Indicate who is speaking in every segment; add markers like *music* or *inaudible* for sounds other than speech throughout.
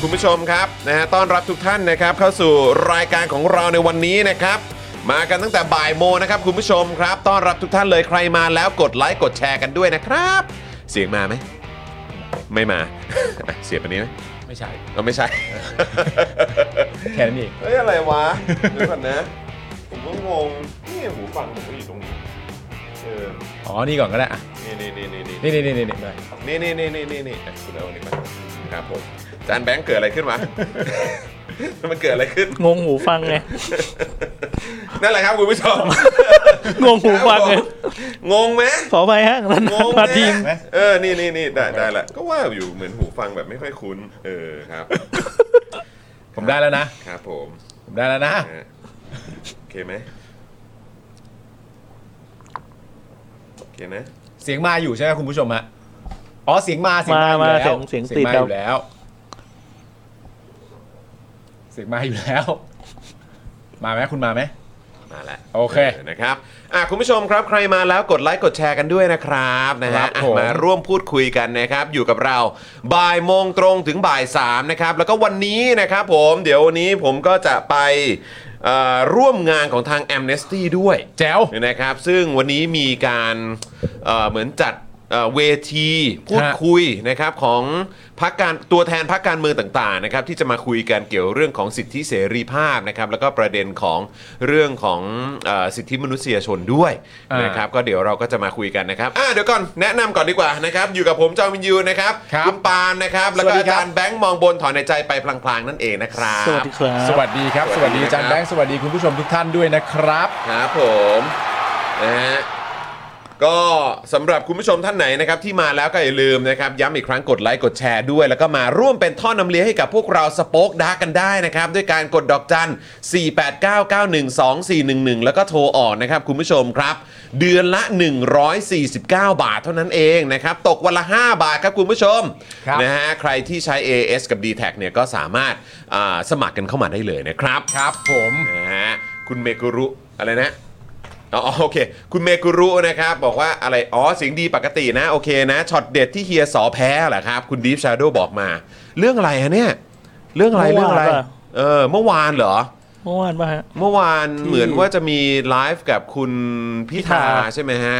Speaker 1: คุณผู้ชมครับนะฮะต้อนรับทุกท่านนะครับเข้าสู่รายการของเราในวันนี้นะครับ มากันตั้งแต่บ่ายโมงนะครับ คุณผู้ชมครับต้อนรับทุกท่านเลยใครมาแล้วกดไลค์กดแชร์กันด้วยนะครับ เสียงมาไหมไม่มา *laughs* เสียงแบบนี้ไหม
Speaker 2: ไม่ใช่
Speaker 1: เราไม่ใช่
Speaker 2: แค่นั้นเอง
Speaker 1: เฮ้ยอะไร
Speaker 3: *laughs*
Speaker 1: วะเดี๋ยวก่อนนะ ผมก็งงนี่หูฟังผมก็อยู่ตรงนี้เออ
Speaker 2: อ๋อ นี่ก่อนก็ได้อะ
Speaker 1: นี่นี่นี่นี่นี่
Speaker 2: นี่นี่นี่นี่นี่ไป
Speaker 1: นี่นี่นี่นี่นี่นี่อ่ะคุณเอาอันนี้มาครับผมจานแบงค์เกิดอะไรขึ้น
Speaker 3: *laughs*
Speaker 1: วะ มันเกิดอะไรขึ้น
Speaker 3: งงหูฟังไง
Speaker 1: *laughs* นั่นแหละครับคุณผู้ชม
Speaker 3: *laughs* งงหูฟังไง
Speaker 1: งงไหม
Speaker 3: ขอไปฮะนาน
Speaker 1: งง
Speaker 3: ๆ
Speaker 1: ไห
Speaker 3: มาทีม
Speaker 1: เออ นี่นี่นี่ได้ได้ละก็ว่าอยู่เหมือนหูฟังแบบไม่ค่อยคุ้น เออครับ
Speaker 2: ผมได้แล้วนะ
Speaker 1: ครับผม
Speaker 2: ผมได้แล้วนะ
Speaker 1: ฮะโอเคไหมโอเคนะ
Speaker 2: เสียงมาอยู่ใช่ไหมคุณผู้ชมฮะ อ๋อ เสียงมา เสียงมาอยู่
Speaker 3: มา
Speaker 2: แล้ว
Speaker 3: เสียงเสียงติด
Speaker 2: มา
Speaker 3: ครั
Speaker 2: อบ ยู่แล้ว เสียงมาอยู่แล้ว มาไหมคุณมาไหม
Speaker 1: มาแล้ว
Speaker 2: โอเค
Speaker 1: นะครับอ่ะคุณผู้ชมครับใครมาแล้วกดไลค์กดแชร์กันด้วยนะครับนะ
Speaker 2: ครั
Speaker 1: ฮะ
Speaker 2: บผม
Speaker 1: อ่ะมาร่วมพูดคุยกันนะครับอยู่กับเราบ่ายโมงตรงถึงบ่ายสามนะครับแล้วก็วันนี้นะครับผมเดี๋ยววันนี้ผมก็จะไปเอ่อร่วมงานของทาง Amnesty ด้วย
Speaker 2: แจ๋ว
Speaker 1: นะครับซึ่งวันนี้มีการเอ่อเหมือนจัดเอ่อเวทีพูด
Speaker 2: ฮะ
Speaker 1: คุยนะครับของพักการตัวแทนพักการเมืองต่างๆนะครับที่จะมาคุยกันเกี่ยวเรื่องของสิทธิเสรีภาพนะครับแล้วก็ประเด็นของเรื่องของเออสิทธิมนุษยชนด้วย
Speaker 2: อ่าน
Speaker 1: นะครับก็เดี๋ยวเราก็จะมาคุยกันนะครับอ่ะเดี๋ยวก่อนแนะนำก่อนดีกว่านะครับอยู่กับผมจอมวินยูนะครับ
Speaker 2: ครับ
Speaker 1: ณปาล์มนะครับแล้วก็
Speaker 2: สวัสดี
Speaker 1: อา
Speaker 2: ครับ
Speaker 1: จารย์แบงค์มองบนถอนในใจไปพลางๆนั่นเองนะครับ
Speaker 3: สวัสดีครับ
Speaker 2: สวัสดีครับ
Speaker 1: ส
Speaker 2: ส
Speaker 1: วั
Speaker 2: วั
Speaker 1: ส
Speaker 2: ส
Speaker 1: ดี
Speaker 2: ดี
Speaker 1: ครับ
Speaker 2: อาจันแบงค์ สวัสดีคุณผู้ชมทุกท่านด้วยนะครับ
Speaker 1: ครับผมนะฮะก็สำหรับคุณผู้ชมท่านไหนนะครับที่มาแล้วก็อย่าลืมนะครับย้ำอีกครั้งกดไลค์กดแชร์ด้วย แล้วก็มาร่วมเป็นท่อนนำเลี้ยงให้กับพวกเราสป็อคดาร์กกันได้นะครับ ด้วยการกดดอกจัน 489912411 แล้วก็โทรออกนะครับคุณผู้ชมครับ เดือนละ 149 บาทเท่านั้นเองนะครับ ตกวันละ 5 บาทครับคุณผู้ชม
Speaker 2: ครับ
Speaker 1: นะฮะใครที่ใช้ AS กับ d t แทเนี่ยก็สามารถอ่าสมัครกันเข้ามาได้เลยนะครับ
Speaker 2: ครับผม
Speaker 1: นะฮะคุณเมกุรุอะไรนะอ๋ออ๋อโอเค คุณเมกุรุนะครับบอกว่าอะไรอ๋อเสียงดีปกตินะโอเคนะช็อตเด็ดที่เฮียสอแพ้เหรอครับ คุณดีฟชาโดบอกมา เรื่องอะไรฮะเนี่ย เรื่องอะไร
Speaker 3: เมื่
Speaker 1: เรื่
Speaker 3: อ
Speaker 1: อง
Speaker 3: วาน
Speaker 1: อะไร
Speaker 3: ป่ะ
Speaker 1: เออเมื่อวานเหรอ
Speaker 3: เมื่อวานปะฮะ
Speaker 1: เมื่อวานเหมือนว่าจะมีไลฟ์กับคุณพิธา
Speaker 3: พิธา
Speaker 1: ใช่ไหมฮะ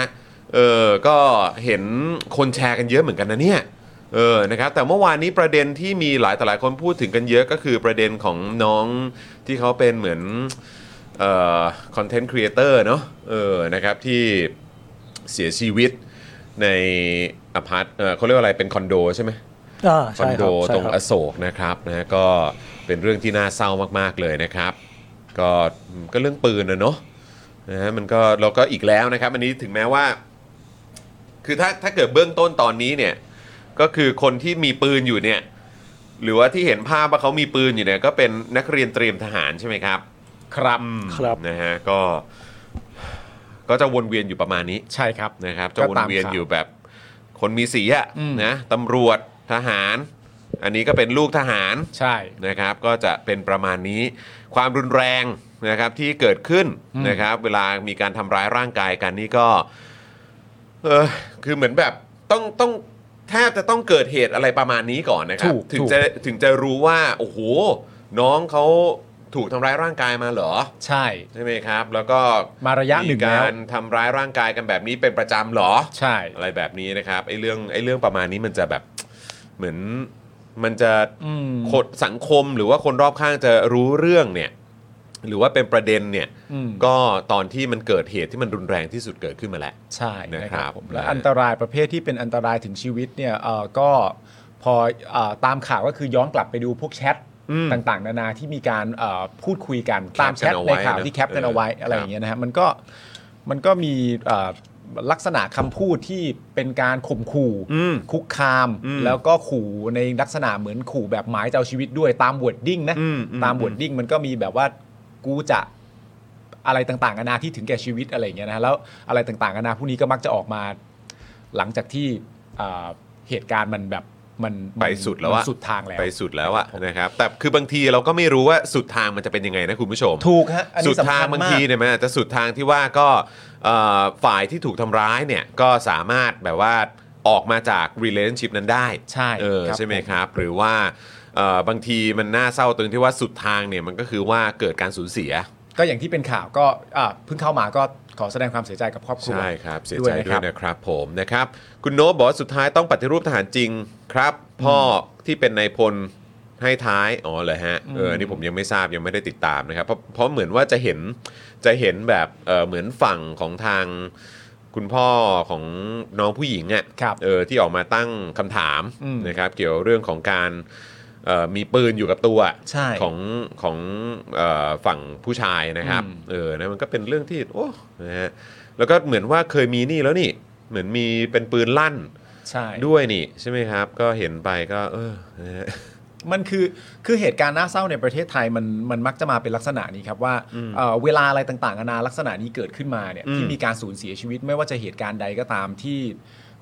Speaker 1: เออ ก็เห็นคนแชร์กันเยอะเหมือนกันนะเนี่ย เออ นะครับ แต่เมื่อวานนี้ประเด็นที่มีหลายต่อหลายคนพูดถึงกันเยอะก็คือประเด็นของน้องที่เขาเป็นเหมือน เอ่อ คอนเทนต์ครีเอเตอร์เนาะ เออ นะครับที่เสียชีวิตในอพาร์ตเออเขาเรียกว่าอะไร เป็นคอนโดใช่ไหม
Speaker 3: อ่า
Speaker 1: คอน
Speaker 3: ใช่ค
Speaker 1: โด
Speaker 3: รับ
Speaker 1: ต
Speaker 3: ใช่
Speaker 1: รง
Speaker 3: ครับ
Speaker 1: อโศกนะครับนะฮะก็เป็นเรื่องที่น่าเศร้ามากๆเลยนะครับ ก็ก็เรื่องปืนนะเนาะนะฮะมันก็เราก็อีกแล้วนะครับ อันนี้ถึงแม้ว่า คือถ้าถ้าเกิดเบื้องต้นตอนนี้เนี่ย ก็คือคนที่มีปืนอยู่เนี่ย หรือว่าที่เห็นภาพว่าเขามีปืนอยู่เนี่ยก็เป็นนักเรียนเตรียมทหารใช่ไหมครับ ครับ
Speaker 3: ครับ
Speaker 1: นะฮะก็ก็จะวนเวียนอยู่ประมาณนี้
Speaker 2: ใช่ครับ
Speaker 1: นะครับจะ
Speaker 2: ก็
Speaker 1: วน
Speaker 2: ตาม
Speaker 1: เวียน
Speaker 2: ข่าว
Speaker 1: อยู่แบบคนมีสีอะ
Speaker 2: อืม
Speaker 1: นะตำรวจ ทหาร อันนี้ก็เป็นลูกทหาร
Speaker 2: ใช่
Speaker 1: นะครับก็จะเป็นประมาณนี้ความรุนแรงนะครับที่เกิดขึ้น
Speaker 2: อืม
Speaker 1: นะครับเวลามีการทำร้ายร่างกายกันนี่ก็เออคือเหมือนแบบต้องต้องแทบจะต้องเกิดเหตุอะไรประมาณนี้ก่อนนะครับ
Speaker 2: ถูก
Speaker 1: ถึง
Speaker 2: ถูก
Speaker 1: จะถึงจะรู้ว่าโอ้โหน้องเขาถูกทำร้ายร่างกายมาเหรอ
Speaker 2: ใช่
Speaker 1: ใช่ไหมครับ แล้วก็
Speaker 2: มาระยะหนึ่ง
Speaker 1: มี
Speaker 2: แล้
Speaker 1: กา
Speaker 2: ว
Speaker 1: รทำร้ายร่างกายกันแบบนี้เป็นประจำเหรอ
Speaker 2: ใช่
Speaker 1: อะไรแบบนี้นะครับไอ้เรื่องไอ้เรื่องประมาณนี้มันจะแบบเหมือนมันจะ
Speaker 2: อืม
Speaker 1: คนสังคมหรือว่าคนรอบข้างจะรู้เรื่องเนี่ยหรือว่าเป็นประเด็นเนี่ย
Speaker 2: อืม
Speaker 1: ก็ตอนที่มันเกิดเหตุที่มันรุนแรงที่สุดเกิดขึ้นมาแล้ว
Speaker 2: ใช่นะค
Speaker 1: นะครั
Speaker 2: รับบ ผมและ
Speaker 1: นะฮะ
Speaker 2: อันตรายประเภทที่เป็นอันตรายถึงชีวิตเนี่ยเอ่อก็พอเอ่อตามข่าวก็คือย้อนกลับไปดูพวกแชทต่างๆ นานาที่มีการเอ่อพูดคุยกันตามแชทในข่าวที่แคปกันเอาไว้อะไรอย่างเงี้ยนะฮะมันก็มันก็มีเอ่อลักษณะคำพูดที่เป็นการข่มขู่
Speaker 1: อืม
Speaker 2: คุกคาม
Speaker 1: อืม
Speaker 2: แล้วก็ขู่ในลักษณะเหมือนขู่แบบหมายจะเอาชีวิตด้วยตามบวดดิ้งนะ
Speaker 1: อืมอืม
Speaker 2: ตามบวดดิ้งมันก็มีแบบว่ากูจะ อะไรต่างๆนานาที่ถึงแก่ชีวิตอะไรอย่างเงี้ยนะฮะแล้วอะไรต่างๆนานาพวกนี้ก็มักจะออกมา หลังจากที่เอ่อเหตุการณ์มันแบบมัน
Speaker 1: ไปสุดแล้วอะ
Speaker 2: มันสุดทางแล้ว
Speaker 1: ไปสุดแล้วอะนะครับแต่คือบางทีเราก็ไม่รู้ว่าสุดทางมันจะเป็นยังไงนะคุณผู้ชม
Speaker 2: ถูกฮะอัน
Speaker 1: สุ
Speaker 2: นี้
Speaker 1: ด
Speaker 2: สำ
Speaker 1: ทาง
Speaker 2: คัญ
Speaker 1: บาง
Speaker 2: มาก
Speaker 1: ทีเนี่ยมันอาจจะสุดทางที่ว่าก็เอ่อฝ่ายที่ถูกทำร้ายเนี่ยก็สามารถแบบว่าออกมาจาก relationship นั้นได้
Speaker 2: ใช่
Speaker 1: เออ
Speaker 2: ครับ
Speaker 1: ใช่ไหม
Speaker 2: ผม
Speaker 1: ครับ หรือว่าเอ่อบางทีมันน่าเศร้าตรงที่ว่าสุดทางเนี่ยมันก็คือว่าเกิดการสูญเสีย
Speaker 2: ก็อย่างที่เป็นข่าวก็อ่าเพิ่งเข้ามาก็ขอแสดงความเสียใจกับครอบครัว
Speaker 1: ใช่ครับ เสียใจด้วย
Speaker 2: นะ
Speaker 1: นะครับผมนะครับ คุณโน้ตบอกว่าสุดท้ายต้องปฏิรูปทหารจริงครับ พ่อที่เป็นนายพลให้ท้าย อ๋อเหรอฮะเอออนนี่ผมยังไม่ทราบยังไม่ได้ติดตามนะครับ เพราะเพราะเหมือนว่าจะเห็นจะเห็นแบบเออเหมือนฝั่งของทางคุณพ่อของน้องผู้หญิงอะ
Speaker 2: ครั่
Speaker 1: ะ
Speaker 2: บ
Speaker 1: เออที่ออกมาตั้งคำถาม
Speaker 2: อืม
Speaker 1: นะครับ เกี่ยวเรื่องของการเอ่อมีปืนอยู่กับตัว
Speaker 2: ใช่
Speaker 1: ของของเออฝั่งผู้ชายนะครับ
Speaker 2: อืม
Speaker 1: เออนะมันก็เป็นเรื่องที่โอ้นะฮะ แล้วก็เหมือนว่าเคยมีนี่แล้วนี่ เหมือนมีเป็นปืนลั่น
Speaker 2: ใช่
Speaker 1: ด้วยนี่ใช่ไหมครับ ก็เห็นไปก็เออนะฮะ
Speaker 2: มันคือคือเหตุการณ์น่าเศร้าในประเทศไทยมันมันมักจะมาเป็นลักษณะนี้ครับว่าเอ่อเวลาอะไรต่างๆนานาลักษณะนี้เกิดขึ้นมาเนี่ย
Speaker 1: อืม
Speaker 2: ที่มีการสูญเสียชีวิตไม่ว่าจะเหตุการณ์ใดก็ตามที่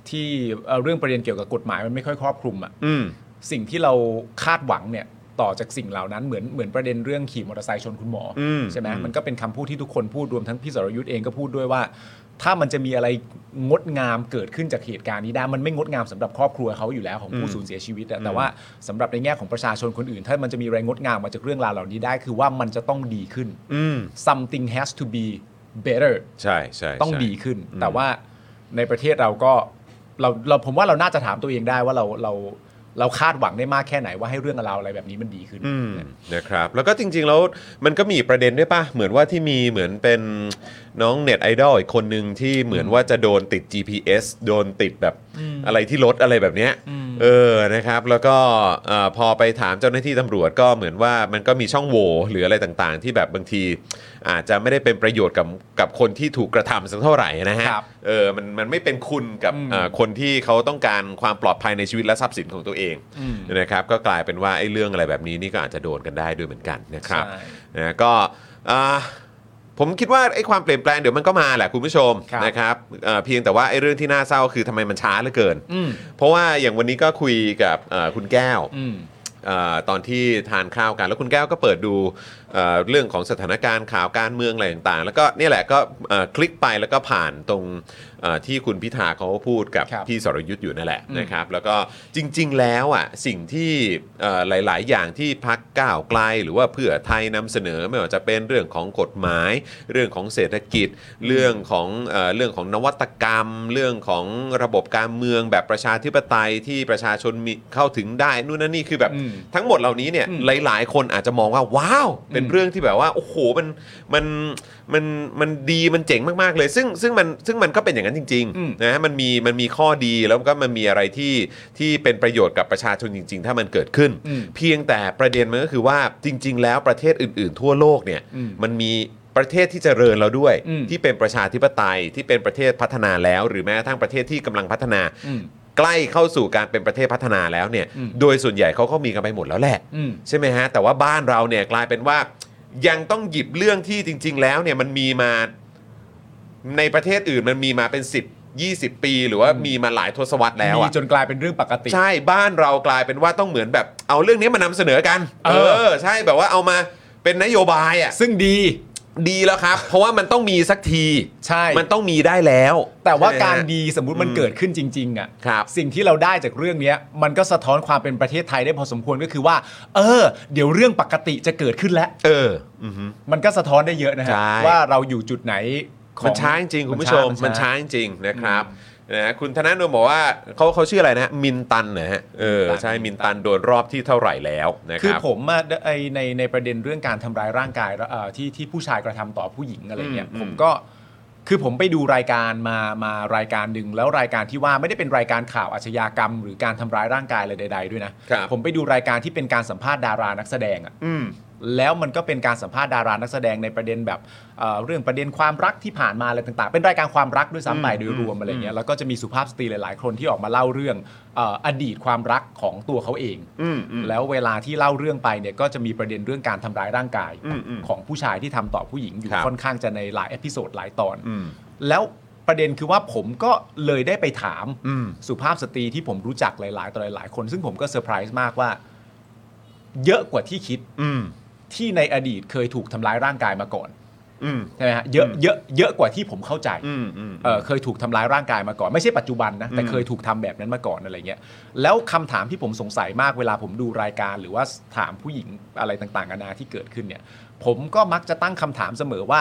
Speaker 2: ที่เอ่อเรื่องประเด็นเกี่ยวกับกฎหมายมันไม่ค่อยครอบคลุมอ่ะ
Speaker 1: อืม
Speaker 2: สิ่งที่เราคาดหวังเนี่ยต่อจากสิ่งเหล่านั้นเหมือนเหมือนประเด็นเรื่องขี่มอเตอร์ไซค์ชนคุณหมออ
Speaker 1: ม
Speaker 2: ใช่ไหม
Speaker 1: อืม
Speaker 2: มันก็เป็นคำพูดที่ทุกคนพูดรวมทั้งพี่สรยุทธ์เองก็พูดด้วยว่า ถ้ามันจะมีอะไรงดงามเกิดขึ้นจากเหตุการณ์นี้ได้มันไม่งดงามสำหรับครอบครัวเขาอยู่แล้วของผู้สูญเสียชีวิตอะแต่ว่าสำหรับในแง่ของประชาชนคนอื่น ถ้ามันจะมีอะไรงดงามมาจากเรื่องราวเหล่านี้ได้ คือว่ามันจะต้องดีขึ้น
Speaker 1: อืม
Speaker 2: something has to be better
Speaker 1: ใช่ใช่
Speaker 2: ต้อง
Speaker 1: ใช่
Speaker 2: ดีขึ้น
Speaker 1: อืม
Speaker 2: แต่ว่าในประเทศเราก็เราเราผมว่าเราน่าจะถามตัวเองได้ว่าเราเราเราคาดหวังได้มากแค่ไหนว่าให้เรื่องราวอะไรแบบนี้มันดีขึ้น
Speaker 1: อืมนะครับ แล้วก็จริงๆแล้วมันก็มีประเด็นด้วยป่ะ เหมือนว่าที่มีเหมือนเป็นน้องเน็ตไอดอลอีกคนหนึ่งที่เหมือนว่าจะโดนติด GPS โดนติดแบบอะไรที่รถอะไรแบบเนี้ยเออนะครับ แล้วก็เอ่อพอไปถามเจ้าหน้าที่ตำรวจก็เหมือนว่ามันก็มีช่องโหว่หรืออะไรต่างๆ ที่แบบบางที อาจจะไม่ได้เป็นประโยชน์กับกับคนที่ถูกกระทำสักเท่าไหร่นะฮะ
Speaker 2: ครับ
Speaker 1: เออมันมันไม่เป็นคุณกับ
Speaker 2: อืม
Speaker 1: เอ่อคนที่เขาต้องการความปลอดภัยในชีวิตและทรัพย์สินของตัวเอง
Speaker 2: อืม
Speaker 1: นะครับก็กลายเป็นว่าไอ้เรื่องอะไรแบบนี้นี่ก็อาจจะโดนกันได้ด้วยเหมือนกันนะครับ
Speaker 2: ใช่
Speaker 1: นะก็อ่าผมคิดว่าไอ้ความเปลี่ยนแปลงเดี๋ยวมันก็มาแหละคุณผู้ชม
Speaker 2: ครับ
Speaker 1: นะครับเอ่อเพียงแต่ว่าไอ้เรื่องที่น่าเศร้าคือทำไมมันช้าเหลือเกิน
Speaker 2: อืม
Speaker 1: เพราะว่าอย่างวันนี้ก็คุยกับเอ่อคุณแก้ว
Speaker 2: อืม
Speaker 1: เอ่อตอนที่ทานข้าวกัน แล้วคุณแก้วก็เปิดดูเอ่อเรื่องของสถานการณ์ข่าวการเมืองอะไรต่างๆ แล้วก็เนี่ยแหละก็เอ่อคลิกไปแล้วก็ผ่านตรงเอ่อที่คุณพิธาเขาพูดกับ
Speaker 2: ครับ
Speaker 1: พี่สรยุทธ์อยู่นั่นแหละ
Speaker 2: อืม
Speaker 1: นะครับ แล้วก็จริง ๆ แล้วอ่ะสิ่งที่เอ่อหลาย ๆ อย่างที่พักก้าวไกล หรือว่าเพื่อไทยนำเสนอไม่ว่าจะเป็นเรื่องของกฎหมาย เรื่องของเศรษฐกิจ เรื่องของเอ่อเรื่องของนวัตกรรม เรื่องของระบบการเมืองแบบประชาธิปไตยที่ประชาชนมีเข้าถึงได้นู่นนั่นนี่คือแบบ
Speaker 2: อืม
Speaker 1: ทั้งหมดเหล่านี้เนี่ย
Speaker 2: อืม
Speaker 1: หลาย ๆ คนอาจจะมองว่าว้าวเป็น
Speaker 2: อืม
Speaker 1: เรื่องที่แบบว่าโอ้โหมันมันมันมันดีมันเจ๋งมากๆเลย ซึ่งซึ่งมันซึ่งมันก็เป็นอย่างนั้นจริง ๆ
Speaker 2: อืม
Speaker 1: นะฮะมันมีมันมีข้อดีแล้วก็มันมีอะไรที่ที่เป็นประโยชน์กับประชาชนจริง ๆ ถ้ามันเกิดขึ้น
Speaker 2: อืม
Speaker 1: เพียงแต่ประเด็นมันก็คือว่าจริง ๆ แล้วประเทศอื่น ๆ ทั่วโลกเนี่ย
Speaker 2: อืม
Speaker 1: มันมีประเทศที่เจริญแล้วด้วย
Speaker 2: อืม
Speaker 1: ที่เป็นประชาธิปไตยที่เป็นประเทศพัฒนาแล้ว หรือแม้กระทั่งประเทศที่กำลังพัฒนา
Speaker 2: อืม
Speaker 1: ใกล้เข้าสู่การเป็นประเทศพัฒนาแล้วเนี่ย
Speaker 2: อืม
Speaker 1: โดยส่วนใหญ่เขาก็มีกันไปหมดแล้วแหละ
Speaker 2: อืม
Speaker 1: ใช่ไหมฮะ แต่ว่าบ้านเราเนี่ยกลายเป็นว่ายังต้องหยิบเรื่องที่จริง ๆ แล้วเนี่ยมันมีมาในประเทศอื่นมันมีมาเป็น 10 20 ปี หรือว่ามีมาหลายทศวรรษแล้ว
Speaker 2: มี
Speaker 1: อะ
Speaker 2: จนกลายเป็นเรื่องปกติ
Speaker 1: ใช่บ้านเรากลายเป็นว่าต้องเหมือนแบบ เอาเรื่องนี้มานำเสนอกัน
Speaker 2: เออ
Speaker 1: ใช่แบบว่าเอามาเป็นนโยบายอ่ะ
Speaker 2: ซึ่งดี
Speaker 1: ดีแล้วครับ เพราะว่ามันต้องมีสักที
Speaker 2: ใช่
Speaker 1: มันต้องมีได้แล้ว
Speaker 2: แต่ว่า
Speaker 1: ใช่ไหม
Speaker 2: การ
Speaker 1: ฮะ
Speaker 2: ดีสมมุติมัน
Speaker 1: อืม
Speaker 2: เกิดขึ้นจริง ๆอ่ะ
Speaker 1: ครับ
Speaker 2: สิ่งที่เราได้จากเรื่องเนี้ยมันก็สะท้อนความเป็นประเทศไทยได้พอสมควรก็คือว่า เออ เดี๋ยวเรื่องปกติจะเกิดขึ้นแล้ว
Speaker 1: เอออือฮึ
Speaker 2: มันก็สะท้อนได้เยอะนะฮะ
Speaker 1: ใช่
Speaker 2: ว่าเราอยู่จุดไหนของ
Speaker 1: มันช้าจริงๆคุณผู้ชม มันช้าจริงๆนะครับนะฮะคุณธนาโนมบอกว่าเขาเขาชื่ออะไรนะฮะมินตันนะฮะเออใช่มินตันโดนรอบที่เท่าไหร่แล้วนะค
Speaker 2: คือ
Speaker 1: รับ
Speaker 2: ผมมาไอ้ในในประเด็นเรื่องการทำร้ายร่างกายแล้วเอ่อที่ที่ผู้ชายกระทำต่อผู้หญิงอะไรเงี้ย
Speaker 1: อืม
Speaker 2: ผมก็คือผมไปดูรายการมามารายการหนึ่งแล้วรายการที่ว่าไม่ได้เป็นรายการข่าวอาชญากรรม หรือการทำร้ายร่างกายอะไรใด ๆ ด้วยนะครับ ผมไปดูรายการที่เป็นการสัมภาษณ์ดารานักแสดงอะ
Speaker 1: อืม
Speaker 2: แล้วมันก็เป็นการสัมภาษณ์ดารานักแสดงในประเด็นแบบเอ่อเรื่องประเด็นความรักที่ผ่านมาอะไรต่างๆ เป็นรายการความรักด้วยซ้ำไป
Speaker 1: อืม
Speaker 2: โดยรวมอะไรเงี้
Speaker 1: อื
Speaker 2: ย
Speaker 1: ม
Speaker 2: แล้วก็จะมีสุภาพสตรีหลายๆ คนที่ออกมาเล่าเรื่องเอ่ออดีตความรักของตัวเขาเอง
Speaker 1: อืมอืม
Speaker 2: แล้วเวลาที่เล่าเรื่องไปเนี่ยก็จะมีประเด็นเรื่องการทำร้ายร่างกาย
Speaker 1: อืมอืม
Speaker 2: ของผู้ชายที่ทำต่อผู้หญิงอยู่
Speaker 1: ครับ
Speaker 2: ค่อนข้างจะในหลายเอพิโซดหลายตอน
Speaker 1: อืม
Speaker 2: แล้วประเด็นคือว่าผมก็เลยได้ไปถาม
Speaker 1: อืม
Speaker 2: สุภาพสตรีที่ผมรู้จักหลาย ๆ ต่อหลาย ๆ คน ซึ่งผมก็เซอร์ไพรส์มากว่า เยอะกว่าที่คิด
Speaker 1: อืม
Speaker 2: ที่ในอดีตเคยถูกทำร้ายร่างกายมาก่อน
Speaker 1: อืม
Speaker 2: ใช่ไหมฮะเยอะ
Speaker 1: อืม
Speaker 2: เยอะเยอะกว่าที่ผมเข้าใจ
Speaker 1: อืมอืม
Speaker 2: เอ่อเคยถูกทำร้ายร่างกายมาก่อน ไม่ใช่ปัจจุบันนะแต่
Speaker 1: อืม
Speaker 2: เคยถูกทำแบบนั้นมาก่อนอะไรเงี้ยแล้วคำถามที่ผมสงสัยมากเวลาผมดูรายการ หรือว่าถามผู้หญิงอะไรต่างๆนานาที่เกิดขึ้นเนี่ย ผมก็มักจะตั้งคำถามเสมอว่า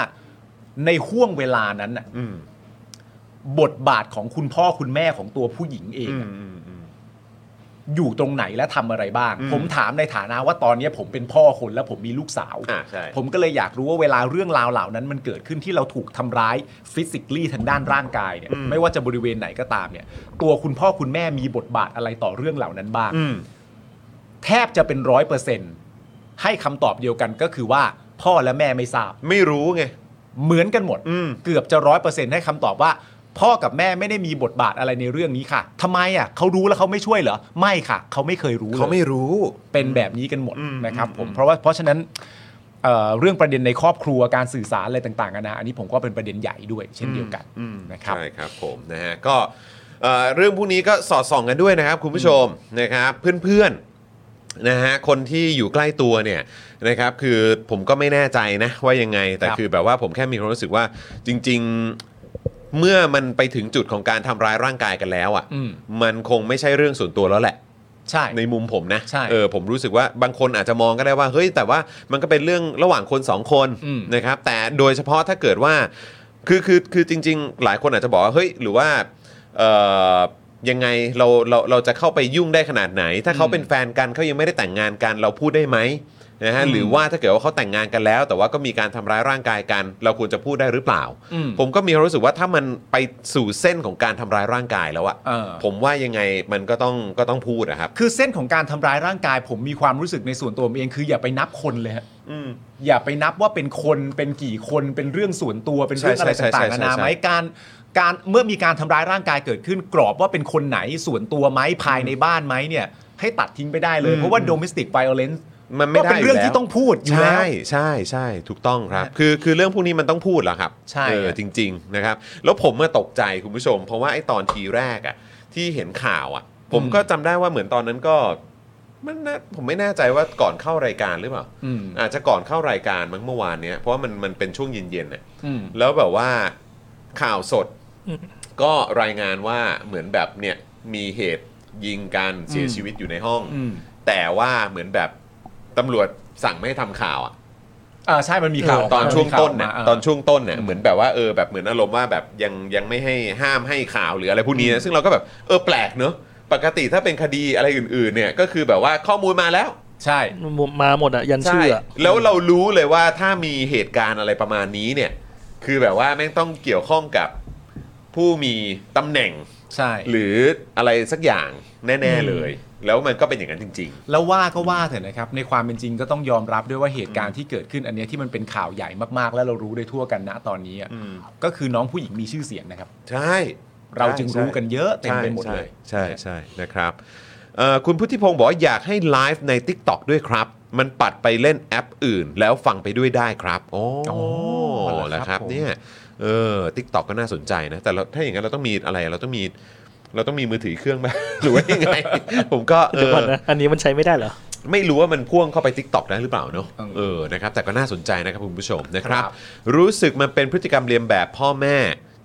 Speaker 2: ในห่วงเวลานั้นน่ะ
Speaker 1: อืม
Speaker 2: บทบาทของคุณพ่อคุณแม่ของตัวผู้หญิงเอง
Speaker 1: อืม
Speaker 2: อะ
Speaker 1: อืมอืม
Speaker 2: อยู่ตรงไหนและทำอะไรบ้าง
Speaker 1: อืม
Speaker 2: ผมถามในฐานะว่าตอนเนี้ยผมเป็นพ่อคนและผมมีลูกสาว
Speaker 1: อ่าใช่
Speaker 2: ผมก็เลยอยากรู้ว่าเวลาเรื่องราวเหล่านั้นมันเกิดขึ้นที่เราถูกทำร้ายฟิสิก l ี่ทางด้านร่างกายเนี่ย
Speaker 1: อืม
Speaker 2: ไม่ว่าจะบริเวณไหนก็ตามเนี่ย ตัวคุณพ่อคุณแม่มีบทบาทอะไรต่อเรื่องเหล่านั้นบ้าง
Speaker 1: อืม
Speaker 2: แทบจะเป็นร้อยเปอร์เซ็นต์ให้คำตอบเดียวกันก็คือว่าพ่อและแม่ไม่ทราบ
Speaker 1: ไม่รู้ไง
Speaker 2: เหมือนกันหมด
Speaker 1: อืม
Speaker 2: เกือบจะร้อยเปอร์เซ็นต์ให้คำตอบว่า พ่อกับแม่ไม่ได้มีบทบาทอะไรในเรื่องนี้ค่ะทำไมอ่ะเขารู้แล้วเขาไม่ช่วยเหรอไม่ค่ะ เขาไม่เคยรู้ลย
Speaker 1: เขาไม่รู้
Speaker 2: เป็นแบบนี้กันหมด
Speaker 1: อืม
Speaker 2: นะครับผม
Speaker 1: อืม
Speaker 2: เพราะว่าเพราะฉะนั้นเอ่อเรื่องประเด็นในครอบครัวการสื่อสารอะไรต่างๆกันานะอันนี้ผมก็เป็นประเด็นใหญ่ด้วย เช่นเดียวกัน
Speaker 1: อืม
Speaker 2: นะครับ
Speaker 1: ใช่ครับผมนะฮะก็เอ่อเรื่องพวกนี้ก็สอดส่องกันด้วยนะครับ คุณผู้ชมนะครับเพื่อนๆนะฮะคนที่อยู่ใกล้ตัวเนี่ยนะครับคือผมก็ไม่แน่ใจนะว่ายังไงแต่
Speaker 2: ครับ
Speaker 1: คือแบบว่าผมแค่มีความรู้สึกว่าจริง ๆเมื่อมันไปถึงจุดของการทำร้ายร่างกายกันแล้วอ่ะ
Speaker 2: อืม
Speaker 1: มันคงไม่ใช่เรื่องส่วนตัวแล้วแหละ
Speaker 2: ใช่
Speaker 1: ในมุมผมนะ
Speaker 2: ใช่
Speaker 1: เออผมรู้สึกว่าบางคนอาจจะมองก็ได้ว่าเฮ้ยแต่ว่ามันก็เป็นเรื่องระหว่างคนสองคน
Speaker 2: อืม
Speaker 1: นะครับแต่โดยเฉพาะถ้าเกิดว่าคือคือคือจริง ๆ หลายคนอาจจะบอกว่าเฮ้ยหรือว่าเอ่อยังไงเราเราเราจะเข้าไปยุ่งได้ขนาดไหน ถ้าเขา
Speaker 2: อืม
Speaker 1: เป็นแฟนกันเขายังไม่ได้แต่งงานกันเราพูดได้ไหมนะฮะ
Speaker 2: อืม
Speaker 1: หรือว่าถ้าเกิดว่าเขาแต่งงานกันแล้ว แต่ว่าก็มีการทำร้ายร่างกายกัน เราควรจะพูดได้หรือเปล่า
Speaker 2: อืม
Speaker 1: ผมก็มีความรู้สึกว่าถ้ามันไปสู่เส้นของการทำร้ายร่างกายแล้วอะ
Speaker 2: เออ
Speaker 1: ผมว่ายังไงมันก็ต้องก็ต้องพูดอะครับ
Speaker 2: คือเส้นของการทำร้ายร่างกาย ผมมีความรู้สึกในส่วนตัวผมเองคืออย่าไปนับคนเลยฮะอย่าไปนับว่าเป็นคนเป็นกี่คนเป็นเรื่องส่วนตัวเป็นเรื่อง
Speaker 1: ใช่
Speaker 2: อะไร
Speaker 1: ใช่ใช่
Speaker 2: ต่างๆนานา
Speaker 1: ใช่
Speaker 2: ไหมการการเมื่อมีการทำร้ายร่างกายเกิดขึ้น กรอบว่าเป็นคนไหนส่วนตัวไหมภายในบ้านไหมเนี่ย ให้ตัดทิ้งไปได้เล
Speaker 1: อื
Speaker 2: ย
Speaker 1: ม
Speaker 2: เพราะว่า domestic violence
Speaker 1: มันไม่
Speaker 2: ก็
Speaker 1: ได้
Speaker 2: เป็น
Speaker 1: ยู่
Speaker 2: เรื่องที่
Speaker 1: แล้ว
Speaker 2: ต้องพูดอยู่
Speaker 1: ใช
Speaker 2: แล้ว
Speaker 1: ่ใช่ใช่ถูกต้องครับ คือคือเรื่องพวกนี้มันต้องพูดเหรอครับ
Speaker 2: ใช่
Speaker 1: เออ
Speaker 2: ครับ
Speaker 1: จริง ๆนะครับ แล้วผมมาตกใจคุณผู้ชม เพราะว่าไอ้ตอนทีแรกอะที่เห็นข่าวอะผมก็จำได้ว่าเหมือนตอนนั้นก็ มันน่าผมไม่แน่ใจว่าก่อนเข้ารายการหรือเปล่า
Speaker 2: อืม
Speaker 1: อาจจะก่อนเข้ารายการมั้งเมื่อวานเนี้ยเพราะว่ามันมันเป็นช่วงเย็นๆน่ะ
Speaker 2: อืม
Speaker 1: แล้วแบบว่าข่าวสด
Speaker 3: อืม
Speaker 1: ก็รายงานว่าเหมือนแบบเนี่ยมีเหตุยิงกันเสีย
Speaker 2: อืม
Speaker 1: ชีวิตอยู่ในห้อง
Speaker 2: อืม
Speaker 1: แต่ว่าเหมือนแบบตำรวจสั่งไม่ให้ทำข่าวอะ
Speaker 2: อ่าใช่มันมีข่าว
Speaker 1: ตอน
Speaker 2: มัมี
Speaker 1: ช่วง
Speaker 2: ข่า
Speaker 1: ต้นเนี่ย
Speaker 2: มาา
Speaker 1: ตอนช่วงต้นเนี่ย
Speaker 2: อืม
Speaker 1: เหมือนแบบว่าเออแบบเหมือนอารมณ์ว่าแบบยังยังไม่ให้ห้ามให้ข่าวหรืออะไรพวกนี้นะซึ่งเราก็แบบเออแปลกเนอะปกติถ้าเป็นคดีอะไรอื่นๆเนี่ยก็คือแบบว่าข้อมูลมาแล้ว
Speaker 2: ใช่
Speaker 3: มาหมดอ่ะ ยันชื่ออะ
Speaker 1: แล้วเรารู้เลยว่าถ้ามีเหตุการณ์อะไรประมาณนี้เนี่ย คือแบบว่าแม่งต้องเกี่ยวข้องกับผู้มีตำแหน่ง
Speaker 2: ใช่
Speaker 1: หรืออะไรสักอย่างแน่ ๆเลย แล้วมันก็เป็นอย่างนั้นจริง
Speaker 2: แล้วว่าก็ว่าเถอะนะครับ ในความเป็นจริงก็ต้องยอมรับด้วยว่าเหตุการณ์ที่เกิดขึ้นอันเนี้ยที่มันเป็นข่าวใหญ่มากๆ แล้วเรารู้ได้ทั่วกันนะตอนนี้อะ
Speaker 1: อืม
Speaker 2: ก็คือน้องผู้หญิงมีชื่อเสียงนะครับ
Speaker 1: ๆ ใช่
Speaker 2: เราจึงรู้
Speaker 1: ใช่
Speaker 2: กันเยอะเต็มไปหมดเลย
Speaker 1: ใช่ใช่ใช่นะครับเอ่อคุณพุทธิพงศ์บอกว่าอยากให้ไลฟ์ใน TikTok ด้วยครับ มันปัดไปเล่นแอปอื่น แล้วฟังไปด้วยได้ครับ โอ้
Speaker 2: อ๋อเหรอครั
Speaker 1: แล้
Speaker 2: บ
Speaker 1: วครับ
Speaker 2: ผม
Speaker 1: เนี่ย เออทิกตอกก็น่าสนใจนะ แต่เราถ้าอย่างนั้นเราต้องมีอะไรเราต้องมีเราต้องมีมือถือเครื่องไหม *laughs* หรือว่ายังไง ผมก็เอ
Speaker 3: เดี๋ยว
Speaker 1: อ
Speaker 3: ก่อนนะอันนี้มันใช้ไม่ได้เหรอ
Speaker 1: ไม่รู้ว่ามันพ่วงเข้าไป Tik t o อกได้หรือเปล่าเนอะ
Speaker 2: เออ
Speaker 1: เออนะครับแต่ก็น่าสนใจนะครับคุณผู้ชมนะครับ
Speaker 2: ครับ
Speaker 1: รู้สึกมันเป็นพฤติกรรมเรียนแบบพ่อแม่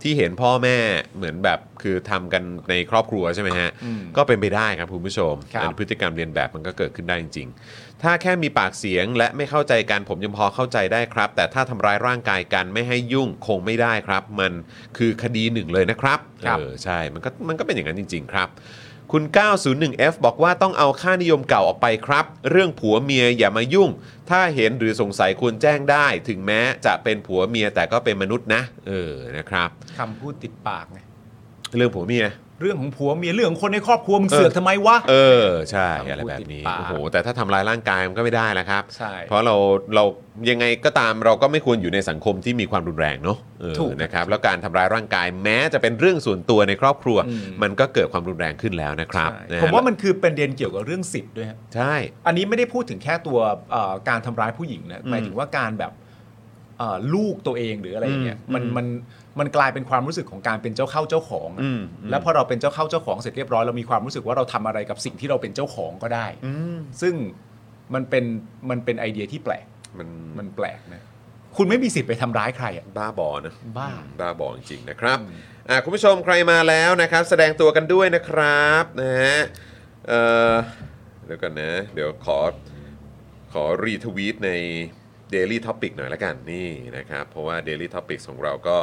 Speaker 1: ที่เห็นพ่อแม่เหมือนแบบคือทำกันในครอบครัวใช่ไหมฮะ
Speaker 2: อืม
Speaker 1: ก็เป็นไปได้ครับคุณผู้ชม
Speaker 2: ครับ
Speaker 1: อันพฤติกรรมเรียนแบบมันก็เกิดขึ้นได้จริง ๆ ถ้าแค่มีปากเสียงและไม่เข้าใจกันผมยังพอเข้าใจได้ครับ แต่ถ้าทำร้ายร่างกายกันไม่ให้ยุ่งคงไม่ได้ครับ มันคือคดีหนึ่งเลยนะครับ
Speaker 2: ครับ
Speaker 1: เออใช่มันก็มันก็เป็นอย่างนั้นจริง ๆ ครับ คุณ 901F บอกว่าต้องเอาค่านิยมเก่าออกไปครับ เรื่องผัวเมียอย่ามายุ่ง ถ้าเห็นหรือสงสัยควรแจ้งได้ ถึงแม้จะเป็นผัวเมียแต่ก็เป็นมนุษย์นะ เออนะครับ
Speaker 2: คำพูดติดปากไง
Speaker 1: เรื่องผัวเมีย
Speaker 2: เรื่องของผัวเมียเรื่องของคนในครอบครัวมึงเสือกทำไมวะ
Speaker 1: เออใช่
Speaker 2: คำพูด
Speaker 1: อะไรแบบนี้
Speaker 2: ติดปาก
Speaker 1: โอ้โหแต่ถ้าทำร้ายร่างกายมันก็ไม่ได้แล้วครับ
Speaker 2: ใช่
Speaker 1: เพราะเราเรายังไงก็ตามเราก็ไม่ควรอยู่ในสังคมที่มีความรุนแรงเนาะเออ
Speaker 2: ถูก
Speaker 1: นะครับแล้วการทำร้ายร่างกายแม้จะเป็นเรื่องส่วนตัวในครอบครัว
Speaker 2: อืม
Speaker 1: มันก็เกิดความรุนแรงขึ้นแล้วนะครับ
Speaker 2: ใช่
Speaker 1: ะฮะ
Speaker 2: ผมว่ามันคือประเด็นเกี่ยวกับเรื่องสิทธิ์ด้วยฮะ
Speaker 1: ใช่
Speaker 2: อันนี้ไม่ได้พูดถึงแค่ตัวเอ่อการทำร้ายผู้หญิงนะ
Speaker 1: อืม
Speaker 2: หมายถึงว่าการแบบเอ่อลูกตัวเองหรืออะไรอย่างเงี้ย
Speaker 1: อืม
Speaker 2: มัน
Speaker 1: อืม
Speaker 2: มันมันกลายเป็นความรู้สึกของการเป็นเจ้าเข้าเจ้าของอะ
Speaker 1: อืมอืม
Speaker 2: แล้วพอเราเป็นเจ้าเข้าเจ้าของเสร็จเรียบร้อยเรามีความรู้สึกว่าเราทำอะไรกับสิ่งที่เราเป็นเจ้าของก็ได้
Speaker 1: อืม
Speaker 2: ซึ่งมันเป็นมันเป็นไอเดียที่แปลก
Speaker 1: มัน
Speaker 2: มันแปลกนะคุณไม่มีสิทธิ์ไปทำร้ายใครอ่ะ
Speaker 1: บ้าบอนะ
Speaker 2: บ้า
Speaker 1: อืมบ้าบอจริงๆนะครับอ่ะคุณผู้ชมใครมาแล้วนะครับ แสดงตัวกันด้วยนะครับนะฮะเอ่อเดี๋ยวกันนะ เดี๋ยวขอ ขอรีทวีตใน Daily Topic หน่อยละกันนี่นะครับ เพราะว่า Daily Topic ของเราก็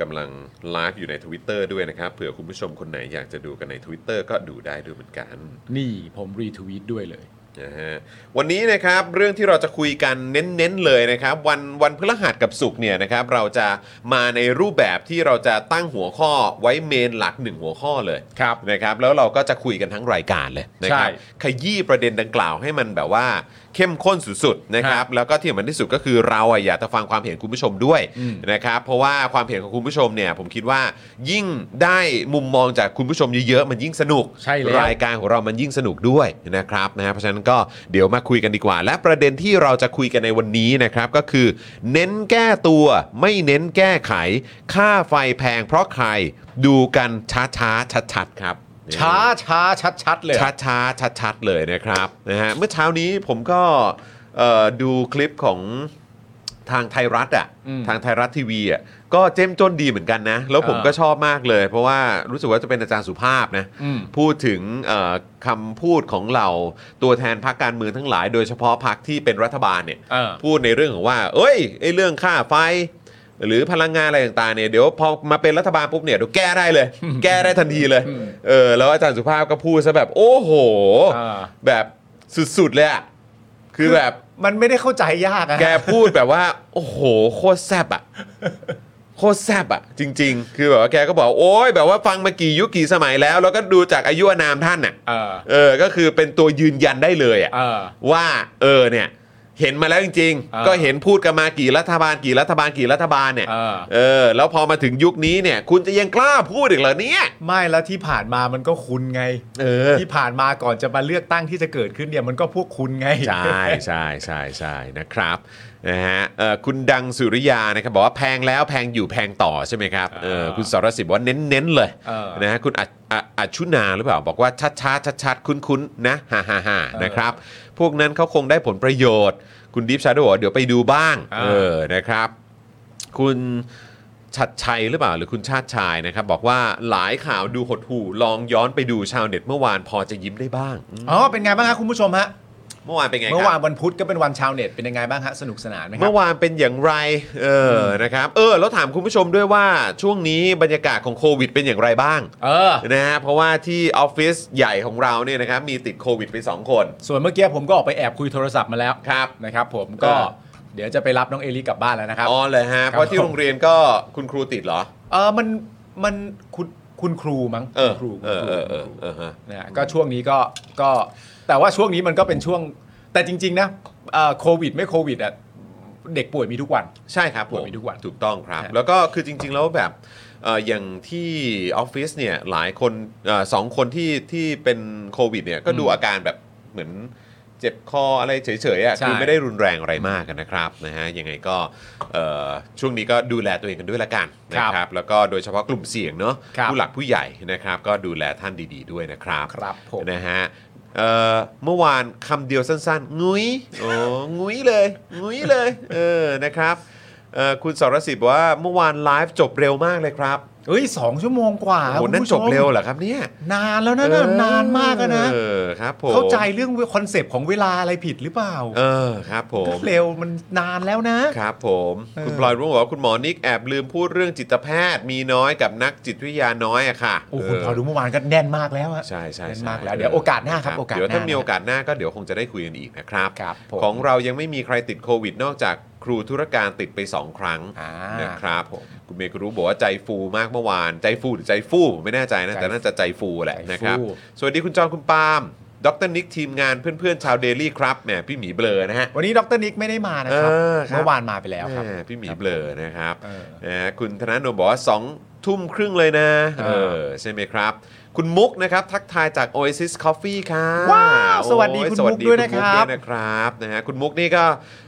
Speaker 1: กำลังไลฟ์อยู่ใน Twitter ด้วยนะครับเผื่อคุณผู้ชมคนไหนอยากจะดูกันใน Twitter ก็ดูได้ด้วยเหมือนกัน
Speaker 2: นี่ผมรีทวีตด้วยเลย
Speaker 1: นะฮะวันนี้นะครับเรื่องที่เราจะคุยกันเน้นๆเลยนะครับ วันวันพฤหัสกับศุกร์เนี่ยนะครับ เราจะมาในรูปแบบที่เราจะตั้งหัวข้อไว้เมนหลักหนึ่งหัวข้อเลย
Speaker 2: ครับ
Speaker 1: นะครับแล้วเราก็จะคุยกันทั้งรายการเลยนะครับ
Speaker 2: ใช่
Speaker 1: ขยี้ประเด็นดังกล่าวให้มันแบบว่าเข้มข้นสุดๆนะครับแล้วก็ที่สำคัญที่สุดก็คือเราอะอยากจะฟังความเห็นคุณผู้ชมด้วย
Speaker 2: อืม
Speaker 1: นะครับเพราะว่าความเห็นของคุณผู้ชมเนี่ยผมคิดว่ายิ่งได้มุมมองจากคุณผู้ชมเยอะๆมันยิ่งสนุก
Speaker 2: ใช่แล้ว
Speaker 1: รายการของเรามันยิ่งสนุกด้วยนะครับนะฮะเพราะฉะนั้นก็เดี๋ยวมาคุยกันดีกว่า และประเด็นที่เราจะคุยกันในวันนี้นะครับก็คือ เน้นแก้ตัวไม่เน้นแก้ไข ค่าไฟแพงเพราะใครดูกันช้าช้าชัดชัดๆครับ
Speaker 2: ช้าช้าชัดชัดๆเลยอะ
Speaker 1: ช้าช้าชัดชัดๆเลยนะครับนะฮะเมื่อเช้านี้ผมก็เอ่อดูคลิปของทางไทยรัฐอ่ะทางไทยรัฐทีวีอ่ะก็เจ้มจนดีเหมือนกันนะ แล้วผมก็ชอบมากเลย เพราะว่ารู้สึกว่าจะเป็นอาจารย์สุภาพนะ
Speaker 2: อืม
Speaker 1: พูดถึงเอ่อคำพูดของเราตัวแทนพรรคการเมืองทั้งหลาย โดยเฉพาะพรรคที่เป็นรัฐบาลเนี่ย
Speaker 2: เออ
Speaker 1: พูดในเรื่องของว่า เอ้ยไอ้เรื่องค่าไฟ หรือพลังงานอะไรต่างๆเนี่ยเดี๋ยวพอมาเป็นรัฐบาลปุ๊บเนี่ยเดี๋ยวแก้ได้
Speaker 2: *laughs*
Speaker 1: เลย แก้ได้ทันทีเลยเออแล้วอาจารย์สุภาพก็พูดซะแบบโอ้โห
Speaker 2: อ่า
Speaker 1: แบบสุดๆเลยอะคือแบบ
Speaker 2: มันไม่ได้เข้าใจยากอะ
Speaker 1: แกพูดแบบว่า โอ้โห โคตรแซบอะโคตรแซบอะจริง ๆ คือแบบว่าแกก็บอกโอ้ยแบบว่าฟังมากี่ยุคกี่สมัยแล้ว แล้วก็ดูจากอายุอานามท่านน่ะ
Speaker 2: เออ
Speaker 1: เออก็คือเป็นตัวยืนยันได้เลยอะ
Speaker 2: เออ
Speaker 1: ว่าเออเนี่ย เห็นมาแล้วจริง
Speaker 2: เออ
Speaker 1: ๆ ก็เห็นพูดกันมากี่รัฐบาลกี่รัฐบาลกี่รัฐบาลเนี่ย
Speaker 2: เออ
Speaker 1: เออ แล้วพอมาถึงยุคนี้เนี่ย คุณจะยังกล้าพูดอีกเหรอเนี่ย
Speaker 2: ไม่แล้วที่ผ่านมามันก็คุณไง
Speaker 1: เออ
Speaker 2: ที่ผ่านมาก่อนจะมาเลือกตั้งที่จะเกิดขึ้นเนี่ยมันก็พวกคุณไง
Speaker 1: ใช่ใช่ใช่ใช่นะครับนะฮะเอ่อคุณดังสุริยานะครับบอกว่าแพงแล้วแพงอยู่แพงต่อใช่ไหมครับเออ
Speaker 2: เออ
Speaker 1: คุณสรสิทธิ์บอกว่าเน้นๆเลย
Speaker 2: เออ
Speaker 1: นะฮะคุณอัจอัจอัจชุนาหรือเปล่าบอกว่าชัดๆชัดๆคุ้นๆนะฮ่าฮ่าฮ่า
Speaker 2: เออ
Speaker 1: นะครับ พวกนั้นเขาคงได้ผลประโยชน์ คุณดิฟชาร์ดบอกว่าเดี๋ยวไปดูบ้าง
Speaker 2: เออ
Speaker 1: เออนะครับ คุณชัดชัยหรือเปล่าหรือคุณชาติชายนะครับ บอกว่าหลายข่าวดูหดหู่ลองย้อนไปดูชาวเน็ตเมื่อวานพอจะยิ้มได้บ้างอืม
Speaker 2: *laughs* อ๋อเป็นไงบ้างฮะคุณผู้ชมฮะ
Speaker 1: เมื่อวานเป็นไงครับ
Speaker 2: เมื่อวานวันพุธก็เป็นวันชาวเน็ตเป็นยังไงบ้างฮะสนุกสนานไหมครั
Speaker 1: เมื่อวานเป็นอย่างไร เอออนะครับ เออ แล้วถามคุณผู้ชมด้วยว่าช่วงนี้บรรยากาศของโควิดเป็นอย่างไรบ้าง
Speaker 2: เออ
Speaker 1: นะฮะ เพราะว่าที่ออฟฟิศใหญ่ของเราเนี่ยนะครับ มีติดโควิดไป 2 คน
Speaker 2: ส่วนเมื่อกี้ผมก็ออกไปแอบคุยโทรศัพท์มาแล้ว
Speaker 1: ครับ
Speaker 2: นะครับ ผมก็
Speaker 1: เออ
Speaker 2: เดี๋ยวจะไปรับน้องเอลิกลับบ้านแล้วนะครับ
Speaker 1: อ๋อเลยฮะ เพราะที่
Speaker 2: ผม
Speaker 1: โรงเรียนก็คุณครูติดเหรอ
Speaker 2: เออมันมันคุณคุณครูมั้ง
Speaker 1: เออ
Speaker 2: คุณครู
Speaker 1: เออเออเออเออฮะ
Speaker 2: นะฮะก็ช่วงนี้ก็ก็แต่ว่าช่วงนี้มันก็เป็นช่วงแต่จริง ๆ นะเอ่อโควิด ไม่โควิดอ่ะเด็กป่วยมีทุกวัน
Speaker 1: ใช่ครับผ
Speaker 2: ป่ว
Speaker 1: ม
Speaker 2: ยมีทุกวัน
Speaker 1: ถูกต้องครับ
Speaker 2: ฮะ
Speaker 1: แล้วก็คือจริง ๆ แล้วแบบเอ่ออย่างที่ออฟฟิศเนี่ยหลายคนเออสองคนที่ที่เป็นโควิดเนี่ยก็ดูอาการแบบเหมือน เจ็บคออะไรเฉยๆอ่ะ
Speaker 2: ใช่
Speaker 1: คือไม่ได้รุนแรงอะไรมากนะครับนะฮะยังไงก็เอ่อช่วงนี้ก็ดูแลตัวเองกันด้วยละกันนะครับ แล้วก็โดยเฉพาะกลุ่มเสี่ยงเนาะ
Speaker 2: ครับ
Speaker 1: ผู้หลักผู้ใหญ่นะครับ ก็ดูแลท่านดีๆด้วยนะครับ
Speaker 2: ครับผม
Speaker 1: นะฮะเอ่อเมื่อวานคำเดียวสั้นๆ งุ้ยโอ้งุ้ยเลย งุ้ยเลย เออ นะครับเอ่อคุณสรสิทธิ์บอกว่าเมื่อวานไลฟ์จบเร็วมากเลยครับ
Speaker 2: เอ้ยสองชั่วโมงกว่า
Speaker 1: โอ้โห
Speaker 2: คุณ
Speaker 1: นั่น
Speaker 2: ผู้
Speaker 1: จ
Speaker 2: ช
Speaker 1: บ
Speaker 2: ม
Speaker 1: เร็วเหรอครับเนี่ย
Speaker 2: นานแล้วนะนะนานมากแล้วนะ
Speaker 1: เออครับผม
Speaker 2: เข้าใจเรื่องคอนเซปต์ของเวลาอะไรผิดหรือเปล่า
Speaker 1: เออครับผม
Speaker 2: เร็วมันนานแล้วนะ
Speaker 1: ครับผมคุณพลอยรู้บอกว่าคุณหมอนิกแอบลืมพูดเรื่องจิตแพทย์มีน้อยกับนักจิตวิทยาน้อยอะค่ะ
Speaker 2: โอ้โห
Speaker 1: เ
Speaker 2: พอดูเมื่อวานก็แน่นมากแล้วอะ
Speaker 1: ใช่ใช่
Speaker 2: เล่น
Speaker 1: ใช่
Speaker 2: มากแล้วเดี๋ยวโอกาสหน้าครับโอกาสหน้า
Speaker 1: เดี๋ยวถ้ามีโอกาสหน้าก็เดี๋ยวคงจะได้คุยกันอีกนะครับ
Speaker 2: ครับผม
Speaker 1: ของเรายังไม่มีใครติดโควิด นอกจากครูธุรการติดไป 2 ครั้ง
Speaker 2: อ่า
Speaker 1: นะครับ
Speaker 2: ครับผม
Speaker 1: คุณเมย์ก็รู้บอกว่าใจฟูมากเมื่อวาน ใจฟูหรือใจฟูผมไม่แน่ใจนะ
Speaker 2: ใจ
Speaker 1: แต่น่าจะใจฟูแหละ
Speaker 2: ใจฟู
Speaker 1: นะครับ สวัสดีคุณจอมคุณปาล์มดรนิกทีมงานเพื่อนๆชาวเดลี่ครับแหมพี่หมีเบลอนะฮะ
Speaker 2: วันนี้ดรนิกไม่ได้มานะครับ
Speaker 1: เออครับ
Speaker 2: เมื่อวานมาไปแล้วครับ
Speaker 1: แหมพี่หมีเบลอนะครับ
Speaker 2: เออ
Speaker 1: นะฮะคุณธนาโนมบอกว่า2ทุ่มครึ่งเลยนะ
Speaker 2: เออ
Speaker 1: เออใช่ไหมครับ คุณมุกนะครับ ทักทายจาก Oasis Coffee ครับ
Speaker 2: ว้าวสวัสดีคุณ
Speaker 1: โอ้
Speaker 2: มุกด้วยนะครับ
Speaker 1: ณมุกด้วยนะครับนะฮะคุณมุกนี่ก็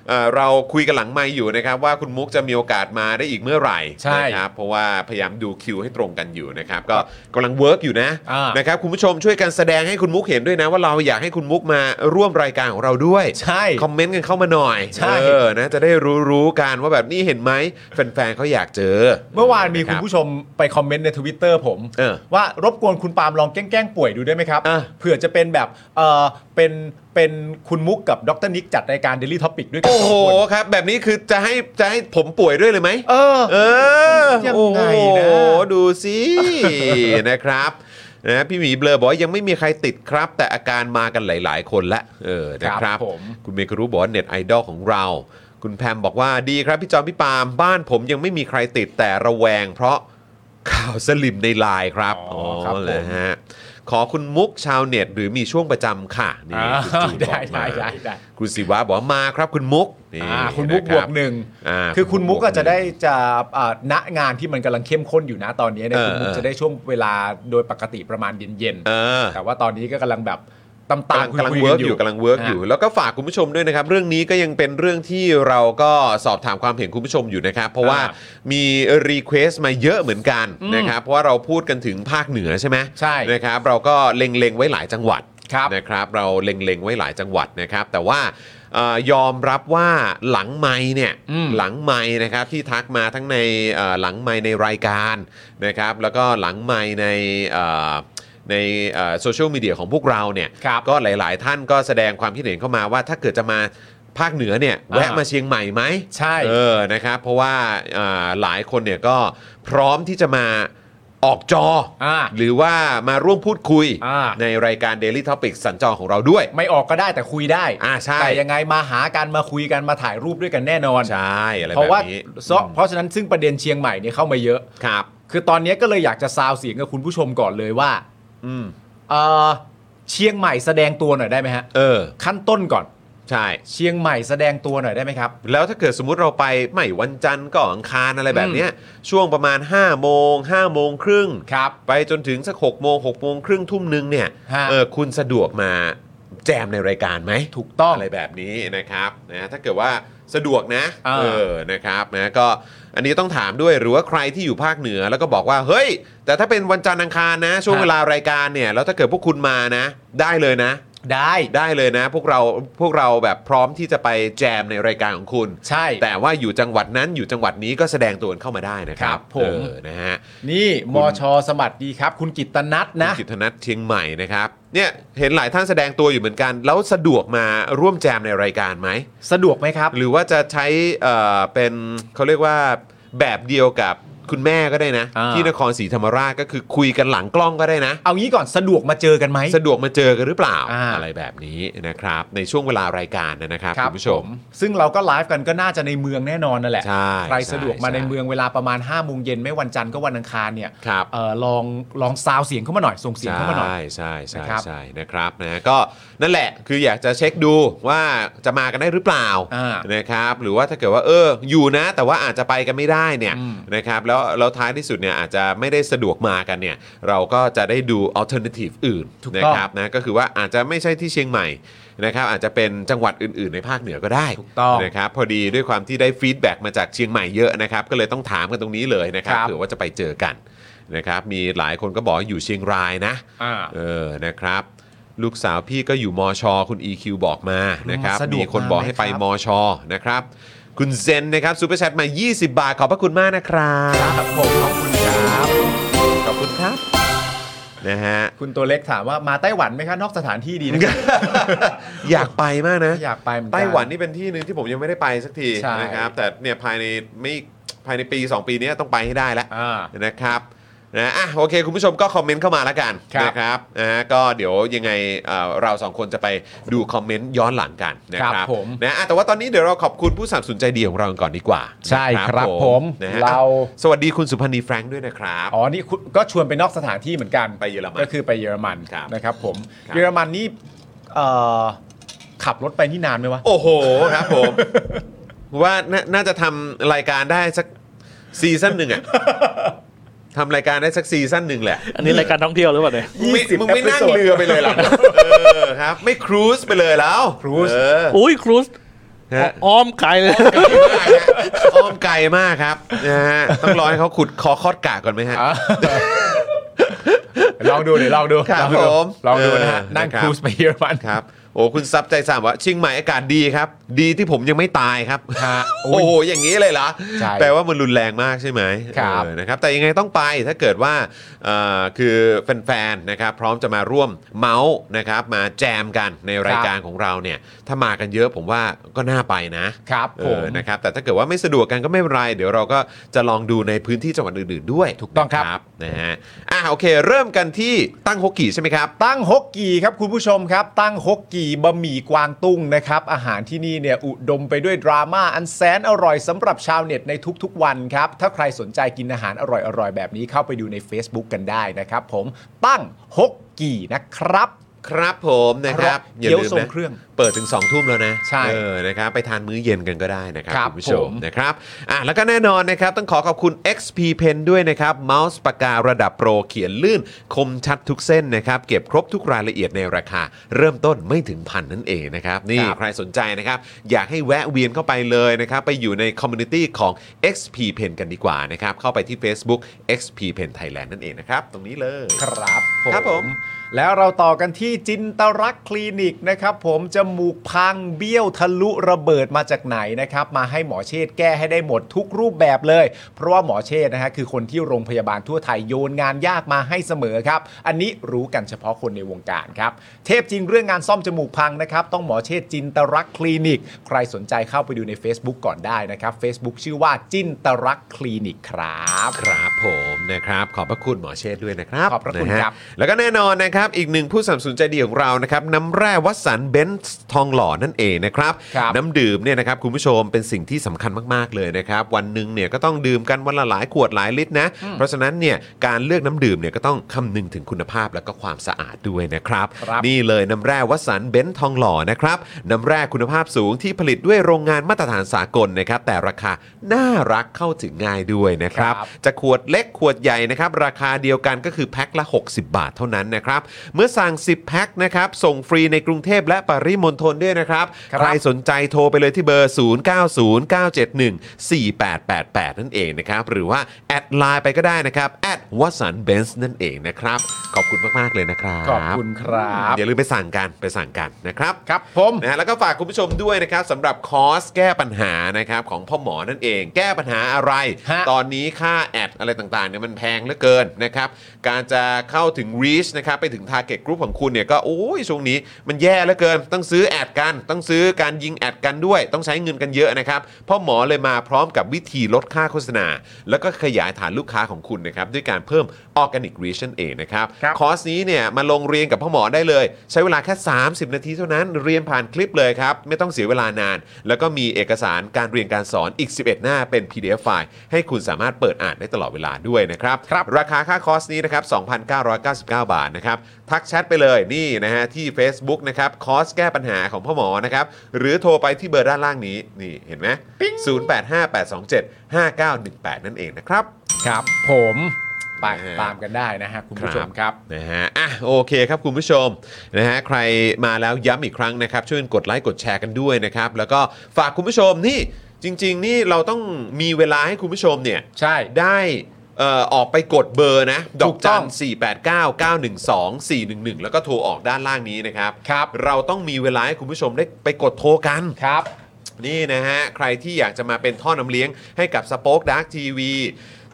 Speaker 1: เอ่อเราคุยกันหลังไม่อยู่นะครับ ว่าคุณมุกจะมีโอกาสมาได้อีกเมื่อไหร่
Speaker 2: ใช่
Speaker 1: นะครับเพราะว่าพยายามดูคิวให้ตรงกันอยู่นะครับ ก็กำลังเวิร์กอยู่นะ
Speaker 2: อ่าน
Speaker 1: นะครับคุณผู้ชมช่วยกันแสดงให้คุณมุกเห็นด้วยนะ ว่าเราอยากให้คุณมุกมาร่วมรายการของเราด้วย
Speaker 2: ใช่
Speaker 1: คอมเมนต์กันเข้ามาหน่อย
Speaker 2: ใช่
Speaker 1: เออนะจะได้รู้รู้ๆกันว่าแบบนี้เห็นไหมแฟนๆเขาอยากเจอ
Speaker 2: เมื่อวานมีคุณ
Speaker 1: รับ
Speaker 2: ผู้ชมไปคอมเมนต์ในทวิตเตอร์ผม
Speaker 1: เออ
Speaker 2: ว่ารบกวนคุณปาล์มลองแกล้งๆป่วยดูได้ไหมครับ
Speaker 1: อ่ะ
Speaker 2: เผื่อจะเป็นแบบเออเป็นเป็นคุณมุกกับดรนิกจัดรายการ Daily Topic ด้วยกัน
Speaker 1: โอ้
Speaker 2: ส
Speaker 1: โห
Speaker 2: งคน
Speaker 1: ครับ แบบนี้คือจะให้จะให้ผมป่วยด้วยเลยไหม
Speaker 2: เออ
Speaker 1: เออ
Speaker 2: ยัง
Speaker 1: โอ้โห
Speaker 2: ไงนะ
Speaker 1: ดูสิ นะครับ *laughs* นะพี่หมีเบลอบอกว่ายังไม่มีใครติดครับ แต่อาการมากันหลาย ๆ คนละเออนะครับ
Speaker 2: ผม
Speaker 1: คุณเมย์ก็รู้บอกว่าเน็ตไอดอลของเรา คุณแพมบอกว่าดีครับพี่จอมพี่ปาล์มบ้านผมยังไม่มีใครติดแต่ระแวง เพราะข่าวสลิมในไลน์ครับ
Speaker 2: อ๋อครับผม
Speaker 1: เลยฮะขอคุณมุกชาวเน็ตหรือมีช่วงประจำค่ะนี่
Speaker 2: อ่า
Speaker 1: คุณจูนบอกมา
Speaker 2: ได้ได้ได้ได้
Speaker 1: คุณศิวะบอกว่ามาครับคุณมุกนี่
Speaker 2: อ่าคุณมุก
Speaker 1: นะ
Speaker 2: บ
Speaker 1: รั
Speaker 2: วกหนึ่ง
Speaker 1: อ่า
Speaker 2: คือคุณมุกอาจจะได้จะอ่าณงานที่มันกำลังเข้มข้นอยู่นะตอนนี้เนี่ย
Speaker 1: เออ
Speaker 2: คุณมุก
Speaker 1: เออ
Speaker 2: จะได้ช่วงเวลาโดยปกติประมาณเย็น
Speaker 1: เออ
Speaker 2: ๆแต่ว่าตอนนี้ก็กำลังแบบตำตาก
Speaker 1: ำลังกำลังเวิร์กอยู่กำลังเวิร์กอยู่ แล้วก็ฝากคุณผู้ชมด้วยนะครับ เรื่องนี้ก็ยังเป็นเรื่องที่เราก็สอบถามความเห็นคุณผู้ชมอยู่นะครับ เพราะว่ามีรีเควสต์มาเยอะเหมือนกันนะครับเพราะว่าเราพูดกันถึงภาคเหนือใช่ไหม
Speaker 2: ใช่
Speaker 1: นะครับ เราก็เล็งๆไว้หลายจังหวัด
Speaker 2: ครับ
Speaker 1: นะครับ เราเล็งๆไว้หลายจังหวัดนะครับ แต่ว่าเอ่อยอมรับว่าหลังไม้เนี่ย
Speaker 2: อืม
Speaker 1: หลังไม้นะครับที่ทักมาทั้งในเอ่อหลังไม้ในรายการนะครับ แล้วก็หลังไม้ในเอ่อในโซเชียลมีเดียของพวกเราเนี่ย
Speaker 2: ครับ
Speaker 1: ก็หลาย ๆ ท่านก็แสดงความคิดเห็นเข้ามาว่าถ้าเกิดจะมาภาคเหนือเนี่ย
Speaker 2: อ่า
Speaker 1: แวะมาเชียงใหม่ไหม
Speaker 2: ใช่
Speaker 1: เออนะครับเพราะว่าอ่าหลายคนเนี่ยก็พร้อมที่จะมาออกจออา หรือว่ามาร่วมพูดคุย
Speaker 2: อ่า
Speaker 1: ในรายการ Daily Topic สัญจรของเราด้วย
Speaker 2: ไม่ออกก็ได้แต่คุยได้
Speaker 1: อ่าใช่
Speaker 2: แต่ยังไงมาหากันมาคุยกันมาถ่ายรูปด้วยกันแน่นอน
Speaker 1: ใช่อะไร
Speaker 2: เพ
Speaker 1: แบ
Speaker 2: ราะว่า
Speaker 1: บนี้
Speaker 2: เพราะเพราะฉะนั้นซึ่งประเด็นเชียงใหม่เนี่ยเข้ามาเยอะ
Speaker 1: ครับ
Speaker 2: คือตอนนี้ก็เลยอยากจะซาวเสียงกับคุณผู้ชมก่อนเลยว่า
Speaker 1: อืม
Speaker 2: เอ่อเชียงใหม่แสดงตัวหน่อยได้ไหมฮะ
Speaker 1: เออ
Speaker 2: ขั้นต้นก่อน
Speaker 1: ใช่
Speaker 2: เชียงใหม่แสดงตัวหน่อยได้ไหมครับ
Speaker 1: แล้วถ้าเกิดสมมุติเราไปไม่วันจันทร์ก็อังคารอะไรแบบเนี้ยช่วงประมาณ5โมง5โมงครึ่ง
Speaker 2: ครับ
Speaker 1: ไปจนถึงสักหกโมงหกโมงครึ่งทุ่มหนึงเนี่ย
Speaker 2: ฮะ
Speaker 1: เออคุณสะดวกมาแจมในรายการไหม
Speaker 2: ถูกต้อง
Speaker 1: อะไรแบบนี้นะครับนะถ้าเกิดว่าสะดวกนะ
Speaker 2: อ่า
Speaker 1: เออนะครับนะก็อันนี้ต้องถามด้วยหรือว่าใครที่อยู่ภาคเหนือแล้วก็บอกว่าเฮ้ย แต่ถ้าเป็นวันจันทร์อังคารนะ ช่วง
Speaker 2: ฮะ
Speaker 1: เวลารายการเนี่ยแล้วถ้าเกิดพวกคุณมานะ ได้เลยนะ
Speaker 2: ได้
Speaker 1: ได้เลยนะ พวกเราพวกเราแบบพร้อมที่จะไปแจมในรายการของคุณ
Speaker 2: ใช่
Speaker 1: แต่ว่าอยู่จังหวัดนั้นอยู่จังหวัดนี้ก็แสดงตัวเข้ามาได้นะครับ
Speaker 2: ครับผม
Speaker 1: เออนะฮะ
Speaker 2: นี่มชสมัครดีครับ คุณกิตตนัทนะ
Speaker 1: คุณกิตนัทเชียงใหม่นะครับเนี่ยเห็นหลายท่านแสดงตัวอยู่เหมือนกัน แล้วสะดวกมาร่วมแจมในรายการไหม
Speaker 2: สะดวกไหมครับ
Speaker 1: หรือว่าจะใช้เอ่อเป็นเขาเรียกว่าแบบเดียวกับคุณแม่ก็ได้นะ
Speaker 2: อ่า
Speaker 1: ที่นครศรีธรรมราชก็คือคุยกันหลังกล้องก็ได้นะ
Speaker 2: เอางี้ก่อนสะดวกมาเจอกันไหม
Speaker 1: สะดวกมาเจอกันหรือเปล่า
Speaker 2: อ่า
Speaker 1: อะไรแบบนี้นะครับ ในช่วงเวลารายการนะครับ
Speaker 2: ครับ
Speaker 1: คุณผู้ชม
Speaker 2: ผซึ่งเราก็ไลฟ์กันก็น่าจะในเมืองแน่นอนนั่นแหละ
Speaker 1: ใช่
Speaker 2: ใครสะดวกมา
Speaker 1: ใช่
Speaker 2: ในเมืองเวลาประมาณ5้าโมงเย็นไม่วันจันทร์ก็วันอังคารเนี่ย
Speaker 1: ครับ
Speaker 2: เออลองลองซาวเสียงเข้ามาหน่อย ส่งเสียงเข้ามาหน่อย
Speaker 1: ใช่ใช่ใช่
Speaker 2: นะครับ
Speaker 1: ใช่นะครับนะก็นั่นแหละคืออยากจะเช็คดูว่าจะมากันได้หรือเปล่า
Speaker 2: อ่าน
Speaker 1: นะครับหรือว่าถ้าเกิดว่าเอออยู่นะ แต่ว่าอาจจะไปกันไม่ได้เนี่ย
Speaker 2: อืม
Speaker 1: นะครับแล้ว แล้วแล้วท้ายที่สุดเนี่ยอาจจะไม่ได้สะดวกมากันเนี่ยเราก็จะได้ดู alternative อื่น
Speaker 2: ถูกต้อง
Speaker 1: นะครับนะก็คือว่าอาจจะไม่ใช่ที่เชียงใหม่นะครับอาจจะเป็นจังหวัดอื่น ๆ ในภาคเหนือก็ได้
Speaker 2: ถูกต้อง
Speaker 1: นะครับพอดีด้วยความที่ได้ฟีดแบ็กมาจากเชียงใหม่เยอะนะครับก็เลยต้องถามกันตรงนี้เลยนะครับ
Speaker 2: ครับ
Speaker 1: เผื่อว่าจะไปเจอกันนะครับมีหลายคนก็บอกว่าอยู่เชียงรายนะ
Speaker 2: อ่า
Speaker 1: เออ นะครับ ลูกสาวพี่ก็อยู่มอชอคุณ EQ บอกมานะครับ
Speaker 2: สะดวก
Speaker 1: มีคนบอกให้ไป
Speaker 2: มากเลยครับ
Speaker 1: มอชอนะครับ คุณเซนนะครับซูเปอร์แชทมา 20 บาท ขอบพระคุณมากนะครับ
Speaker 2: ครับผมขอบคุณครับ
Speaker 1: ขอบคุณครับ นะฮะ
Speaker 2: คุณตัวเล็กถามว่ามาไต้หวันไหมคะนอกสถานที่ดี
Speaker 1: *laughs*
Speaker 2: นะครับ
Speaker 1: อยากไปมากนะ
Speaker 2: อยากไปเมือกั
Speaker 1: ไต้หวันนี่เป็นที่หนึ่งที่ผมยังไม่ได้ไปสักที
Speaker 2: ใช่
Speaker 1: นะครับ แต่เนี่ยภายในไม่ภายในปี 2 ปีเนี้ยต้องไปให้ได้แล้ว
Speaker 2: อ่า
Speaker 1: นะครับนะอ่ะโอเค คุณผู้ชมก็คอมเมนต์เข้ามาแล้วกัน
Speaker 2: ครับ
Speaker 1: นะครับนะฮะก็เดี๋ยวยังไงเอ่อเราสองคนจะไปดูคอมเมนต์ย้อนหลังกันนะค
Speaker 2: ครั
Speaker 1: รับบ
Speaker 2: ผม
Speaker 1: นะอ่ะแต่ว่าตอนนี้เดี๋ยวเราขอบคุณผู้สนับสนุนใจดีของเราก่อนดีกว่า
Speaker 2: ใช่
Speaker 1: นะครับ
Speaker 2: ผม
Speaker 1: นะฮะ
Speaker 2: เรา
Speaker 1: สวัสดีคุณสุพันธ์นีแฟรงค์ด้วยนะครับ
Speaker 2: อ๋อ นี่คุณก็ชวนไปนอกสถานที่เหมือนกัน
Speaker 1: ไปเยอรมัน
Speaker 2: ก็คือไปเยอรมัน
Speaker 1: ครับ
Speaker 2: นะครับผม
Speaker 1: ครับ
Speaker 2: เยอรมันนี่เอ่อขับรถไปนี่นานไหมวะ
Speaker 1: โอ้โหครับผม ว่านาน่าจะทำรายการได้สักซีซั่นหนึ่งอะทำรายการได้สักซีซั่นหนึ่งแหละ
Speaker 3: อันนี้รายการท่องเที่ยวหรือเปล่าเนี่ย
Speaker 1: ไม่
Speaker 2: 20
Speaker 1: มึงไม่นั่ง
Speaker 2: episode
Speaker 1: เรือไปเลยเหรอเออครับ ไม่ครูซไปเลยแล้ว
Speaker 2: Cruise
Speaker 1: เออ
Speaker 3: อุ้ยครูซ
Speaker 1: ฮะ
Speaker 3: อ้อมไกลเลย
Speaker 1: *laughs* อ้อมไกลมากครับนะฮะต้องรอให้เขาขุดคอคอดกะก่อนไหมฮะ *laughs*
Speaker 2: อ่ะลองดูเดี๋ยวลองดู
Speaker 1: ครับ
Speaker 2: ลองดู
Speaker 1: ผม
Speaker 2: ลองดูนะฮะ
Speaker 1: เออ
Speaker 2: นั่ง
Speaker 1: นะครับ
Speaker 2: ครูซไปเยอรมัน
Speaker 1: ครับ โอ้คุณซับใจสามว่าเชิงใหม่อากาศดีครับ ดีที่ผมยังไม่ตายครับ
Speaker 2: ฮะโอ้
Speaker 1: โอ้
Speaker 2: ย
Speaker 1: โห อย่างนี้เลยเหรอ
Speaker 2: ใช่
Speaker 1: แปลว่ามันรุนแรงมากใช่ไหม
Speaker 2: ครับ
Speaker 1: เออนะครับ แต่ยังไงต้องไป ถ้าเกิดว่าเอ่อคือแฟนๆ นะครับ พร้อมจะมาร่วมเมาส์นะครับ มาแจมกันในรายการของเราเนี่ย ถ้ามากันเยอะผมว่าก็น่าไปนะครับ เอ
Speaker 2: ผ
Speaker 1: อ
Speaker 2: ม
Speaker 1: นะครับ แต่ถ้าเกิดว่าไม่สะดวกกันก็ไม่เป็นไร เดี๋ยวเราก็จะลองดูในพื้นที่จังหวัดอื่นๆ ด้วย
Speaker 2: ถูกต้องครับ
Speaker 1: นะนะฮะ อ่ะโอเค เริ่มกันที่ตั้งฮกกี่ใช่ไหมครับ
Speaker 2: ตั้งฮกกีครับคุณผู้ชมครับ ตั้งฮกกีบะหมี่กวางตุ้งนะครับ อาหารที่นี่เนี่ยอุดมไปด้วยดราม่าอันแสนอร่อยสำหรับชาวเน็ตในทุกๆวันครับ ถ้าใครสนใจกินอาหารอร่อยๆ แบบนี้เข้าไปดูใน Facebook กันได้นะครับผมตั้งฮกกีนะครับ
Speaker 1: ครับผมนะครับ
Speaker 2: อร่อย
Speaker 1: อย่าลืม
Speaker 2: เกี๊ยวทรง
Speaker 1: นะ
Speaker 2: เครื่อง
Speaker 1: เปิดถึง 2 ทุ่มแล้วนะ
Speaker 2: ใช่
Speaker 1: เออนะครับไปทานมื้อเย็นกันก็ได้นะครับ
Speaker 2: ครับ
Speaker 1: คุณผู้ชม
Speaker 2: ผม
Speaker 1: นะครับอ่ะแล้วก็แน่นอนนะครับ ต้องขอขอบคุณ XP Pen ด้วยนะครับเมาส์ปากการะดับโปรเขียนลื่น คมชัดทุกเส้นนะครับ เก็บครบทุกรายละเอียดในราคา เริ่มต้นไม่ถึงพันนั่นเองนะครับ นี่ใครสนใจนะครับ อยากให้แวะเวียนเข้าไปเลยนะครับ ไปอยู่ในคอมมูนิตี้ของ XP Pen กันดีกว่านะครับ เข้าไปที่ Facebook XP Pen Thailand นั่นเองนะครับ ตรงนี้เลย
Speaker 2: ครับผม
Speaker 1: ครับผม
Speaker 2: แล้วเราต่อกันที่จินตรักษณ์คลินิกนะครับผมจมูกพังเบี้ยวทะลุระเบิดมาจากไหนนะครับ มาให้หมอเชษฐ์แก้ให้ได้หมดทุกรูปแบบเลย เพราะว่าหมอเชษฐ์นะฮะคือคนที่โรงพยาบาลทั่วไทยโยนงานยากมาให้เสมอครับ อันนี้รู้กันเฉพาะคนในวงการครับ เทพจริงเรื่องงานซ่อมจมูกพังนะครับ ต้องหมอเชษฐ์จินตรักษณ์คลินิก ใครสนใจเข้าไปดูใน Facebook ก่อนได้นะครับ Facebook ชื่อว่าจินตรักษณ์คลินิกครับ
Speaker 1: ครับผมนะครับขอบพระคุณหมอเชษฐ์ด้วยนะครับ
Speaker 2: ขอบพระคุณ
Speaker 1: นฮ
Speaker 2: ครับ
Speaker 1: แล้วก็แน่นอนนะครับอีกหนึ่งผู้สนับสนุนใจดีของเรานะครับน้ำแร่วัดสันเบนซ์ทองหล่อนั่นเองนะครับ
Speaker 2: ครับ
Speaker 1: น้ำดื่มเนี่ยนะครับคุณผู้ชมเป็นสิ่งที่สำคัญมากๆเลยนะครับวันหนึ่งเนี่ยก็ต้องดื่มกันวันละหลายขวดหลายลิตรนะเพราะฉะนั้นเนี่ยการเลือกน้ำดื่มเนี่ยก็ต้องคำนึงถึงคุณภาพและก็ความสะอาดด้วยนะครับ
Speaker 2: ครับ
Speaker 1: นี่เลยน้ำแร่วัสสันเบนซ์ทองหล่อนะครับน้ำแร่คุณภาพสูงที่ผลิตด้วยโรงงานมาตรฐานสากลนะครับแต่ราคาน่ารักเข้าถึงง่ายด้วยนะครับ
Speaker 2: ครับ
Speaker 1: จะขวดเล็กขวดใหญ่นะครับราคาเดียวกันก็คือแพ็คละ 60 บาทเท่านั้นนะครับเมื่อสั่ง 10 แพ็คนะครับส่งฟรีในกรุงเทพและปริมณฑลด้วยนะครับ
Speaker 2: ครับ
Speaker 1: ใครสนใจโทรไปเลยที่เบอร์ 0909714888 นั่นเองนะครับหรือว่า แอดไลน์ไปก็ได้นะครับแอดวัสันเบนซ์นั่นเองนะครับขอบคุณมาก ๆ เลยนะครับ
Speaker 2: ขอบคุณครับ
Speaker 1: อย่าลืมไปสั่งกันไปสั่งกันนะครับ
Speaker 2: ครับผม
Speaker 1: นะฮะแล้วก็ฝากคุณผู้ชมด้วยนะครับสำหรับคอร์สแก้ปัญหานะครับของพ่อหมอนั่นเอง แก้ปัญหาอะไร
Speaker 2: ฮะ
Speaker 1: ตอนนี้ค่าแอดอะไรต่างๆเนี่ยมันแพงเหลือเกินนะครับการจะเข้าถึง reach นะครับไปถึง target group ของคุณเนี่ยก็โอ้ยช่วงนี้มันแย่เหลือเกิน ต้องซื้อแอดกันต้องซื้อการยิงแอดกันด้วย ต้องใช้เงินกันเยอะนะครับพ่อหมอเลยมาพร้อมกับวิธีลดค่าโฆษณา แล้วก็ขยายฐานลูกค้าของคุณนะครับด้วยการเพิ่ม organic reach นั่นเองนะครับ
Speaker 2: ครับ
Speaker 1: คอร์สนี้เนี่ยมาลงเรียนกับพ่อหมอได้เลย ใช้เวลาแค่ 30 นาทีเท่านั้นเรียนผ่านคลิปเลยครับ ไม่ต้องเสียเวลานาน แล้วก็มีเอกสารการเรียนการสอนอีก 11 หน้าเป็น PDF ไฟล์ให้คุณสามารถเปิดอ่านได้ตลอดเวลาด้วยนะครับ
Speaker 2: ครับ
Speaker 1: ราคาค่าคอร์สนี้นะครับ 2,999 บาทนะครับ ทักแชทไปเลยนี่นะฮะที่ Facebook นะครับคอร์สแก้ปัญหาของพ่อหมอนะครับ หรือโทรไปที่เบอร์ด้านล่างนี้นี่เห็นไหม0 8 5 8 2 7 5 9 1 8 นั่นเองนะครับ
Speaker 2: ครับ ผมไป
Speaker 1: นะฮะ
Speaker 2: ตามกันได้นะฮะคุณผู้ชมครับ
Speaker 1: นะฮะอ่ะโอเคครับคุณผู้ชมนะฮะใครมาแล้วย้ำอีกครั้งนะครับช่วยกดไลค์กดแชร์กันด้วยนะครับ แล้วก็ฝากคุณผู้ชมนี่จริง ๆ นี่เราต้องมีเวลาให้คุณผู้ชมเนี่ย
Speaker 2: ใช่
Speaker 1: ได้เอ่อออกไปกดเบอร์นะ ด
Speaker 2: ถู
Speaker 1: อก
Speaker 2: กต้
Speaker 1: จั
Speaker 2: อน ง
Speaker 1: 489 912 411 แล้วก็โทรออกด้านล่างนี้นะครับ
Speaker 2: ครับ
Speaker 1: เราต้องมีเวลาให้คุณผู้ชมได้ไปกดโทรกัน
Speaker 2: ครับ
Speaker 1: นี่นะฮะ ใครที่อยากจะมาเป็นท่อน้ำเลี้ยงให้กับสป็อคดักทีวี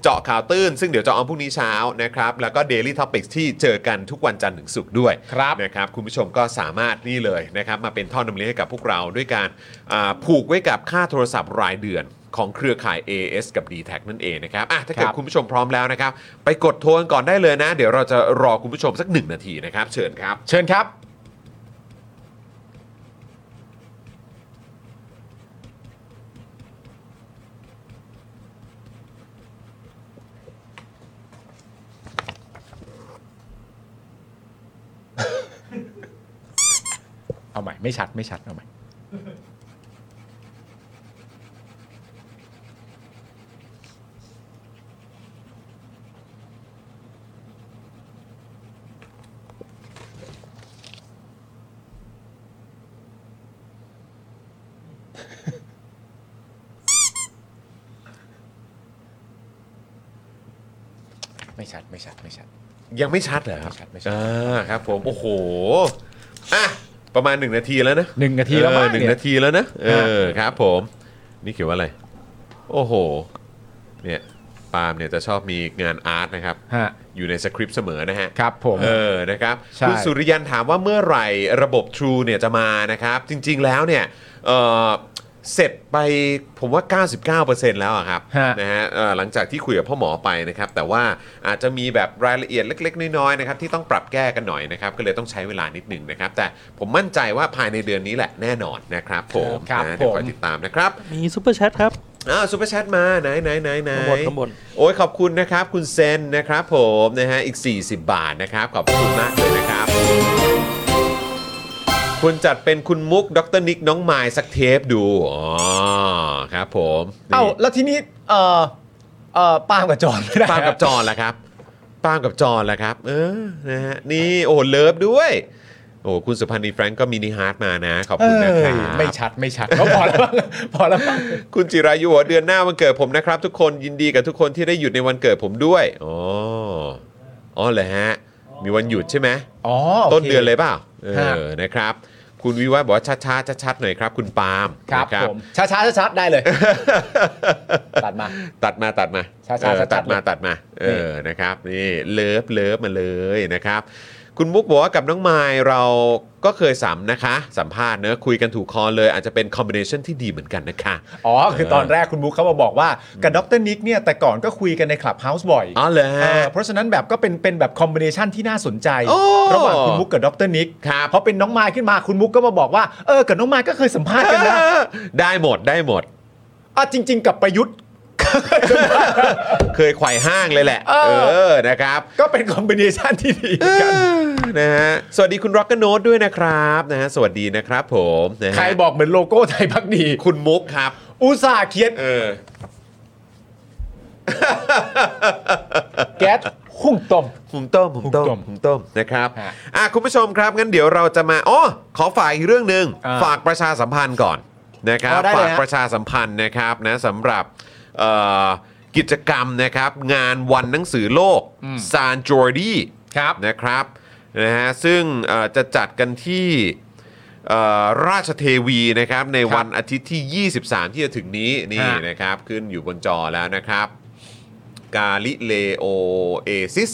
Speaker 1: เจาะข่าวตื้น ซึ่งเดี๋ยวเจะเอาพรุ่งนี้เช้านะครับ แล้วก็ Daily Topics ที่เจอกันทุกวันจันทร์ถึงศุกร์ด้วย
Speaker 2: ครับ
Speaker 1: นะครับ คุณผู้ชมก็สามารถนี่เลยนะครับ มาเป็นท่อน้ำเลี้ยงให้กับพวกเราด้วยการอ่าผูกไว้กับค่าโทรศัพท์รายเดือนของเครือข่าย AS กับ d t แทนั่นเองนะครับอ่ะถ้าเกิด
Speaker 2: ครับ
Speaker 1: คุณผู้ชมพร้อมแล้วนะครับ ไปกดโทรกันก่อนได้เลยนะ เดี๋ยวเราจะรอคุณผู้ชมสักหนึ่งนาทีนะครับ เชิญครับ
Speaker 2: เชิญครับ เอาใหม่ ไม่ชัดไม่ชัด เอาใหม่ ไม่ชัด ไม่ชัด ไม่ชัด
Speaker 1: ยังไม่ชัดเหรอครับ
Speaker 2: ไม่ชัดไม่ชัด
Speaker 1: อ่าครับผม โอ้โห อ่ะ ประมาณ 1 นาทีแล้วนะ
Speaker 2: หนึ่งนาทีแล้ว
Speaker 1: เอ
Speaker 2: มั้
Speaker 1: อง หนึ่ง
Speaker 2: เนี่ย
Speaker 1: นาทีแล้วนะ เอ
Speaker 2: อ่า
Speaker 1: อ ครับผม นี่เขียนว่าอะไร โอ้โห เนี่ย ปาล์มเนี่ยจะชอบมีงานอาร์ตนะครับ
Speaker 2: ฮะ
Speaker 1: อยู่ในสคริปต์เสมอนะฮะ
Speaker 2: ครับผม
Speaker 1: เออ นะครับ
Speaker 2: ใช่
Speaker 1: คุณสุริยันถามว่าเมื่อไหร่ระบบ True เนี่ยจะมานะครับ จริง ๆ แล้วเนี่ยเอ่อเสร็จไปผมว่า 99%แล้วอะครับ
Speaker 2: ฮะ
Speaker 1: นะฮะเอ่อหลังจากที่คุยกับพ่อหมอไปนะครับ แต่ว่าอาจจะมีแบบรายละเอียดเล็ก ๆ น้อยๆนะครับที่ต้องปรับแก้กันหน่อยนะครับ ก็เลยต้องใช้เวลานิดหนึ่งนะครับ แต่ผมมั่นใจว่าภายในเดือนนี้แหละแน่นอนนะครับผม
Speaker 2: ครับ
Speaker 1: นะเดี๋ยวคอย
Speaker 2: ผม
Speaker 1: ติดตามนะครับ
Speaker 3: มีซูเปอร์แชทครับ
Speaker 1: อ้าวซูเปอร์แชทมาไหนไหนไหนไหน
Speaker 3: ข้างบนข้างบน
Speaker 1: โอ้ยขอบคุณนะครับ คุณเซนนะครับผมนะฮะอีก 40 บาทนะครับ ขอบคุณมากเลยนะครับ คุณจัดเป็นคุณมุกดรนิกน้องไมายสักเทปดูอ๋อครับผมนี่
Speaker 2: เอ้าแล้วทีนี้เอ่อเอ่อปาล์มกับจอห์นไม่ได้
Speaker 1: ป้ามกับจอนแล้วครับป้ามกับจอนแล้วครับ เออนะฮะนี่โอ้เลิฟด้วย โอ้คุณสุพันธ์นีแฟรงก์ก็มินิฮาร์ดมานะ ขอบ
Speaker 2: เอ
Speaker 1: คุณนะครั้
Speaker 2: ย
Speaker 1: บ
Speaker 2: ไม่ชัดไม่ชัดก็พอแล้ว *laughs* พอแล้ว
Speaker 1: คุณจิรายุบอกว่าเดือนหน้าวันเกิดผมนะครับ ทุกคนยินดีกับทุกคนที่ได้หยุดในวันเกิดผมด้วยอ๋ออ๋อเลยฮะ มีวันหยุดใช่ไหม
Speaker 2: อ๋อโค
Speaker 1: ต้นเดือนเลยเปล่าเอ
Speaker 2: ครับ
Speaker 1: อนะครับ คุณวิวัฒน์บอกว่าช้าๆชัดๆหน่อยครับ คุณปาล์ม
Speaker 2: ครับ
Speaker 1: นะ
Speaker 2: ผมช้าช้าๆชัดๆได้
Speaker 1: *laughs*
Speaker 2: เลย ตัดมา
Speaker 1: ตัดมาตัดมา
Speaker 2: ช้าๆ
Speaker 1: เออ
Speaker 2: ชัดๆ
Speaker 1: ตัดมา
Speaker 2: เลย
Speaker 1: ตัดมาเอ
Speaker 2: นี่
Speaker 1: อนะครับนี่เลิฟเลิฟมาเลยนะครับ คุณมุกบอกว่ากับน้องไมายเราก็เคยสัมนะคะ สัมภาษณ์เนอะคุยกันถูกคอเลยอาจจะเป็นคอมบิเนชันที่ดีเหมือนกันนะคะ
Speaker 2: ๋อ คือตอนแรกคุณบุ๊คเขามาบอกว่า กับดรนิกเนี่ยแต่ก่อนก็คุยกันในคลับเฮาส์บ่อย
Speaker 1: อ๋อเหรอ
Speaker 2: เอ
Speaker 1: ฮะ
Speaker 2: อเพราะฉะนั้นแบบก็เป็นเป็นแบบคอมบิเนชันที่น่าสนใจ
Speaker 1: โอ้
Speaker 2: ระหว่างคุณมุกกับดรนิก
Speaker 1: ครับ
Speaker 2: พอเป็นน้องมายขึ้นมาคุณมุกก็มาบอกว่าเออกับน้องมายก็เคยสัมภาษณ์
Speaker 1: *laughs*
Speaker 2: กันนะ
Speaker 1: ได้หมดได้หมด
Speaker 2: อ่ะจริง ๆ กับประยุทธ์
Speaker 1: เคยไขว่ห้างเลยแหละ
Speaker 2: เออ
Speaker 1: เออนะครับ
Speaker 2: ก็เป็นคอมบิเนชันที่ดีเหมื
Speaker 1: เอ
Speaker 2: อนกัน
Speaker 1: อนะฮะสวัสดีคุณร็อกเกอร์โนตด้วยนะครับนะฮะสวัสดีนะครับผมนะฮะ
Speaker 2: ใครบอกเหมือนโลโก้ไทยพักดี
Speaker 1: คุณมุกครับ
Speaker 2: อุตส่าห์เขียน
Speaker 1: เออ
Speaker 2: แก๊สหุ่งตม
Speaker 1: หุมต้มหุมต้ม
Speaker 2: หุงต้ม
Speaker 1: หุมต้มนะครับ
Speaker 2: ฮะ
Speaker 1: อ่ะคุณผู้ชมครับงั้นเดี๋ยวเราจะมาอ๋อขอฝากอีกเรื่องหนึ่ง
Speaker 2: อ่า
Speaker 1: ฝากประชาสัมพันธ์ก่อนนะครับ
Speaker 2: อ๋อได้เลย
Speaker 1: ฝาก
Speaker 2: ฮะ
Speaker 1: ประชาสัมพันธ์นะครับนะสำหรับเอ่อกิจกรรมนะครับ งานวันหนังสือโลกซานจอร์ดี
Speaker 2: ครับ
Speaker 1: นะครับนะฮะซึ่งเอ่อจะจัดกันที่ เอ่อราชเทวีนะครับใน
Speaker 2: ครับ
Speaker 1: วันอาทิตย์ที่ 23 ที่จะถึงนี้นี่
Speaker 2: ฮะ
Speaker 1: นะครับขึ้นอยู่บนจอแล้วนะครับ กาลิเลโอเอซิส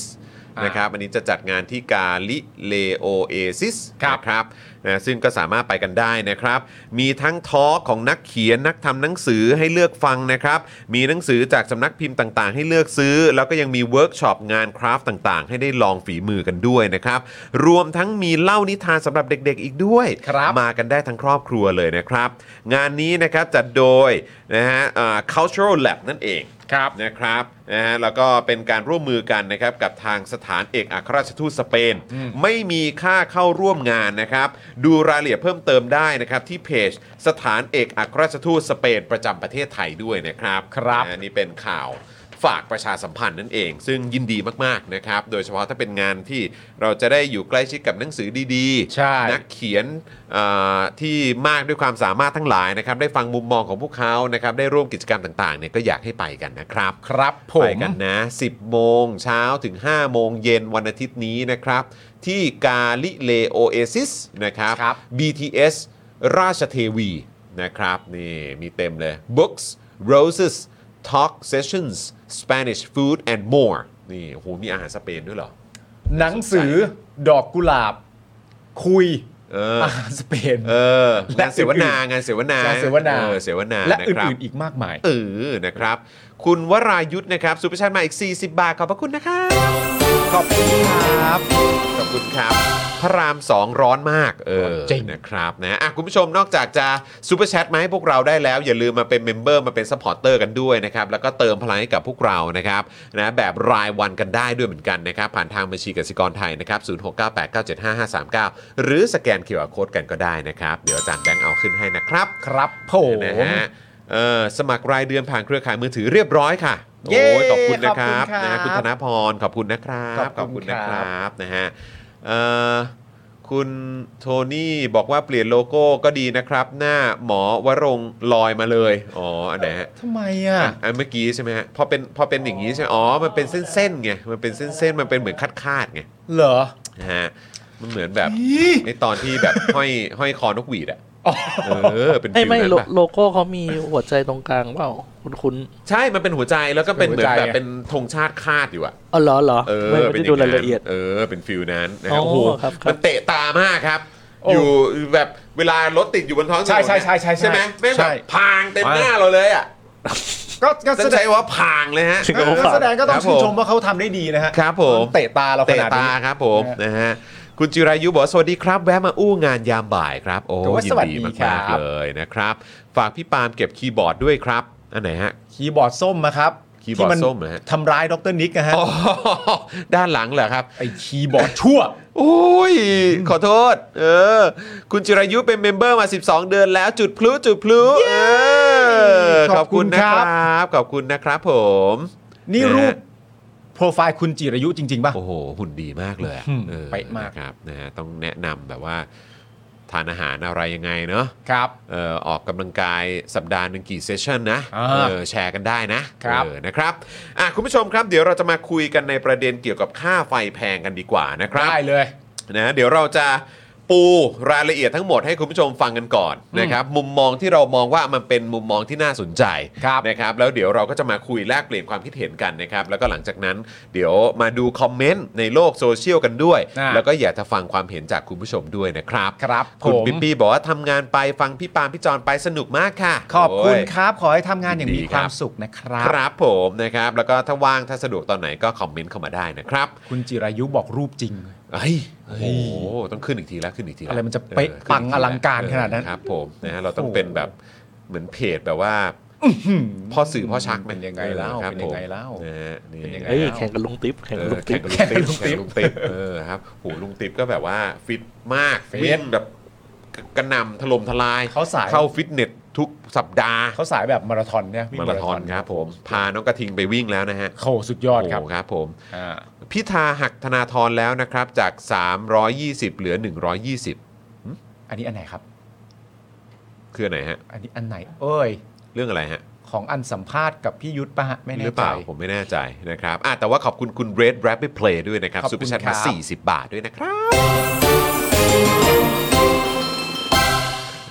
Speaker 2: อ่าน
Speaker 1: นะครับอันนี้จะจัดงานที่กาลิเลโอเอซิส
Speaker 2: ครับ
Speaker 1: นะครับนะซึ่งก็สามารถไปกันได้นะครับ มีทั้งทอล์กของนักเขียนนักทำหนังสือให้เลือกฟังนะครับ มีหนังสือจากสำนักพิมพ์ต่างๆ ให้เลือกซื้อ แล้วก็ยังมีเวิร์กช็อปงานคราฟต์ต่างๆ ให้ได้ลองฝีมือกันด้วยนะครับ รวมทั้งมีเล่านิทานสำหรับเด็กๆ อีกด้วย
Speaker 2: ครับ
Speaker 1: มากันได้ทั้งครอบครัวเลยนะครับ งานนี้นะครับจัดโดยนะฮะอ่า cultural lab นั่นเอง
Speaker 2: ครับ
Speaker 1: นะครับนะฮะแล้วก็เป็นการร่วมมือกันนะครับกับทางสถานเอกอัครราชทูตสเปน ไม่มีค่าเข้าร่วมงานนะครับ ดูรายละเอียดเพิ่มเติมได้นะครับ ที่เพจสถานเอกอัครราชทูตสเปนประจำประเทศไทยด้วยนะครับ
Speaker 2: ครับ
Speaker 1: นะฮะนี่เป็นข่าว ฝากประชาสัมพันธ์นั่นเอง ซึ่งยินดีมากๆนะครับ โดยเฉพาะถ้าเป็นงานที่เราจะได้อยู่ใกล้ชิดกับหนังสือดี
Speaker 2: ใช่
Speaker 1: นักเขียนเอ่อที่มากด้วยความสามารถทั้งหลายนะครับ ได้ฟังมุมมองของพวกเขานะครับ ได้ร่วมกิจกรรมต่างๆเนี่ยก็อยากให้ไปกันนะครับ
Speaker 2: ครับผ
Speaker 1: ไป
Speaker 2: ม
Speaker 1: กันนะ 10 โมงเช้าถึง 5 โมงเย็นวันอาทิตย์นี้นะครับ ที่กาลิเลโอเอซิสนะครับ
Speaker 2: ครับ
Speaker 1: BTS ราชเทวีนะครับ นี่มีเต็มเลย Books Roses Talk Sessions Spanish Food and More นี่โอ้โหมีอาหารสเปนด้วยเหรอ
Speaker 2: หนังสือดอกกุหลาบ คุย
Speaker 1: เอออ
Speaker 2: หารสเปน
Speaker 1: เออ
Speaker 2: และ
Speaker 1: งานเสวนางานเสวนาง
Speaker 2: านเสวนา
Speaker 1: ออเสวนา
Speaker 2: และ
Speaker 1: น
Speaker 2: อ
Speaker 1: ครับ
Speaker 2: ื่นๆอีกมากมาย
Speaker 1: เออ นะครับ คุณวรายุทธ์นะครับซูเปอร์ชันมาอีก 40 บาท ขอบพระคุณนะครับขอบคุณครับ ขอบคุณครับ พระราม 2 ร้อนมาก เออ
Speaker 2: จริง
Speaker 1: นะครับนะอ่ะคุณผู้ชมนอกจากจะซูเปอร์แชทมาให้พวกเราได้แล้ว อย่าลืมมาเป็นเมมเบอร์มาเป็นซัพพอร์ตเตอร์กันด้วยนะครับ แล้วก็เติมพลังให้กับพวกเรานะครับนะแบบรายวันกันได้ด้วยเหมือนกันนะครับ ผ่านทางบัญชีกสิกรไทยนะครับ0698975539 หรือสแกนเคอร์โคดกันก็ได้นะครับเดี๋ยวอาจารย์แบงค์เอาขึ้นให้นะครับ
Speaker 2: ครับผม
Speaker 1: นะฮะเอ่อสมัครรายเดือนผ่านเครือข่ายมือถือเรียบร้อยค่ะ โอ้ย
Speaker 2: เย้
Speaker 1: ขอบคุณนะครับ
Speaker 2: ขอบคุณครับ
Speaker 1: นะฮะคุณธนพร ขอบคุณนะครับ
Speaker 2: ขอบคุณ
Speaker 1: นะ
Speaker 2: ค
Speaker 1: ค
Speaker 2: รั
Speaker 1: รับนะฮะเอ่อคุณโทนี่บอกว่าเปลี่ยนโลโก้ก็ดีนะครับ หน้าหมอวรงค์ลอยมาเลย อ๋อ อันไหนฮะ
Speaker 2: ทำไมอ่ะ
Speaker 1: อ่ะอันเมื่อกี้ใช่ไหมฮะพอเป็นพอเป็นอย่างนี้ใช่ไหมอ๋อ มันเป็นเส้นๆไงมันเป็นเส้นๆมันเป็นเหมือนคาดๆไง
Speaker 2: เหรอ
Speaker 1: นะฮะมันเหมือนแบบในตอนที่แบบห้อยห้อยคอนกหวีดอะเออเป็น
Speaker 3: ไอ้ย
Speaker 1: ฟิล
Speaker 3: ไม่
Speaker 1: นั้น
Speaker 3: โล
Speaker 1: ปะ
Speaker 3: โลโก้เขามีหัวใจตรงกลางเปล่า คุณคุณ
Speaker 1: ใช่ มันเป็นหัวใจแล้วก็เป็นเหมือน
Speaker 2: เป็นหั
Speaker 1: แบบ
Speaker 2: วใจไง
Speaker 1: เป็นธงชาติคาดอยู่อะ
Speaker 3: อ๋อเหรอเหรอ
Speaker 1: เออ
Speaker 3: ไม่ไม่ได้
Speaker 1: ป็นาง
Speaker 3: ดูรายละเอียด
Speaker 1: เออ เป็นฟิลนั้นนะครับ
Speaker 3: อ๋อ
Speaker 1: โอ้โห
Speaker 3: ครับครับ
Speaker 1: มันเตะตามากครับ อยู่แบบเวลารถติดอยู่บนท้องถนน
Speaker 2: ใช่ใช่ใช่ใช่ใช่
Speaker 1: ใช่ไหมแม่งแบ
Speaker 2: ใช่
Speaker 1: บพางเต็มหน้าเราเลยอ่ะ
Speaker 2: ก็ก็
Speaker 1: ต้
Speaker 2: แส
Speaker 1: อง
Speaker 2: ด
Speaker 1: ใช้
Speaker 2: ง
Speaker 1: คำว่าพางเลยฮะ
Speaker 3: ถึงกับ
Speaker 2: ก็
Speaker 3: ฝาก
Speaker 2: แสดงก็ต้อ
Speaker 1: ครั
Speaker 2: ง
Speaker 1: บ
Speaker 2: ชื่นช
Speaker 1: ผม ม
Speaker 2: ว่าเขาทำได้ดีนะฮะ
Speaker 1: ครับผม
Speaker 2: เตะตาเราข
Speaker 1: เตะ
Speaker 2: นาด
Speaker 1: ตา
Speaker 2: นี้
Speaker 1: ครับผม
Speaker 2: นะ
Speaker 1: นะฮะคุณจิรายุบอกว่าสวัสดีครับ แวะมาอู้งานยามบ่ายครับ โอ้
Speaker 2: แต่ว่า
Speaker 1: ยิ
Speaker 2: ส
Speaker 1: น
Speaker 2: วัส
Speaker 1: ดี
Speaker 2: ดี
Speaker 1: มา
Speaker 2: ครั
Speaker 1: กๆ
Speaker 2: บ
Speaker 1: เลยนะครับ ฝากพี่ปาล์มเก็บคีย์บอร์ดด้วยครับอันไหนฮะ
Speaker 2: คีย์บอร์ดส้มนะครับ
Speaker 1: คีย์บอร์ด
Speaker 2: ที่น
Speaker 1: ส้มเหรอฮะ
Speaker 2: ทำร้ายดรนิกนะฮะ
Speaker 1: อ๋อด้านห *laughs* ลังเหรอครับ
Speaker 2: ไอคีย์บอร์ดชั่ว
Speaker 1: โอ้ย ขอโทษ เออ คุณจิรายุเป็นเมมเบอร์มา 12 เดือนแล้วจุดพลุจุดพลุเออข
Speaker 2: ข
Speaker 1: อ
Speaker 2: อ
Speaker 1: บบ
Speaker 2: คุ
Speaker 1: คุณ
Speaker 2: ณ
Speaker 1: นะ
Speaker 2: ค
Speaker 1: ค
Speaker 2: รั
Speaker 1: ร
Speaker 2: บ
Speaker 1: ับ ขอบคุณนะครับผม
Speaker 2: นี่
Speaker 1: นะฮะ
Speaker 2: รูปโปรไฟล์คุณจิรายุจริง ๆ ป่ะ
Speaker 1: โอ้โห หุ่นดีมากเลยอะ
Speaker 2: อืม
Speaker 1: เออ
Speaker 2: เป๊ะมาก
Speaker 1: นะครับนะฮะต้องแนะนำแบบว่า ทานอาหารอะไรยังไงเนาะ
Speaker 2: ครับ
Speaker 1: เออออกกำลังกายสัปดาห์หนึ่งกี่เซสชันนะ
Speaker 2: อ่า
Speaker 1: เออแชร์กันได้นะครับ เออนะครับอ่ะคุณผู้ชมครับ เดี๋ยวเราจะมาคุยกันในประเด็นเกี่ยวกับค่าไฟแพงกันดีกว่านะครับ
Speaker 2: ได้เลย
Speaker 1: นะเดี๋ยวเราจะปูรายละเอียดทั้งหมดให้คุณผู้ชมฟังกันก่อนนะครับมุมมองที่เรามองว่ามันเป็นมุมมองที่น่าสนใจ
Speaker 2: ครับ
Speaker 1: นะครับแล้วเดี๋ยวเราก็จะมาคุยแลกเปลี่ยนความคิดเห็นกันนะครับแล้วก็หลังจากนั้นเดี๋ยวมาดูคอมเมนต์ในโลกโซเชียลกันด้วย
Speaker 2: อ่า
Speaker 1: แล้วก็อยากจะฟังความเห็นจากคุณผู้ชมด้วยนะครับ
Speaker 2: ครับผ
Speaker 1: คุณ
Speaker 2: ม
Speaker 1: ปิ๊ปปี้บอกว่าทำงานไปฟังพี่ปาล์มพี่จอนไปสนุกมากค่ะ
Speaker 2: ขอบคุณ
Speaker 1: โย
Speaker 2: ครับ ขอให้ทำงานอย่าง
Speaker 1: ยินดี
Speaker 2: มี
Speaker 1: ครับ
Speaker 2: ความสุขนะครับ
Speaker 1: ครับผมนะครับแล้วก็ถ้าว่างถ้าสะดวกตอนไหนก็คอมเมนต์เข้ามาได้นะครับ
Speaker 2: คุณจิรายุบอกรูปจริง
Speaker 1: เฮ้ยโอ้โหต้องขึ้นอีกทีแล้วขึ้นอีกทีแล้ว
Speaker 2: อะไรมันจะเป๊ะปังอลังการขนาดนั้น
Speaker 1: ครับผมนะฮะเราต้อง
Speaker 2: โอ้โห
Speaker 1: เป็นแบบเหมือนเพจแบบว่าพ่อสื่อพ่อชักหม
Speaker 2: เป็นยังไงเล่า
Speaker 1: ครับ
Speaker 2: เป็นยังไงเล่า
Speaker 1: ผมนะฮะนี่
Speaker 2: เป็นยังไง
Speaker 3: เฮ้ยแข่งกับลุงติ๊บแข่ง
Speaker 1: เอ
Speaker 3: กั
Speaker 1: อ
Speaker 3: บลุงติ๊บ
Speaker 1: แข่งกับลุง
Speaker 2: แข่
Speaker 1: ติ๊บ
Speaker 2: งกับ
Speaker 1: แข่งกับ
Speaker 2: ลุงติ๊บ
Speaker 1: ลุงติ๊บเออครับโหลุงติ๊บก็แบบว่าฟิตมาก
Speaker 2: ฟิต
Speaker 1: วิ่งแบบกระหนำถล่มทลาย
Speaker 2: เขาสาย
Speaker 1: เข้าฟิตเนสทุกสัปดาห์
Speaker 2: เขาสายแบบมาราธอนเนี่ยวิ่ง
Speaker 1: มาราธอนครับผม พาน้องกระทิงไปวิ่งแล้วนะฮะ
Speaker 2: โหสุดยอดครับ
Speaker 1: โโหครับผม
Speaker 2: อ่า
Speaker 1: พิธาหักธนาธรแล้วนะครับจาก 320 เหลือ 120
Speaker 2: อันนี้อันไหนครับ
Speaker 1: คืออนไหนฮะ
Speaker 2: อันนี้อันไหน เอ้ย
Speaker 1: เรื่องอะไรฮะ
Speaker 2: ของอันสัมภาษณ์กับพี่ยุทธปะฮะไม่
Speaker 1: ห
Speaker 2: แน่
Speaker 1: รือเป
Speaker 2: ใจ
Speaker 1: ล่าผมไม่แน่ใจนะครับอ่ะแต่ว่าขอบคุณคุณ Red Rabbit Play ด้วยนะครับ
Speaker 2: ขอบคุ
Speaker 1: ซู
Speaker 2: ณ
Speaker 1: เปอร์แชท
Speaker 2: ครั
Speaker 1: มา
Speaker 2: บ
Speaker 1: 40 บาทด้วยนะครับ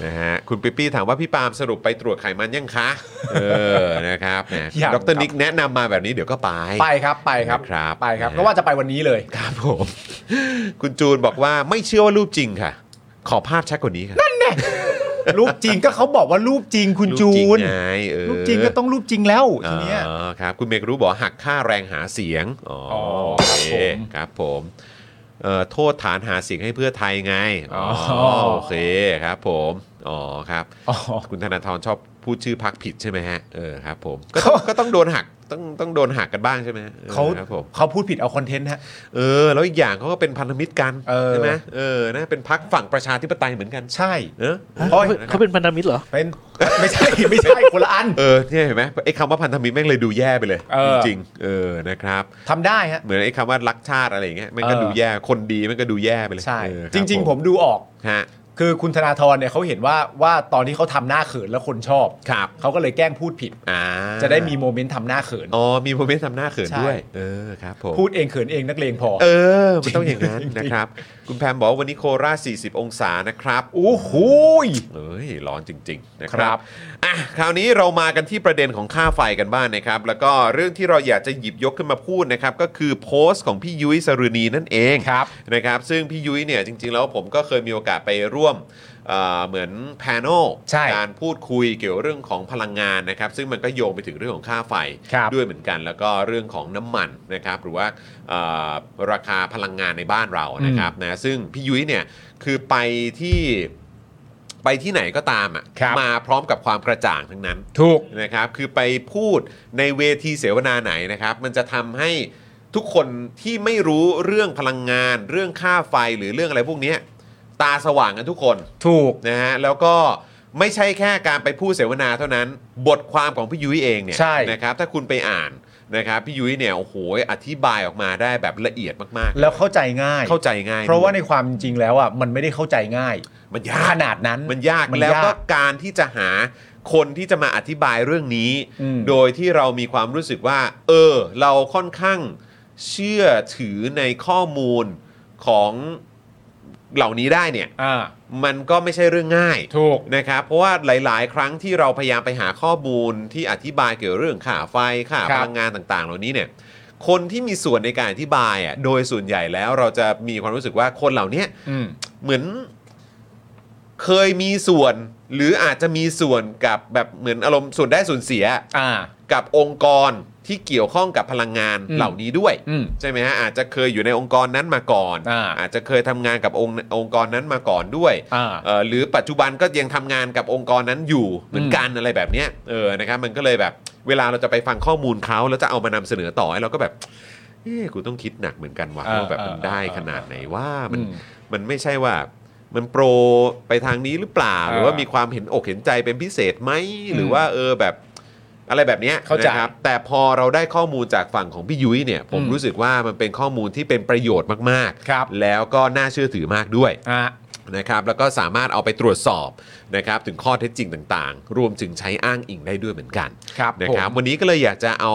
Speaker 1: นะฮะคุณปิ๊ปปี้ถามว่าพี่ปาล์มสรุปไปตรวจไขมันยัง
Speaker 2: *laughs*
Speaker 1: คะ เออนะครับนะ
Speaker 2: ยัง
Speaker 1: ด
Speaker 2: ครับ
Speaker 1: รนิกแนะนำมาแบบนี้เดี๋ยวก็ไป
Speaker 2: ไปครับไปครับ
Speaker 1: ครับ
Speaker 2: ไปครับ
Speaker 1: นะฮะ
Speaker 2: ก็ว่าจะไปวันนี้เลย
Speaker 1: ครับผม คุณจูนบอกว่าไม่เชื่อว่ารูปจริงค่ะ ขอภาพชัดกว่านี้ค่ะ
Speaker 2: รูปจริงก็เขาบอกว่ารูปจริงคุณ
Speaker 1: รูป
Speaker 2: จู
Speaker 1: ริง
Speaker 2: น
Speaker 1: ไงเออ
Speaker 2: รูปจริงก็ต้องรูปจริงแล้วทีเนี้ย
Speaker 1: อ๋อครับ คุณเมกรู้บอกว่าหักค่าแรงหาเสียง อ๋ออ
Speaker 2: อ
Speaker 1: โอเค
Speaker 2: ครับผม
Speaker 1: ครับผมเอ่อโทษฐานหาเสียงให้เพื่อไทยไง อ๋อ
Speaker 2: อ
Speaker 1: โอเคครับผม อ๋อครับ
Speaker 2: อ๋อ
Speaker 1: คุณธนาธรชอบพูดชื่อพักผิดใช่ไหมฮะเออครับผมก็ต้องก็ต้องโดนหักต้องต้องโดนหักกันบ้างใช่ไหมฮะออ
Speaker 2: เขา
Speaker 1: ครับผม
Speaker 2: เขาพูดผิดเอาคอนเทนต์ฮะ
Speaker 1: เออแล้วอีกอย่างเขาก็เป็นพันธมิตรกัน
Speaker 2: เออ
Speaker 1: ใช่ไหมเออนะเป็นพักฝั่งประชาธิปไตยเหมือนกัน
Speaker 2: ใช่
Speaker 1: เออ
Speaker 2: เพราะ
Speaker 3: เขาเป็นพันธมิตรเหรอ
Speaker 2: เป็น *laughs* ไม่ใช่ไม่ใช่คนละอัน
Speaker 1: เออเนี่ยเห็นไหมไอ้คำว่าพันธมิตรแม่งเลยดูแย่ไปเลย
Speaker 2: เอ
Speaker 1: จ
Speaker 2: อ
Speaker 1: ริงๆเออนะครับ
Speaker 2: ทำได้ฮะ
Speaker 1: เหมือนไอ้คำว่ารักชาติอะไรอย่างเงี้ยแม่งก็
Speaker 2: เออ
Speaker 1: ดูแย่คนดีแม่งก็ดูแย่ไปเลย
Speaker 2: ใช่
Speaker 1: เออคบ
Speaker 2: จริง ๆ ผมดูออก
Speaker 1: ฮะ
Speaker 2: คือคุณธนาธรเนี่ยเขาเห็นว่าว่าตอนที่เขาทำหน้าเขินแล้วคนชอบ
Speaker 1: ครับ
Speaker 2: เขาก็เลยแกล้งพูดผิด
Speaker 1: อ่า
Speaker 2: จะได้มีโมเมนต์ทำหน้าเขิน
Speaker 1: อ๋อมีโมเมนต์ทำหน้าเขิน
Speaker 2: ใช่
Speaker 1: ด้วย เออครับผม
Speaker 2: พูดเองเขินเองนักเลงพอ
Speaker 1: เออมันต้องอย่างนั้น
Speaker 2: จริงๆ *laughs*
Speaker 1: นะครับ คุณแพมบอกว่าวันนี้โคราช 40 องศานะครับ
Speaker 2: โอ้โหย
Speaker 1: เอ้ยร้อนจริง ๆ นะค
Speaker 2: ครั
Speaker 1: รับบ อ่ะคราวนี้เรามากันที่ประเด็นของค่าไฟกันบ้างนะครับ แล้วก็เรื่องที่เราอยากจะหยิบยกขึ้นมาพูดนะครับ ก็คือโพสต์ของพี่ยุ้ยสรุณีนั่นเอง
Speaker 2: ครับ
Speaker 1: นะครับซึ่งพี่ยุ้ยเนี่ยจริง ๆ แล้วผมก็เคยมีโอกาสไปร่วมเอ่อเหมือนแพนล
Speaker 2: ใช่
Speaker 1: การพูดคุยเกี่ยวเรื่องของพลังงานนะครับ ซึ่งมันก็โยงไปถึงเรื่องของค่าไฟ
Speaker 2: ครับ
Speaker 1: ด้วยเหมือนกัน แล้วก็เรื่องของน้ำมันนะครับ หรือว่าเอ่อราคาพลังงานในบ้านเรานะครับนะซึ่งพี่ยุ้ยเนี่ยคือไปที่ไปที่ไหนก็ตามอ่ะ
Speaker 2: ครับ
Speaker 1: มาพร้อมกับความกระจ่างทั้งนั้น
Speaker 2: ถูก
Speaker 1: นะครับคือไปพูดในเวทีเสวนาไหนนะครับ มันจะทำให้ทุกคนที่ไม่รู้เรื่องพลังงาน เรื่องค่าไฟหรือเรื่องอะไรพวกเนี้ยตาสว่างกันทุกคน
Speaker 2: ถูก
Speaker 1: นะฮะแล้วก็ไม่ใช่แค่การไปพูดเสวนาเท่านั้น บทความของพี่ยุ้ยเองเนี่ย
Speaker 2: ใช่
Speaker 1: นะครับถ้าคุณไปอ่านนะครับพี่ยุ้ยเนี่ยโอ้โหอธิบายออกมาได้แบบละเอียดมาก
Speaker 2: แล้วเข้าใจง่าย
Speaker 1: ๆ เข้าใจง่าย
Speaker 2: เพราะว่าในความจริงแล้วอ่ะมันไม่ได้เข้าใจง่าย
Speaker 1: มันยาก
Speaker 2: ขนาดนั้น
Speaker 1: มันยาก
Speaker 2: มัน
Speaker 1: แล้วก็
Speaker 2: ยาก
Speaker 1: การที่จะหาคนที่จะมาอธิบายเรื่องนี้
Speaker 2: อืม
Speaker 1: โดยที่เรามีความรู้สึกว่า เออ เราค่อนข้างเชื่อถือในข้อมูลของเหล่านี้ได้เนี่ย
Speaker 2: อ่า
Speaker 1: มันก็ไม่ใช่เรื่องง่าย
Speaker 2: ถูก
Speaker 1: นะครับเพราะว่าหลาย ๆ ครั้งที่เราพยายามไปหาข้อมูลที่อธิบายเกี่ยวเรื่องค่าไฟค่า
Speaker 2: ครั
Speaker 1: พ
Speaker 2: บ
Speaker 1: ลังงานต่าง ๆ เหล่านี้เนี่ย คนที่มีส่วนในการอธิบายอ่ะโดยส่วนใหญ่แล้วเราจะมีความรู้สึกว่าคนเหล่านี้
Speaker 2: อืม
Speaker 1: เหมือนเคยมีส่วน หรืออาจจะมีส่วนกับแบบเหมือนอารมณ์ส่วนได้ส่วนเสีย
Speaker 2: อ่า
Speaker 1: กับองค์กรที่เกี่ยวข้องกับพลังงาน
Speaker 2: อืม
Speaker 1: เหล่านี้ด้วย
Speaker 2: อืม
Speaker 1: ใช่ไหมฮะอาจจะเคยอยู่ในองค์กรนั้นมาก่อน
Speaker 2: อ่า
Speaker 1: จจะเคยทำงานกับองค์องค์กรนั้นมาก่อนด้วย
Speaker 2: อ่า
Speaker 1: เอ่อหรือปัจจุบันก็ยังทำงานกับองค์กรนั้นอยู่เหมือนกันอะไรแบบเนี้ยเออนะครับมันก็เลยแบบ เวลาเราจะไปฟังข้อมูลเขาแล้วจะเอามานำเสนอต่อเราก็แบบเอ้กูต้องคิดหนักเหมือนกันว่ะ
Speaker 2: อ่า
Speaker 1: ว่าแบบมัน
Speaker 2: อ่า
Speaker 1: ได้
Speaker 2: อ่า
Speaker 1: ขนาดไหนว่ามัน
Speaker 2: อืม
Speaker 1: มันไม่ใช่ว่ามันโปรไปทางนี้หรือเปล่า
Speaker 2: เออ
Speaker 1: หรือว่ามีความเห็นอกเห็นใจเป็นพิเศษไหมหรือว่าเออแบบอะไรแบบนี้ย
Speaker 2: เข้าใจ
Speaker 1: นะครับแต่พอเราได้ข้อมูลจากฝั่งของพี่ยุ้ยเนี่ยผม
Speaker 2: อืม
Speaker 1: รู้สึกว่ามันเป็นข้อมูลที่เป็นประโยชน์มาก
Speaker 2: ครับ
Speaker 1: แล้วก็น่าเชื่อถือมากด้วย
Speaker 2: อ่า
Speaker 1: นะครับแล้วก็สามารถเอาไปตรวจสอบนะครับถึงข้อเท็จจริงต่างๆ รวมถึงใช้อ้างอิงได้ด้วยเหมือนกัน
Speaker 2: ครับ
Speaker 1: นะครับ
Speaker 2: ผม
Speaker 1: วันนี้ก็เลยอยากจะเอา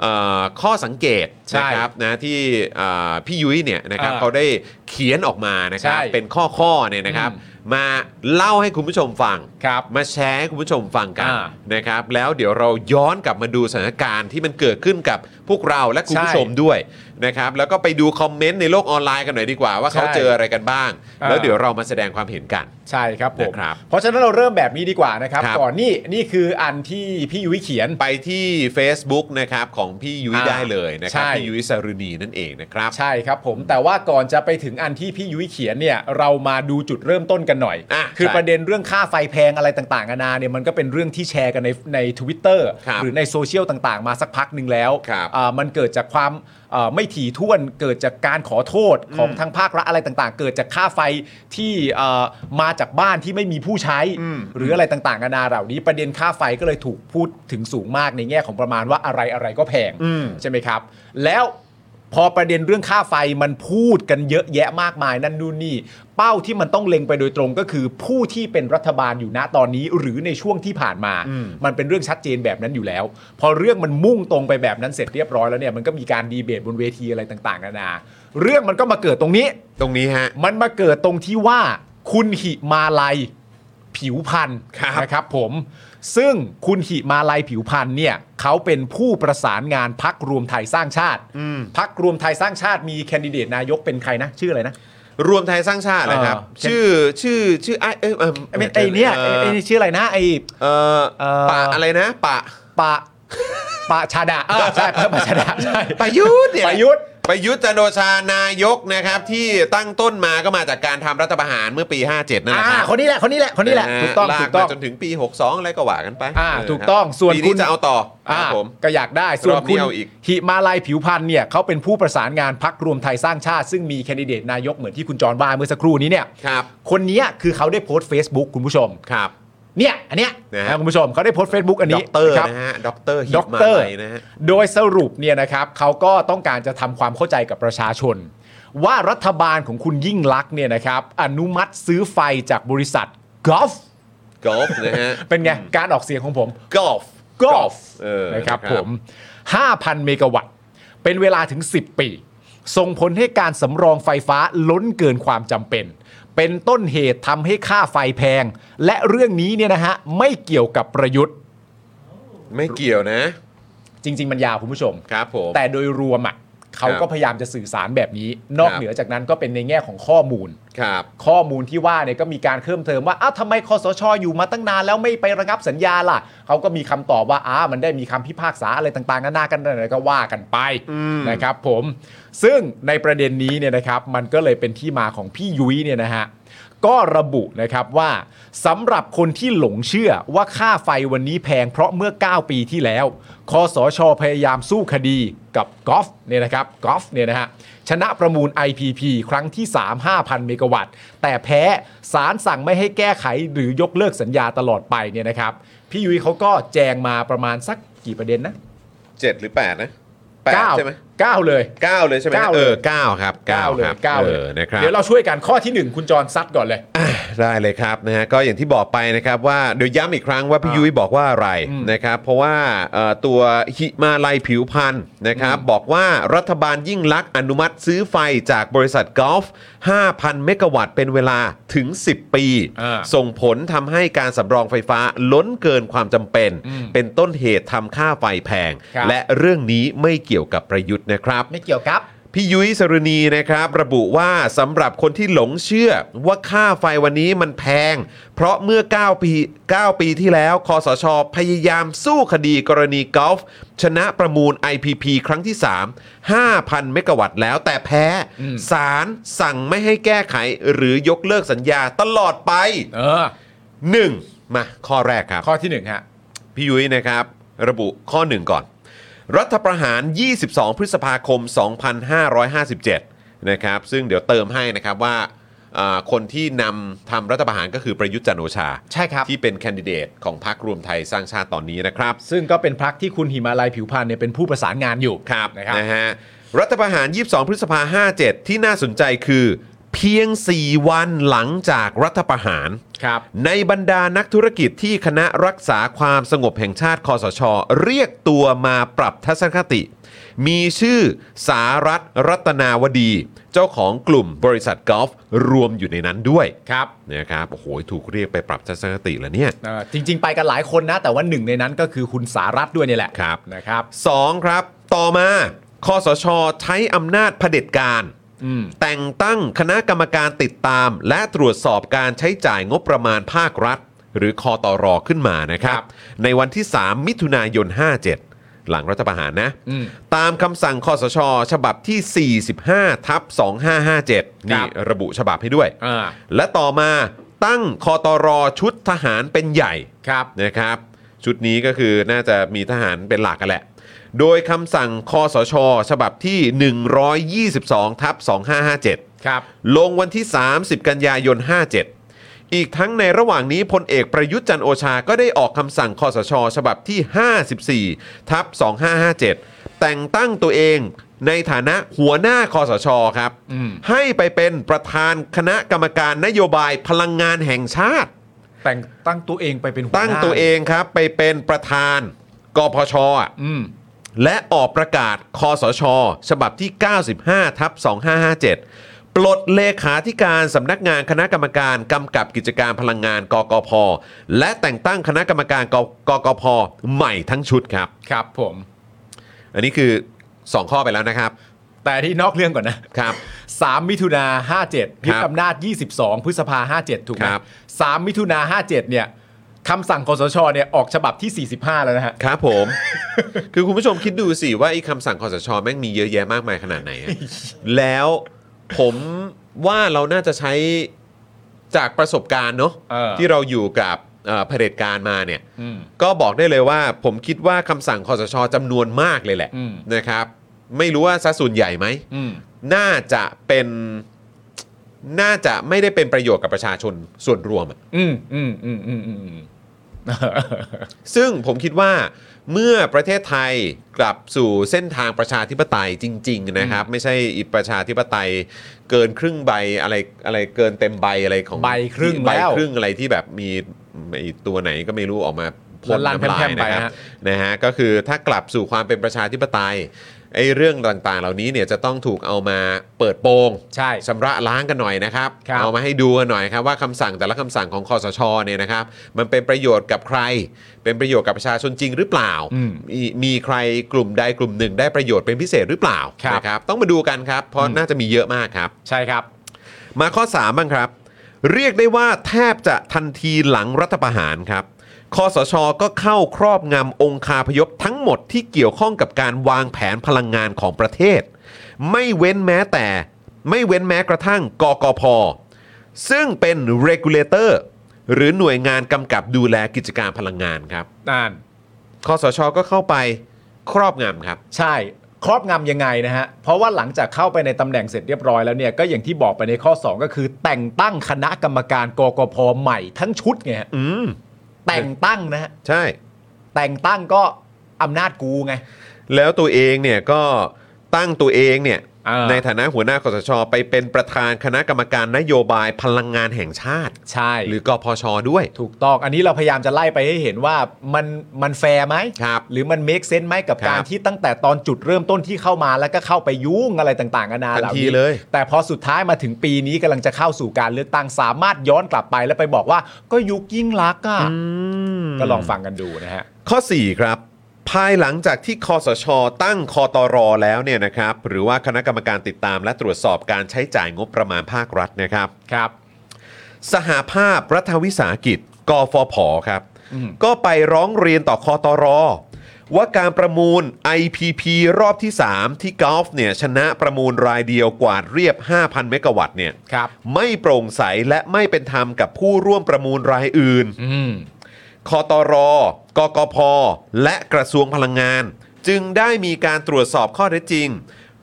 Speaker 1: เอ่อข้อสังเกต
Speaker 2: ใช่
Speaker 1: นะครับนะที่เอ่อพี่ยุ้ยเนี่ยนะครับ
Speaker 2: เออ
Speaker 1: เขาได้เขียนออกมานะครับ
Speaker 2: ใช่
Speaker 1: เป็นข้อข้อๆเนี่ยนะครับ
Speaker 2: อืม
Speaker 1: มาเล่าให้คุณผู้ชมฟัง
Speaker 2: ครับ
Speaker 1: มาแชร์ให้คุณผู้ชมฟังกัน
Speaker 2: อ่า
Speaker 1: นะครับ แล้วเดี๋ยวเราย้อนกลับมาดูสถานการณ์ที่มันเกิดขึ้นกับพวกเราและคุณผู้ชมด้วยนะครับ แล้วก็ไปดูคอมเมนต์ในโลกออนไลน์กันหน่อยดีกว่า ว่าเขา
Speaker 2: ใช่
Speaker 1: เจออะไรกันบ้าง
Speaker 2: อ่า
Speaker 1: แล้วเดี๋ยวเรามาแสดงความเห็นกัน
Speaker 2: ใช่ครับผม
Speaker 1: นะครับ
Speaker 2: เพราะฉะนั้นเราเริ่มแบบนี้ดีกว่านะครับ
Speaker 1: ครับ
Speaker 2: ก่อนนี่นี่คืออันที่พี่ยุ้ยเขียน
Speaker 1: ไปที่ Facebook นะครับของพี่ยุ้ย
Speaker 2: อ่า
Speaker 1: ได้เลยนะครับ
Speaker 2: ใช่
Speaker 1: พี่ยุ้ยสรุณีนั่นเองนะครับ
Speaker 2: ใช่ครับผมแต่ว่าก่อนจะไปถึงอันที่พี่ยุ้ยเขียนเนี่ยเรามาดูจุดเริ่มต้นกันหน่อย
Speaker 1: อ่ะ
Speaker 2: คือ
Speaker 1: ใช่
Speaker 2: ประเด็นเรื่องค่าไฟแพงอะไรต่างๆนานาเนี่ยมันก็เป็นเรื่องที่แชร์กันในในทวิตเตอร์
Speaker 1: ครับ
Speaker 2: หรือในโซเชียลต่างๆ มาสักพักหนึ่งแล้ว
Speaker 1: ครับ
Speaker 2: อ่ามันเกิดจากความเอ่อไม่ถี่ถ้วนเกิดจากการขอโทษของทางภาครัฐอะไรต่างๆ เกิดจากค่าไฟที่เอ่อมาจากบ้านที่ไม่มีผู้ใช้
Speaker 1: อืม
Speaker 2: หรืออะไรต่างๆนานาเหล่านี้ประเด็นค่าไฟก็เลยถูกพูดถึงสูงมากในแง่ของประมาณว่าอะไรอะไรๆก็แพง
Speaker 1: อืม
Speaker 2: ใช่ไหมครับ แล้วพอประเด็นเรื่องค่าไฟมันพูดกันเยอะแยะมากมายนั่นนู่นนี่ เป้าที่มันต้องเล็งไปโดยตรงก็คือผู้ที่เป็นรัฐบาลอยู่ณตอนนี้หรือในช่วงที่ผ่านมา มันเป็นเรื่องชัดเจนแบบนั้นอยู่แล้ว พอเรื่องมันมุ่งตรงไปแบบนั้นเสร็จเรียบร้อยแล้วเนี่ยมันก็มีการดีเบตบนเวทีอะไรต่างๆนานาเรื่องมันก็มาเกิดตรงนี้
Speaker 1: ตรงนี้ฮะ
Speaker 2: มันมาเกิดตรงที่ว่าคุณหิมาลัยผิวพันธ์
Speaker 1: ครับ
Speaker 2: นะครับผมซึ่งคุณหิมาลัยผิวพันธ์เนี่ยเขาเป็นผู้ประสานงานพักรวมไทยสร้างชาติพักรวมไทยสร้างชาติมีแคนดิเดตนายกเป็นใครนะ ชื่ออะไรนะ
Speaker 1: รวมไทยสร้างชาติเลยครับ
Speaker 2: เออ
Speaker 1: ชื่อชื่อชื่อไอ้เอยเอิ่ม
Speaker 2: ไอ้ไอ้เนี่ยไอ้ไอ้ชื่ออะไรนะไอ้
Speaker 1: เออ
Speaker 2: เอ่อ
Speaker 1: ปะอะไรนะ ปะ
Speaker 2: ปะปะชาดาเออใช่ปะชาดาใช่
Speaker 1: ปะยุทธ์เนี่ย
Speaker 2: ประยุทธ์
Speaker 1: ประยุทธ์จันทร์โอชานายกนะครับ ที่ตั้งต้นมาก็มาจากการทำรัฐประหารเมื่อปี 57 นั่นแหละค
Speaker 2: อ่า
Speaker 1: รับ
Speaker 2: คนนี้แหละคนนี้แหละคนนี้แหละ
Speaker 1: ฮ
Speaker 2: ถูกต้อง
Speaker 1: ลา
Speaker 2: ถู
Speaker 1: ก
Speaker 2: กต้อ
Speaker 1: มาง จนถึงปี 62 อะไรก็ว่ากันไป
Speaker 2: อ่า
Speaker 1: เครับ
Speaker 2: ถูกต้องส่วน
Speaker 1: ปี
Speaker 2: คุ
Speaker 1: นี้
Speaker 2: ณ
Speaker 1: จะเอาต่อค
Speaker 2: อ่า
Speaker 1: รับผม
Speaker 2: ก็อยากได้ส่วน
Speaker 1: รอบนี้
Speaker 2: คุณ
Speaker 1: เอาอีก
Speaker 2: หิมาลัยผิวพันธ์เนี่ยเขาเป็นผู้ประสานงานพักรวมไทยสร้างชาติ ซึ่งมีแคนดิเดตนายกเหมือนที่คุณจรว่าเมื่อสักครู่นี้เนี่ย
Speaker 1: ครับ
Speaker 2: คนเนี้ยคือเขาได้โพสต์ Facebook คุณผู้ชม
Speaker 1: ครับ
Speaker 2: เนี่ยอันเนี้ย
Speaker 1: นะฮะ
Speaker 2: นะคุณผู้ชมเขาได้โพสต์ Facebook อัน
Speaker 1: ด็
Speaker 2: นี้
Speaker 1: อกเตอร์
Speaker 2: ครับ
Speaker 1: นะฮะด็อกเตอร์ฮิ
Speaker 2: ด็
Speaker 1: ป
Speaker 2: อก
Speaker 1: มา
Speaker 2: เตอร์
Speaker 1: ไลยนะฮะ
Speaker 2: โดยสรุปเนี่ยนะครับเขาก็ต้องการจะทำความเข้าใจกับประชาชน ว่ารัฐบาลของคุณยิ่งลักษณ์เนี่ยนะครับอนุมัติซื้อไฟจากบริษัทกอล์ฟ
Speaker 1: กอล์ฟนะฮะ
Speaker 2: เป็นไง การออกเสียงของผม
Speaker 1: กอล์ฟ
Speaker 2: กอล์ฟ
Speaker 1: เออ
Speaker 2: นะครับ
Speaker 1: นะครับ
Speaker 2: ผม 5,000 เมกะวัตต์ เป็นเวลาถึง 10 ปี ส่งผลให้การสำรองไฟฟ้าล้นเกินความจำเป็น เป็นต้นเหตุทำให้ค่าไฟแพง และเรื่องนี้เนี่ยนะฮะ ไม่เกี่ยวกับประยุทธ์
Speaker 1: ไม่เกี่ยวนะ
Speaker 2: จริง ๆ มันยาวคุณผู้ชม
Speaker 1: ครับผม
Speaker 2: แต่โดยรวมอ่ะเขา
Speaker 1: ครับ
Speaker 2: ก็พยายามจะสื่อสารแบบนี้ นอก
Speaker 1: ครับ
Speaker 2: เหนือจากนั้นก็เป็นในแง่ของข้อมูล
Speaker 1: ครับ
Speaker 2: ข้อมูลที่ว่าเนี่ยก็มีการเพิ่มเติมว่าอ้าวทำไมคอสชอยู่มาตั้งนานแล้วไม่ไประงับสัญญาล่ะเขาก็มีคำตอบว่าอ้ามันได้มีคำพิพากษาอะไรต่างๆนานากันอะไรก็ว่ากันไปนะครับผมซึ่งในประเด็นนี้เนี่ยนะครับมันก็เลยเป็นที่มาของพี่ยุ้ยเนี่ยนะฮะก็ระบุนะครับว่าสำหรับคนที่หลงเชื่อว่าค่าไฟวันนี้แพงเพราะเมื่อ 9 ปีที่แล้วคอสชพยายามสู้คดีกับกอล์ฟเนี่ยนะครับกอล์ฟเนี่ยนะฮะ ชนะประมูล IPP ครั้งที่ 3 5,000 เมกะวัตต์ แต่แพ้ศาลสั่งไม่ให้แก้ไขหรือยกเลิกสัญญาตลอดไปเนี่ยนะครับ พี่ยุ้ยเขาก็แจงมาประมาณสักกี่ประเด็นนะ
Speaker 1: 7 หรือ 8 นะแปด
Speaker 2: เก้า
Speaker 1: ใช่ไหม
Speaker 2: เก้าเลย
Speaker 1: เก้าเลยใช่ไหม
Speaker 2: เก้าเลย
Speaker 1: เออเก้าครับเก้า
Speaker 2: เลย
Speaker 1: ครับ
Speaker 2: เก้าเล
Speaker 1: อย อนะครับ
Speaker 2: เดี๋ยวเราช่วยกันข้อทีหนึ่1 คุณจรซัดก่อนเลย
Speaker 1: ได้เลยครับนะฮะก็อย่างที่บอกไปนะครับว่าเดี๋ยวย้ำอีกครั้งว่าพี่ยุ้ยบอกว่าอะไรนะครับเพราะว่าเอ่อตัวหิมาลัยผิวพันธ์นะครับบอกว่ารัฐบาลยิ่งลักษณ์อนุมัติซื้อไฟจากบริษัทกอล์ฟ5,000 เมกะวัตต์เป็นเวลาถึง 10 ปี
Speaker 2: อ่า
Speaker 1: ส่งผลทำให้การสำรองไฟฟ้าล้นเกินความจำเป็น เป็นต้นเหตุทำค่าไฟแพง
Speaker 2: ครับ
Speaker 1: และเรื่องนี้ไม่เกี่ยวกับประยุทธ์นะครับ
Speaker 2: ไม่เกี่ยวกับ
Speaker 1: พี่ยุ้ยสรุณีนะครับ ระบุว่าสำหรับคนที่หลงเชื่อว่าค่าไฟวันนี้มันแพง เพราะเมื่อ 9 ปี 9 ปีที่แล้วคอสช พยายามสู้คดีกรณีกอล์ฟชนะประมูล IPP ครั้งที่ 3 5,000 เมกะวัตต์แล้วแต่แพ้ศาลสั่งไม่ให้แก้ไขหรือยกเลิกสัญญาตลอดไป
Speaker 2: เออ
Speaker 1: 1. มาข้อแรกครับ
Speaker 2: ข้อที่1ฮะ
Speaker 1: พี่ยุ้ยนะครับ ระบุข้อหนึ่งก่อน รัฐประหาร 22 พฤษภาคม 2557 นะครับ ซึ่งเดี๋ยวเติมให้นะครับว่าอ่าคนที่นำทำรัฐประหารก็คือประยุทธ์จันทร์โอชา
Speaker 2: ใช่ครับ
Speaker 1: ที่เป็นแคนดิเดตของพรรครวมไทยสร้างชาติตอนนี้นะครับ
Speaker 2: ซึ่งก็เป็นพักที่คุณหิมาลัยผิวพันธ์เนี่ยเป็นผู้ประสานงานอยู่
Speaker 1: ครับ
Speaker 2: นะครับ
Speaker 1: นะฮะรัฐประหาร 22 พฤษภา 57 ที่น่าสนใจคือ เพียง 4 วันหลังจากรัฐประหาร
Speaker 2: ครับ
Speaker 1: ในบรรดานักธุรกิจที่คณะรักษาความสงบแห่งชาติคอสช เรียกตัวมาปรับทัศนคติ มีชื่อสารัตน์รัตนาวดี เจ้าของกลุ่มบริษัทกอล์ฟรวมอยู่ในนั้นด้วย
Speaker 2: ครับ
Speaker 1: นะครับโอ้โหถูกเรียกไปปรับทัศนคติแล้วเนี่ย
Speaker 2: เอ่อจริง ๆ ไปกันหลายคนนะ แต่ว่าหนึ่งในนั้นก็คือคุณสารัตน์ด้วยเนี่ยแหละ
Speaker 1: ครับ
Speaker 2: นะครับ
Speaker 1: สองครับ ต่อมาคอสช ใช้อำนาจเผด็จการ
Speaker 2: อืม
Speaker 1: แต่งตั้งคณะกรรมการติดตาม และตรวจสอบการใช้จ่ายงบประมาณภาครัฐ หรือคอตอรอขึ้นมานะครับ
Speaker 2: ครับ
Speaker 1: ในวันที่ 3 มิถุนายน 57 หลังรัฐประหารนะ
Speaker 2: อืม
Speaker 1: ตามคำสั่งคอสช ฉบับที่ 45 ทับ 2557
Speaker 2: ครั
Speaker 1: นี่
Speaker 2: บ
Speaker 1: ระบุฉบับให้ด้วย
Speaker 2: อ่า
Speaker 1: และต่อมาตั้งคอตอรอชุดทหารเป็นใหญ่
Speaker 2: ครับ
Speaker 1: นะครับชุดนี้ก็คือน่าจะมีทหารเป็นหลักกันแหละ โดยคำสั่งคอสช ฉบับที่ 122ทับ2557
Speaker 2: ครับ
Speaker 1: ลงวันที่ 30 กันยายน 57 อีกทั้งในระหว่างนี้พลเอกประยุทธ์จันทร์โอชา ก็ได้ออกคำสั่งคอสช ฉบับที่ 54ทับ2557 แต่งตั้งตัวเองในฐานะหัวหน้าคอสช ครับ
Speaker 2: อืม
Speaker 1: ให้ไปเป็นประธานคณะกรรมการนโยบายพลังงานแห่งชาติ
Speaker 2: แต่งตั้งตัวเองไปเป็นหัวหน้า
Speaker 1: ตั้งตัวเองครับไปเป็นประธานกพชอ่ะ
Speaker 2: อืม
Speaker 1: และออกประกาศคอสช ฉบับที่ 95ทับ2557 ปลดเลขาธิการสำนักงานคณะกรรมการกำกับกิจการพลังงานกกพ และแต่งตั้งคณะกรรมการกกกพ ใหม่ทั้งชุดครับ
Speaker 2: ครับผม
Speaker 1: อันนี้คือ 2 ข้อไปแล้วนะครับ
Speaker 2: แต่ที่นอกเรื่องก่อนนะ
Speaker 1: ครับ
Speaker 2: 3 มิถุนา57ยึดอำนาจ 22 พฤษภา57 ถูกไหม
Speaker 1: ครับ
Speaker 2: 3มิถุนา57 เนี่ย คำสั่งคสชเนี่ยออกฉบับที่ 45 แล้วนะฮะ
Speaker 1: ครับผม คือคุณผู้ชมคิดดูสิว่าไอ้คำสั่งคอสชแม่งมีเยอะแยะมากมายขนาดไหนอะ แล้วผมว่าเราน่าจะใช้จากประสบการณ์เนอะ
Speaker 2: เออ
Speaker 1: ที่เราอยู่กับเอ่อเผด็จการมาเนี่ย
Speaker 2: อืม
Speaker 1: ก็บอกได้เลยว่าผมคิดว่าคำสั่งคอสชจำนวนมากเลยแหละ
Speaker 2: อืม
Speaker 1: นะครับ ไม่รู้ว่าสัดส่วนใหญ่ไหม
Speaker 2: อืม
Speaker 1: น่าจะเป็นน่าจะไม่ได้เป็นประโยชน์กับประชาชนส่วนรวมอะ
Speaker 2: อืมอืมอืมอืมอืมอืม
Speaker 1: ซึ่งผมคิดว่าเมื่อประเทศไทยกลับสู่เส้นทางประชาธิปไตยจริง ๆ นะครับ ไม่ใช่อีประชาธิปไตยเกินครึ่งใบอะไรอะไรเกินเต็มใบอะไรของ
Speaker 2: ใบครึ่ง
Speaker 1: ใบ
Speaker 2: แล้ว
Speaker 1: ครึ่งอะไรที่แบบมีไอ้ตัวไหนก็ไม่รู้ออกมาพ่น
Speaker 2: ลั่นๆ
Speaker 1: น้ำลา
Speaker 2: แพร่
Speaker 1: ย
Speaker 2: มๆไป
Speaker 1: นะครับ
Speaker 2: ฮะ
Speaker 1: นะฮะก็คือถ้ากลับสู่ความเป็นประชาธิปไตยไอ้เรื่องต่างๆ เหล่านี้เนี่ยจะต้องถูกเอามาเปิดโปง
Speaker 2: ใช่
Speaker 1: ชำระล้างกันหน่อยนะครับ
Speaker 2: ครับ
Speaker 1: เอามาให้ดูกันหน่อยครับว่าคำสั่งแต่ละคำสั่งของคอสชเนี่ยนะครับ มันเป็นประโยชน์กับใคร เป็นประโยชน์กับประชาชนจริงหรือเปล่า มีมีใครกลุ่มใดกลุ่มหนึ่งได้ประโยชน์เป็นพิเศษหรือเปล่า
Speaker 2: ครับ
Speaker 1: นะครับ ต้องมาดูกันครับ เพราะ
Speaker 2: อืม
Speaker 1: น่าจะมีเยอะมากครับ
Speaker 2: ใช่ครับ
Speaker 1: มาข้อ 3 บ้างครับ เรียกได้ว่าแทบจะทันทีหลังรัฐประหารครับคอสชก็เข้าครอบงำองคาพยพทั้งหมดที่เกี่ยวข้องกับการวางแผนพลังงานของประเทศ ไม่เว้นแม้แต่ ไม่เว้นแม้กระทั่งกกพ ซึ่งเป็น regulator หรือหน่วยงานกำกับดูแลกิจการพลังงานครับ
Speaker 2: อ่าน
Speaker 1: คอสชก็เข้าไปครอบงำครับ
Speaker 2: ใช่ ครอบงำยังไงนะฮะ เพราะว่าหลังจากเข้าไปในตำแหน่งเสร็จเรียบร้อยแล้วเนี่ย ก็อย่างที่บอกไปในข้อ 2 ก็คือ แต่งตั้งคณะกรรมการกกพใหม่ทั้งชุดไงฮะ
Speaker 1: อืม
Speaker 2: แต่งตั้งนะฮะ
Speaker 1: ใช่
Speaker 2: แต่งตั้งก็อำนาจกูไง
Speaker 1: แล้วตัวเองเนี่ยก็ตั้งตัวเองเนี่ย
Speaker 2: อ่า
Speaker 1: ในฐานะหัวหน้าคอสช ไปเป็นประธานคณะกรรมการนโยบายพลังงานแห่งชาติ
Speaker 2: ใช่
Speaker 1: หรือกพชด้วย
Speaker 2: ถูกต้อง อันนี้เราพยายามจะไล่ไปให้เห็นว่ามันมันแฟร์ไหม
Speaker 1: ครับ
Speaker 2: หรือมันเมคเซน s ์ไหมกับ
Speaker 1: ครับ
Speaker 2: การที่ตั้งแต่ตอนจุดเริ่มต้นที่เข้ามาแล้วก็เข้าไปยุ่งอะไรต่างๆนานา
Speaker 1: ทัน
Speaker 2: เหล่า
Speaker 1: ที
Speaker 2: นี้
Speaker 1: เลย
Speaker 2: แต่พอสุดท้ายมาถึงปีนี้กำลังจะเข้าสู่การเลือกตั้งสามารถย้อนกลับไปแล้วไปบอกว่า ก็ยุคยิ่งรักษณ์อ่ะ
Speaker 1: ม
Speaker 2: ก็ลองฟังกันดูนะฮะ
Speaker 1: ข้อ 4 ครับ ภายหลังจากที่คอสช ตั้งคอตรอแล้วเนี่ยนะครับ หรือว่าคณะกรรมการติดตามและตรวจสอบการใช้จ่ายงบประมาณภาครัฐนะครับ
Speaker 2: ครับ
Speaker 1: สหภาพรัฐวิสาหกิจกฟผครับ
Speaker 2: อืม
Speaker 1: ก็ไปร้องเรียนต่อคอตร ว่าการประมูล IPP รอบที่ 3 ที่กอล์ฟเนี่ยชนะประมูลรายเดียวกวาดเรียบ 5,000 เมกะวัตต์เนี่ย
Speaker 2: ครับ
Speaker 1: ไม่โปร่งใสและไม่เป็นธรรมกับผู้ร่วมประมูลรายอื่น
Speaker 2: อืม
Speaker 1: คอตร กกพ และกระทรวงพลังงาน จึงได้มีการตรวจสอบข้อเท็จจริง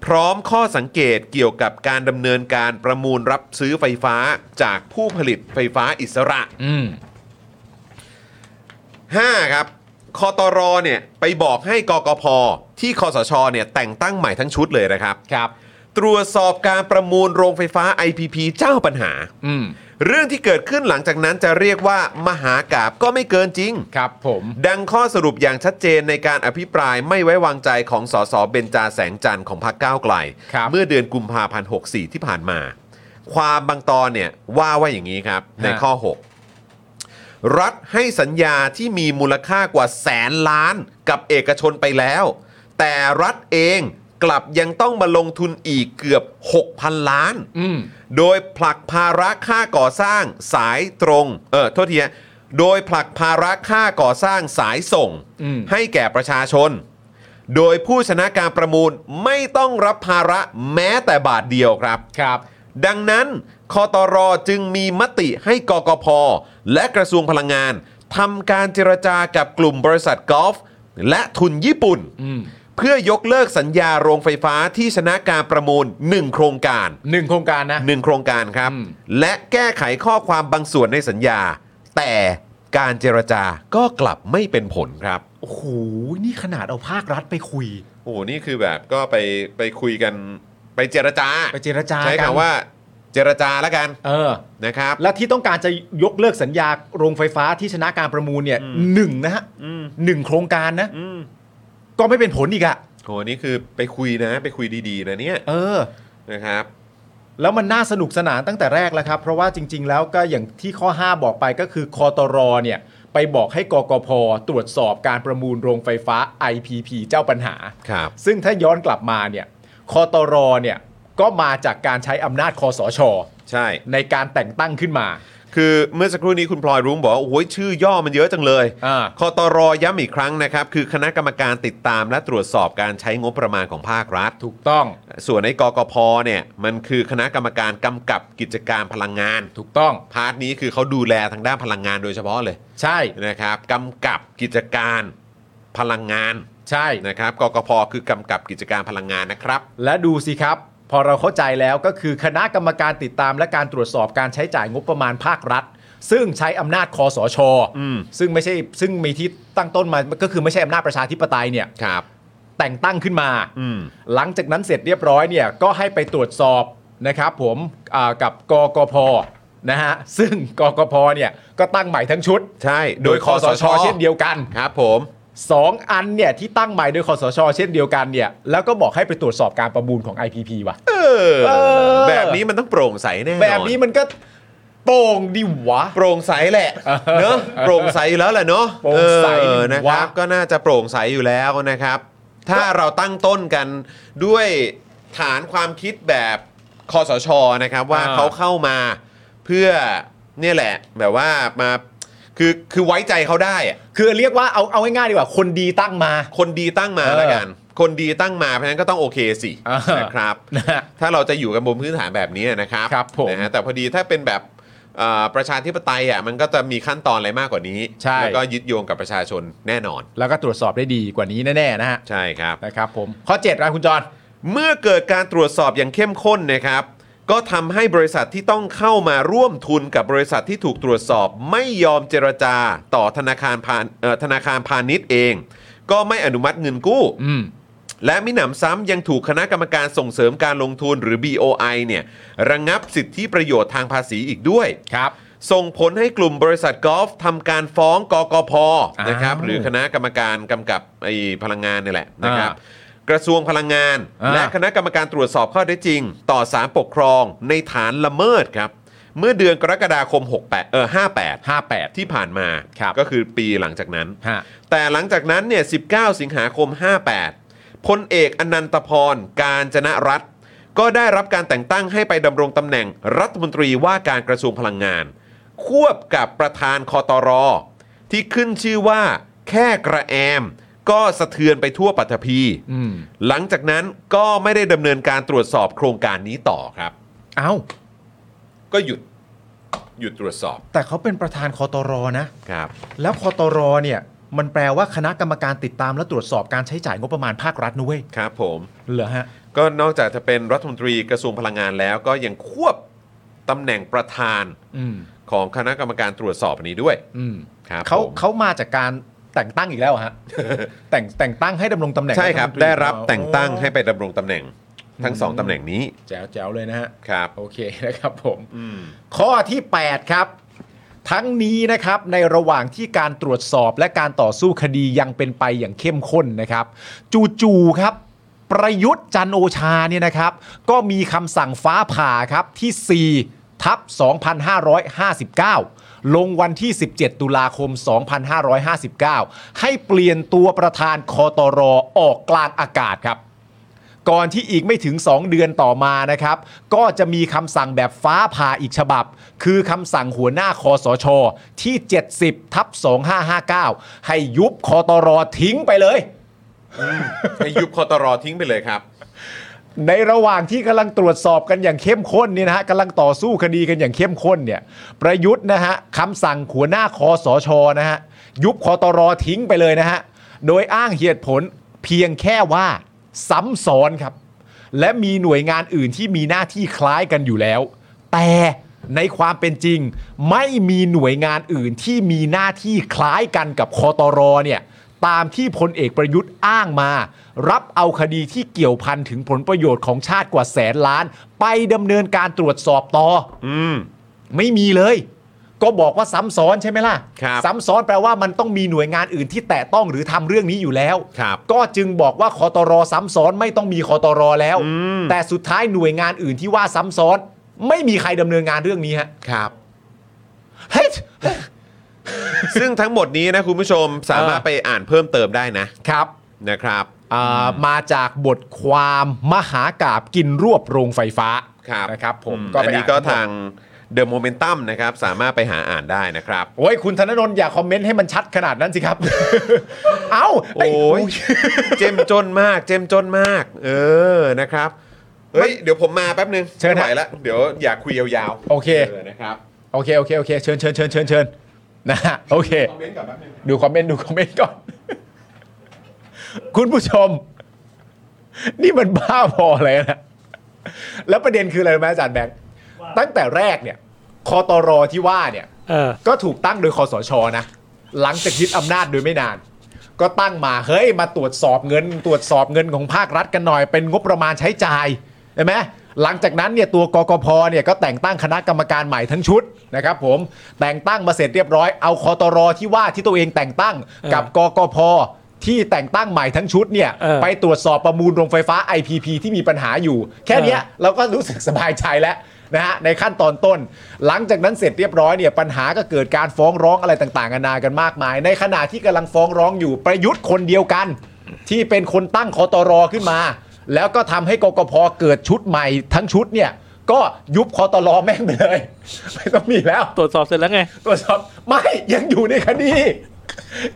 Speaker 1: พร้อมข้อสังเกตเกี่ยวกับการดำเนินการประมูลรับซื้อไฟฟ้าจากผู้ผลิตไฟฟ้าอิสระ
Speaker 2: อืม
Speaker 1: 5 ครับ คอตรเนี่ยไปบอกให้กกพ ที่คอสชเนี่ยแต่งตั้งใหม่ทั้งชุดเลยนะครับ
Speaker 2: ครับ
Speaker 1: ตรวจสอบการประมูลโรงไฟฟ้า IPP เจ้าปัญหา
Speaker 2: อืม
Speaker 1: เรื่องที่เกิดขึ้นหลังจากนั้นจะเรียกว่ามหากาบก็ไม่เกินจริง
Speaker 2: ครับผม
Speaker 1: ดังข้อสรุปอย่างชัดเจนในการอภิปรายไม่ไว้วางใจของสสเบญจาแสงจันทร์ของพรรคก้าวไกล
Speaker 2: ครับ
Speaker 1: เมื่อเดือนกุมภาพันธ์64 ที่ผ่านมา ความบางตอนเนี่ยว่าว่าอย่างนี้ครับ ในข้อ 6 รัฐให้สัญญาที่มีมูลค่ากว่าแสนล้านกับเอกชนไปแล้ว แต่รัฐเองกลับยังต้องมาลงทุนอีกเกือบ 6,000 ล้าน
Speaker 2: อืม
Speaker 1: โดยผลักภาระค่าก่อสร้างสายตรง เออโทษทีฮะโดยผลักภาระค่าก่อสร้างสายส่ง
Speaker 2: อืม
Speaker 1: ให้แก่ประชาชน โดยผู้ชนะการประมูลไม่ต้องรับภาระแม้แต่บาทเดียวครับ
Speaker 2: ครับ
Speaker 1: ดังนั้นคอตรจึงมีมติให้กกพ และกระทรวงพลังงานทำการเจรจากับกลุ่มบริษัทกอล์ฟและทุนญี่ปุ่น
Speaker 2: อืม
Speaker 1: เพื่อยกเลิกสัญญาโรงไฟฟ้าที่ชนะการประมูล 1 โครงการ
Speaker 2: หนึ่งโครงการนะ
Speaker 1: หนึ่งโครงการครับ
Speaker 2: อืม
Speaker 1: และแก้ไขข้อความบางส่วนในสัญญา แต่การเจรจาก็กลับไม่เป็นผลครับ
Speaker 2: โอ้โห นี่ขนาดเอาภาครัฐไปคุย
Speaker 1: โอ้โหนี่คือแบบก็ไปไปคุยกันไปเจรจา
Speaker 2: ไปเจรจา
Speaker 1: ใช้
Speaker 2: กัน
Speaker 1: คำว่าเจรจาแล้วกัน
Speaker 2: เออ
Speaker 1: นะครับ
Speaker 2: และที่ต้องการจะยกเลิกสัญญาโรงไฟฟ้าที่ชนะการประมูลเนี่ยหนึ่งนะฮะ
Speaker 1: อืม
Speaker 2: หนึ่งโครงการนะ
Speaker 1: อืม
Speaker 2: ก็ไม่เป็นผลอีกอะ
Speaker 1: โหนี่คือไปคุยนะไปคุยดีๆนะเนี่ย
Speaker 2: เออ
Speaker 1: นะครับ
Speaker 2: แล้วมันน่าสนุกสนานตั้งแต่แรกแล้วครับ เพราะว่าจริง ๆ แล้วก็อย่างที่ข้อ 5 บอกไปก็คือคอตรเนี่ยไปบอกให้กกพตรวจสอบการประมูลโรงไฟฟ้า IPP เจ้าปัญหา
Speaker 1: ครับ
Speaker 2: ซึ่งถ้าย้อนกลับมาเนี่ยคอตรเนี่ยก็มาจากการใช้อำนาจคอสช
Speaker 1: ใช่
Speaker 2: ในการแต่งตั้งขึ้นมา
Speaker 1: คือเมื่อสักครู่นี้คุณพลอยรุ้งบอกว่าโอ้ยชื่อย่อมันเยอะจังเลย
Speaker 2: อ่า
Speaker 1: คอตรย้ำอีกครั้งนะครับ คือคณะกรรมการติดตามและตรวจสอบการใช้งบประมาณของภาครัฐ
Speaker 2: ถูกต้อง
Speaker 1: ส่วนในกกพเนี่ยมันคือคณะกรรมการกำกับกิจการพลังงาน
Speaker 2: ถูกต้อง
Speaker 1: พาร์ทนี้คือเขาดูแลทางด้านพลังงานโดยเฉพาะเลย
Speaker 2: ใช่
Speaker 1: นะครับกำกับกิจการพลังงาน
Speaker 2: ใช่
Speaker 1: นะครับกกพคือกำกับกิจการพลังงานนะครับ
Speaker 2: และดูสิครับ พอเราเข้าใจแล้วก็คือคณะกรรมการติดตามและการตรวจสอบการใช้จ่ายงบประมาณภาครัฐ ซึ่งใช้อำนาจคอสช
Speaker 1: อืม
Speaker 2: ซึ่งไม่ใช่ซึ่งมีที่ตั้งต้นมาก็คือไม่ใช่อำนาจประชาธิปไตยเนี่ย
Speaker 1: ครับ
Speaker 2: แต่งตั้งขึ้นมา
Speaker 1: อืม
Speaker 2: หลังจากนั้นเสร็จเรียบร้อยเนี่ยก็ให้ไปตรวจสอบนะครับผมอ่ากับกกพนะฮะซึ่งกกพเนี่ยก็ตั้งใหม่ทั้งชุด
Speaker 1: ใช่
Speaker 2: โดยคอสชเช่นเดียวกัน
Speaker 1: ครับผม
Speaker 2: สองอันเนี่ยที่ตั้งใหม่โดยคอสช เช่นเดียวกันเนี่ยแล้วก็บอกให้ไปตรวจสอบการประมูลของ IPP ว่ะ
Speaker 1: เออ
Speaker 2: เออ
Speaker 1: แบบนี้มันต้องโปร่งใสแน่นอน
Speaker 2: แบบนี้มันก็โป่งดิวะ
Speaker 1: *laughs* โปร่งใสแหละเนอะโปร่งใสอยู่แล้วแหละเนอะ
Speaker 2: โปร่งใส
Speaker 1: เออนะครับ
Speaker 2: วะ
Speaker 1: ก็น่าจะโปร่งใสอยู่แล้วนะครับ ถ้าเราตั้งต้นกันด้วยฐานความคิดแบบคอสชนะครับ ว่าเขาเข้ามาเพื่อเนี่ยแหละ แบบว่ามาคือคือไว้ใจเขาได้อะ
Speaker 2: คือเรียกว่าเอาเอาง่ายๆดีกว่า คนดีตั้งมา
Speaker 1: คนดีตั้งมา
Speaker 2: เออ
Speaker 1: แล้วกัน คนดีตั้งมาเพราะฉะนั้นก็ต้องโอเคสิ
Speaker 2: อ่าน
Speaker 1: นะครับ
Speaker 2: นะฮะ
Speaker 1: ถ้าเราจะอยู่กันบนพื้นฐานแบบนี้นะครับ
Speaker 2: ครับผม
Speaker 1: นะฮะแต่พอดีถ้าเป็นแบบเอ่อประชาธิปไตยอ่ะมันก็จะมีขั้นตอนอะไรมากกว่านี้
Speaker 2: ใช่
Speaker 1: แล้วก็ยึดโยงกับประชาชนแน่นอน
Speaker 2: แล้วก็ตรวจสอบได้ดีกว่านี้แน่ๆนะฮะ
Speaker 1: ใช่ครับ
Speaker 2: นะครับผมข้อ7นะคุณจอน
Speaker 1: เมื่อเกิดการตรวจสอบอย่างเข้มข้นนะครับ ก็ทำให้บริษัทที่ต้องเข้ามาร่วมทุนกับบริษัทที่ถูกตรวจสอบ ไม่ยอมเจรจาต่อธนาคารพาเอ่อธนาคารพาณิชย์เอง ก็ไม่อนุมัติเงินกู้
Speaker 2: อืม
Speaker 1: และมิหนำซ้ำยังถูกคณะกรรมการส่งเสริมการลงทุนหรือ BOI เนี่ยระงงับสิทธิประโยชน์ทางภาษีอีกด้วย
Speaker 2: ครับ
Speaker 1: ส่งผลให้กลุ่มบริษัทกอล์ฟทำการฟ้องกกพ
Speaker 2: อ้าว
Speaker 1: นะครับหรือคณะกรรมการกำกับไอ้พลังงานนี่แหละนะครับ
Speaker 2: อ่
Speaker 1: กระทรวงพลังงาน
Speaker 2: อ่า
Speaker 1: และคณะกรรมการตรวจสอบข้อเท็จจริง ต่อสารปกครองในฐานละเมิดครับ เมื่อเดือนกรกฎาคม 68เออ58
Speaker 2: 58
Speaker 1: ที่ผ่านมา
Speaker 2: ครับ
Speaker 1: ก็คือปีหลังจากนั้น
Speaker 2: ฮะ
Speaker 1: แต่หลังจากนั้นเนี่ย 19 สิงหาคม 58 พลเอกอนันตพร การจนรัฐ ก็ได้รับการแต่งตั้งให้ไปดำรงตำแหน่งรัฐมนตรีว่าการกระทรวงพลังงาน ควบกับประธานคอตร ที่ขึ้นชื่อว่าแค่กระแอม ก็สะเทือนไปทั่วปัตภี
Speaker 2: อืม
Speaker 1: หลังจากนั้นก็ไม่ได้ดำเนินการตรวจสอบโครงการนี้ต่อครับ
Speaker 2: เอ้า
Speaker 1: ก็หยุดหยุดตรวจสอบ
Speaker 2: แต่เขาเป็นประธานคอตรนะ
Speaker 1: ครับ
Speaker 2: แล้วคอตรเนี่ย มันแปลว่าคณะกรรมการติดตามและตรวจสอบการใช้จ่ายงบประมาณภาครัฐนุ้ย
Speaker 1: ครับผม
Speaker 2: เหรอฮะ
Speaker 1: ก็นอกจากจะเป็นรัฐมนตรีกระทรวงพลังงานแล้วก็ยังควบตำแหน่งประธาน
Speaker 2: อืม
Speaker 1: ของคณะกรรมการตรวจสอบอันนี้ด้วย
Speaker 2: อืม
Speaker 1: ครับ
Speaker 2: เขา
Speaker 1: ผม
Speaker 2: เขามาจากการแต่งตั้งอีกแล้วเหรอฮะ แต่งแต่งตั้งให้ดำรงตำแหน่ง
Speaker 1: ใช่ครับ
Speaker 2: ฐมนต
Speaker 1: ได้รับแต่งตั้งให้
Speaker 2: โ
Speaker 1: ไปดำรงตำแหน่งทั้งสองตำแหน่งนี้
Speaker 2: อ้แจ๋วแจ๋วเลยนะฮะ
Speaker 1: ครับ
Speaker 2: โอเค *laughs* นะครับผม ข้อที่ 8 ครับ ทั้งนี้นะครับในระหว่างที่การตรวจสอบและการต่อสู้คดียังเป็นไปอย่างเข้มข้นนะครับ จู่ๆครับ ประยุทธ์จันทร์โอชาเนี่ยนะครับ ก็มีคำสั่งฟ้าผ่าครับที่ 4 ทับ 2559 ลงวันที่ 17 ตุลาคม 2559 ให้เปลี่ยนตัวประธานคอตรออกกลางอากาศครับ ก่อนที่อีกไม่ถึง 2 เดือนต่อมานะครับ ก็จะมีคำสั่งแบบฟ้าผ่าอีกฉบับ คือคำสั่งหัวหน้าคอสช ที่ 70 ทับ 2559 ให้ยุบคอตรทิ้งไปเลย
Speaker 1: ให้ยุบคอตรทิ้งไปเลยครับ
Speaker 2: *laughs* ในระหว่างที่กำลังตรวจสอบกันอย่างเข้มข้นเนี่ยนะฮะกำลังต่อสู้คดีกันอย่างเข้มข้นเนี่ยประยุทธ์นะฮะคำสั่งหัวหน้าคอสชนะฮะยุบคอตรทิ้งไปเลยนะฮะโดยอ้างเหตุผลเพียงแค่ว่าซ้ำซ้อนครับ และมีหน่วยงานอื่นที่มีหน้าที่คล้ายกันอยู่แล้ว แต่ในความเป็นจริง ไม่มีหน่วยงานอื่นที่มีหน้าที่คล้ายกันกับคอตรเนี่ยตามที่พลเอกประยุทธ์อ้างมา รับเอาคดีที่เกี่ยวพันถึงผลประโยชน์ของชาติกว่าแสนล้าน ไปดำเนินการตรวจสอบต่อ
Speaker 1: อืม
Speaker 2: ไม่มีเลย ก็บอกว่าซ้ำซ้อนใช่ไหมล่ะ
Speaker 1: ครับ
Speaker 2: ซ้ำซ้อนแปลว่ามันต้องมีหน่วยงานอื่นที่แตะต้องหรือทำเรื่องนี้อยู่แล้ว
Speaker 1: ครับ
Speaker 2: ก็จึงบอกว่าคอตรซ้ำซ้อนไม่ต้องมีคอตรแล้ว
Speaker 1: อืม
Speaker 2: แต่สุดท้ายหน่วยงานอื่นที่ว่าซ้ำซ้อน ไม่มีใครดำเนินงานเรื่องนี้ฮะ
Speaker 1: ครับ
Speaker 2: เฮ้ย
Speaker 1: ซึ่งทั้งหมดนี้นะคุณผู้ชมสามารถ
Speaker 2: เออ
Speaker 1: ไปอ่านเพิ่มเติมได้นะครับ นะครับ
Speaker 2: อ่ามาจากบทความมหากาบกินรวบโรงไฟฟ้า
Speaker 1: ครับ
Speaker 2: นะครับผม
Speaker 1: อื
Speaker 2: ก็
Speaker 1: อัน
Speaker 2: ไป
Speaker 1: นี้ก็ทาง The Momentum นะครับสามารถไปหาอ่านได้นะครับ
Speaker 2: โอ้ยคุณธนนนท์อย่าคอมเมนต์ให้มันชัดขนาดนั้นสิครับ เอ้าไ
Speaker 1: โอ้ย เจ้มจนมาก เจ้มจนมาก เออนะครับเฮ้ยเดี๋ยวผมมาแป๊บนึง
Speaker 2: เชิญ
Speaker 1: ไม่
Speaker 2: ฮะ
Speaker 1: ไหวละเดี๋ยวอยากคุยยาวๆ
Speaker 2: โอเค
Speaker 1: นะครับ
Speaker 2: โอเคโอเคโอเคเชิญเชิญเชิญเชิญเชิญนะฮะโอเค
Speaker 1: คอมเมนต์ก่อนแป๊บนึง
Speaker 2: ดูคอมเมนต์ดูคอมเมนต์ก่อน คุณผู้ชม นี่มันบ้าพอเลยนะ แล้วประเด็นคืออะไรรู้ไหมอาจารย์แบงค์ตั้งแต่แรกเนี่ยคอตรที่ว่าเนี่ย
Speaker 3: เออ
Speaker 2: ก็ถูกตั้งโดยคอสชนะ หลังจากยึดอำนาจโดยไม่นาน ก็ตั้งมาเฮ้ยมาตรวจสอบเงิน ตรวจสอบเงินของภาครัฐกันหน่อย เป็นงบประมาณใช้จ่ายใช่ไหมหลังจากนั้นเนี่ยตัวกกพเนี่ยก็แต่งตั้งคณะกรรมการใหม่ทั้งชุดนะครับผมแต่งตั้งมาเสร็จเรียบร้อยเอาคอตรที่ว่าที่ตัวเองแต่งตั้งกับกกพที่แต่งตั้งใหม่ทั้งชุดเนี่ย
Speaker 3: เออ
Speaker 2: ไปตรวจสอบประมูลโรงไฟฟ้า IPP ที่มีปัญหาอยู่ แค่เนี้ย เราก็รู้สึกสบายใจแล้วนะฮะในขั้นตอนต้น หลังจากนั้นเสร็จเรียบร้อยเนี่ยปัญหาก็เกิดการฟ้องร้องอะไรต่างๆนานากันมากมาย ในขณะที่กำลังฟ้องร้องอยู่ประยุทธ์คนเดียวกัน ที่เป็นคนตั้งคอตรขึ้นมา แล้วก็ทำให้กกพเกิดชุดใหม่ทั้งชุดเนี่ยก็ยุบคอตรแม่งไปเลย *laughs* ไม่ต้องมีแล้ว
Speaker 3: ตรวจสอบเสร็จแล้วไง
Speaker 2: ตรวจสอบไม่ยังอยู่ในคดี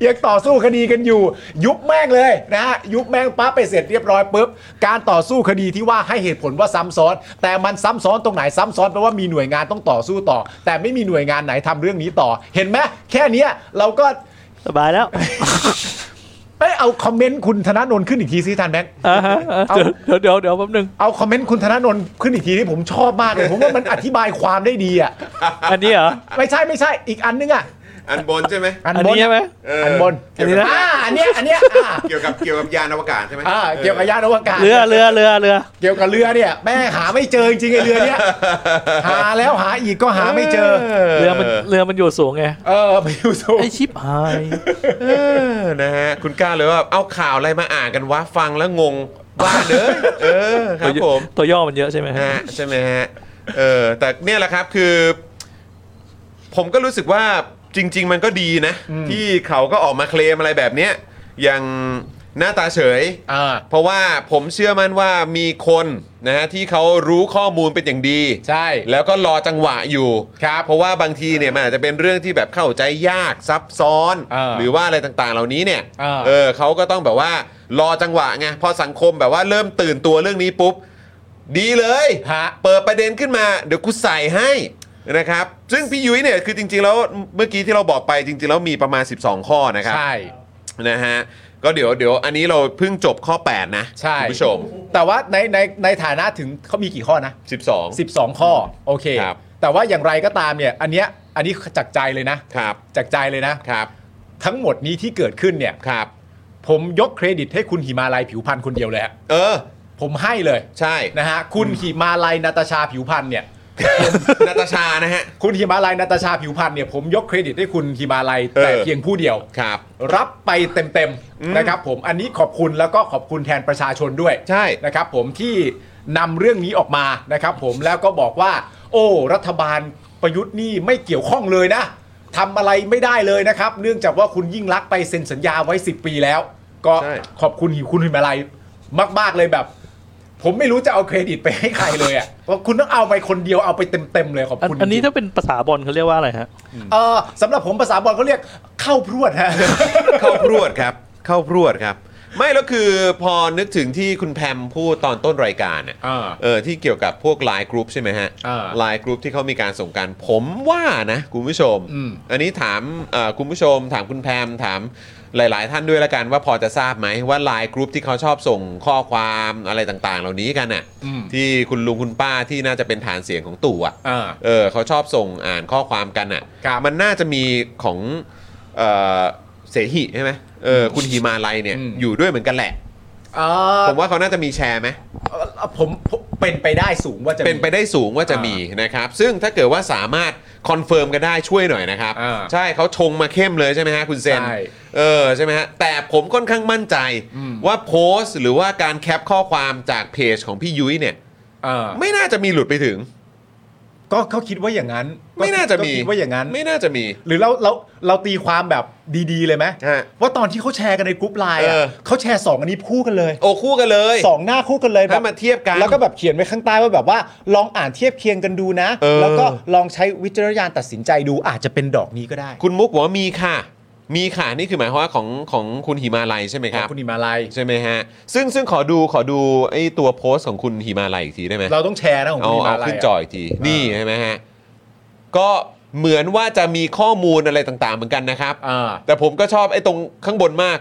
Speaker 2: ยังต่อสู้คดีกันอยู่ ยุบแม่งเลยนะฮะยุบแม่งปั๊บไปเสร็จเรียบร้อยปุ๊บการต่อสู้คดีที่ว่าให้เหตุผลว่าซ้ำซ้อน แต่มันซ้ำซ้อนตรงไหนซ้ำซ้อนแปลว่ามีหน่วยงานต้องต่อสู้ต่อ แต่ไม่มีหน่วยงานไหนทำเรื่องนี้ต่อ เห็นไหมแค่เนี้ยเราก็
Speaker 3: สบายแล้ว
Speaker 2: ไปเอาคอมเมนต์คุณธนาโนนท์ขึ้นอีกทีซิทันแบงค์
Speaker 3: อ่าฮะเออ
Speaker 2: เอา
Speaker 3: เดี๋ยวเดี๋ยวเดี๋ยวแป๊บนึง
Speaker 2: เอาคอมเมนต์คุณธนาโนนท์ขึ้นอีกทีที่ผมชอบมากเลยผมว่ามันอธิบายความได้ดีอ่ะ
Speaker 3: อันนี้เหรอ
Speaker 2: ไม่ใช่ไม่ใช่อีกอันนึงอ่ะ
Speaker 1: อันบนใช่ไหม
Speaker 2: อัน
Speaker 3: อัน
Speaker 2: บน
Speaker 3: นี้ใช่ไหม
Speaker 1: เออ
Speaker 2: อันบน
Speaker 1: เกี่ยวกับ
Speaker 2: อ่าอันเนี้ยอันเนี้ยอ่า
Speaker 1: เกี่ยวกับเกี่ยวกับยานอวกาศใช่ไหม
Speaker 2: อ่าเกี่ยวกับยานอวกาศ
Speaker 3: เรือเรือเรือเรือ
Speaker 2: เกี่ยวกับเรือเนี่ยแม่หาไม่เจอจริงๆไอ้เรือเนี่ยหาแล้วหาอีกก็หาไม่เจอ
Speaker 3: เรือมันเรือมันอยู่สูงไง
Speaker 2: เออไปอยู่สูง
Speaker 3: ไอชิปหาย
Speaker 1: เออนะฮะคุณกล้าเลยว่าเอาข่าวอะไรมาอ่านกันวะฟังแล้วงงบ้าเด้อเออครับผม
Speaker 3: ตัวย่อมันเยอะใช่ไหมฮะ
Speaker 1: ฮะใช่ไหมฮะเออแต่เนี่ยแหละครับคือ ผมก็รู้สึกว่าจริง ๆ มันก็ดีนะ ที่เขาก็ออกมาเคลมอะไรแบบเนี้ยอย่างหน้าตาเฉย
Speaker 2: อ่า
Speaker 1: เพราะว่าผมเชื่อมั่นว่ามีคนนะฮะที่เขารู้ข้อมูลเป็นอย่างดี
Speaker 2: ใช่
Speaker 1: แล้วก็รอจังหวะอยู่ครับเพราะว่าบางทีเนี่ยมันอาจจะเป็นเรื่องที่แบบเข้าใจยากซับซ้อน
Speaker 2: เออ
Speaker 1: หรือว่าอะไรต่างๆ เหล่านี้เนี่ย
Speaker 2: เออ
Speaker 1: เออเขาก็ต้องแบบว่ารอจังหวะไงพอสังคมแบบว่าเริ่มตื่นตัวเรื่องนี้ปุ๊บ ดีเลย
Speaker 2: ฮะ
Speaker 1: เปิดประเด็นขึ้นมาเดี๋ยวกูใส่ให้นะครับ ซึ่งพี่ยุ้ยเนี่ยคือจริง ๆ แล้วเมื่อกี้ที่เราบอกไปจริง ๆ แล้วมีประมาณ 12 ข้อนะครับ
Speaker 2: ใช่
Speaker 1: นะฮะก็เดี๋ยวเดี๋ยวอันนี้เราเพิ่งจบข้อ 8 นะ
Speaker 2: ใช่
Speaker 1: คุณผู้ชม
Speaker 2: แต่ว่าในในในฐานะถึงเขามีกี่ข้อนะ
Speaker 1: 12
Speaker 2: 12 ข้อ โอเค
Speaker 1: ครับ
Speaker 2: แต่ว่าอย่างไรก็ตามเนี่ย อันเนี้ยอันนี้จากใจเลยนะ
Speaker 1: ครับ
Speaker 2: จากใจเลยนะ
Speaker 1: ครับ
Speaker 2: ทั้งหมดนี้ที่เกิดขึ้นเนี่ย
Speaker 1: ครับ
Speaker 2: ผมยกเครดิตให้คุณหิมาลัยผิวพันธ์คนเดียวเลยฮะ
Speaker 1: เออ
Speaker 2: ผมให้เลย
Speaker 1: ใช่
Speaker 2: นะฮะคุณหิมาลัยนาตาชาผิวพันธ์เนี่ย
Speaker 1: *laughs* นาตาชานะฮะ
Speaker 2: คุณหิมาลัยนาตาชาผิวพันธ์เนี่ยผมยกเครดิตให้คุณหิมาลัยแต่
Speaker 1: เออ
Speaker 2: เพียงผู้เดียว
Speaker 1: ครับ
Speaker 2: รับไปเต็มๆนะครับผมอันนี้ขอบคุณแล้วก็ขอบคุณแทนประชาชนด้วย
Speaker 1: ใช่
Speaker 2: นะครับผมที่นำเรื่องนี้ออกมานะครับผมแล้วก็บอกว่า โอ้รัฐบาลประยุทธ์นี่ไม่เกี่ยวข้องเลยนะทำอะไรไม่ได้เลยนะครับ เนื่องจากว่าคุณยิ่งรักษณ์ไปเซ็นสัญญาไว้ 10 ปีแล้ว ก็
Speaker 1: ใช่
Speaker 2: ขอบคุณหิวคุณหิมาลัยมาก ๆเลยแบบ ผมไม่รู้จะเอาเครดิตไปให้ใครเลยอ่ะว่าคุณต้องเอาไปคนเดียวเอาไปเต็มๆเลยขอบ
Speaker 3: อัน
Speaker 2: คุณ
Speaker 3: อันนี้
Speaker 2: จริงๆ
Speaker 3: ถ้าเป็นภาษาบอลเขาเรียกว่าอะไรฮะ
Speaker 2: เออสำหรับผมภาษาบอลเขาเรียกเข้าพรวดฮะ
Speaker 1: เข้าพรวดครับ เข้าพรวดครับ ไม่แล้วคือพอนึกถึงที่คุณแพมพูดตอนต้นรายการเนี่ย
Speaker 2: อ่า
Speaker 1: เออที่เกี่ยวกับพวกไลน์กรุ๊ปใช่ไหมฮะ
Speaker 2: อ่า
Speaker 1: ไลน์กรุ๊ปที่เขามีการส่งกัน ผมว่านะคุณผู้ชม
Speaker 2: อืม
Speaker 1: อันนี้ถามเอ่อคุณผู้ชม ถามคุณแพมถามหลาย ๆ ท่านด้วยละกันว่าพอจะทราบไหมว่าไลน์กรุ๊ปที่เขาชอบส่งข้อความอะไรต่าง ๆ เหล่านี้กันน่ะที่คุณลุงคุณป้าที่น่าจะเป็นฐานเสียงของตู่อ่ะ
Speaker 2: อ่า
Speaker 1: เออเขาชอบส่งอ่านข้อความกันอ่ะ
Speaker 2: ครับ
Speaker 1: มันน่าจะมีของเออเสหิใช่ไหมเออคุณหิมาลัยเนี่ย
Speaker 2: อืม
Speaker 1: อยู่ด้วยเหมือนกันแหละ
Speaker 2: เอ่อ
Speaker 1: ผมว่าเขาน่าจะมีแชร์ไหม
Speaker 2: เอ่อผมผมเป็นไปได้สูงว่าจะมี
Speaker 1: เป็นไปได้สูงว่าจะมีนะครับ ซึ่งถ้าเกิดว่าสามารถคอนเฟิร์มกันได้ช่วยหน่อยนะครับ
Speaker 2: อ่า
Speaker 1: ใช่เขาชงมาเข้มเลยใช่ไหมฮะคุณเซน
Speaker 2: ใช่
Speaker 1: เออใช่ไหมฮะแต่ผมค่อนข้างมั่นใจ
Speaker 2: อืม
Speaker 1: ว่าโพสต์ หรือว่าการแคปข้อความจากเพจของพี่ยุ้ยเนี่ย
Speaker 2: อ่า
Speaker 1: ไม่น่าจะมีหลุดไปถึง
Speaker 2: ก็เขาคิดว่าอย่างนั้น
Speaker 1: ไม่น่าจะมี
Speaker 2: ก็คิดว่าอย่างนั้น
Speaker 1: ไม่น่าจะมี
Speaker 2: หรือเราเราเราตีความแบบดีๆเลยไหม
Speaker 1: ฮะ
Speaker 2: ว่าตอนที่เขาแชร์กันในกรุ๊ปไลน์
Speaker 1: เออ
Speaker 2: อ่ะเขาแชร์สองอันนี้คู่กันเลย
Speaker 1: โอ้คู่กันเลย
Speaker 2: สองหน้าคู่กันเลย
Speaker 1: ถ้า
Speaker 2: แบ
Speaker 1: มา
Speaker 2: บ
Speaker 1: เทียบกัน
Speaker 2: แล้วก็แบบเขียนไว้ข้างใต้ว่าแบบว่าลองอ่านเทียบเคียงกันดูนะ
Speaker 1: เออ
Speaker 2: แล้วก็ลองใช้วิจารณญาณตัดสินใจดูอาจจะเป็นดอกนี้ก็ได้
Speaker 1: คุณมุกบอกว่ามีค่ะ มีค่ะนี่คือหมายความว่าของของคุณหิมาลัยใช่ไหมครับ
Speaker 2: คุณอิมาลัย
Speaker 1: ใช่ไหมฮะ ซึ่งซึ่งขอดูขอดูไอ้ตัวโพสต์ของคุณหิมาลัยอีกทีได้ไหม
Speaker 2: เราต้องแชร์นะของคุ
Speaker 1: เอา
Speaker 2: ณอิ
Speaker 1: เอา
Speaker 2: มาลัย
Speaker 1: ขึ้นจออีกที นี่ใช่ไหมฮะ ก็เหมือนว่าจะมีข้อมูลอะไรต่างๆ เหมือนกันนะครับ
Speaker 2: อ่า
Speaker 1: แต่ผมก็ชอบไอ้ตรงข้างบนมาก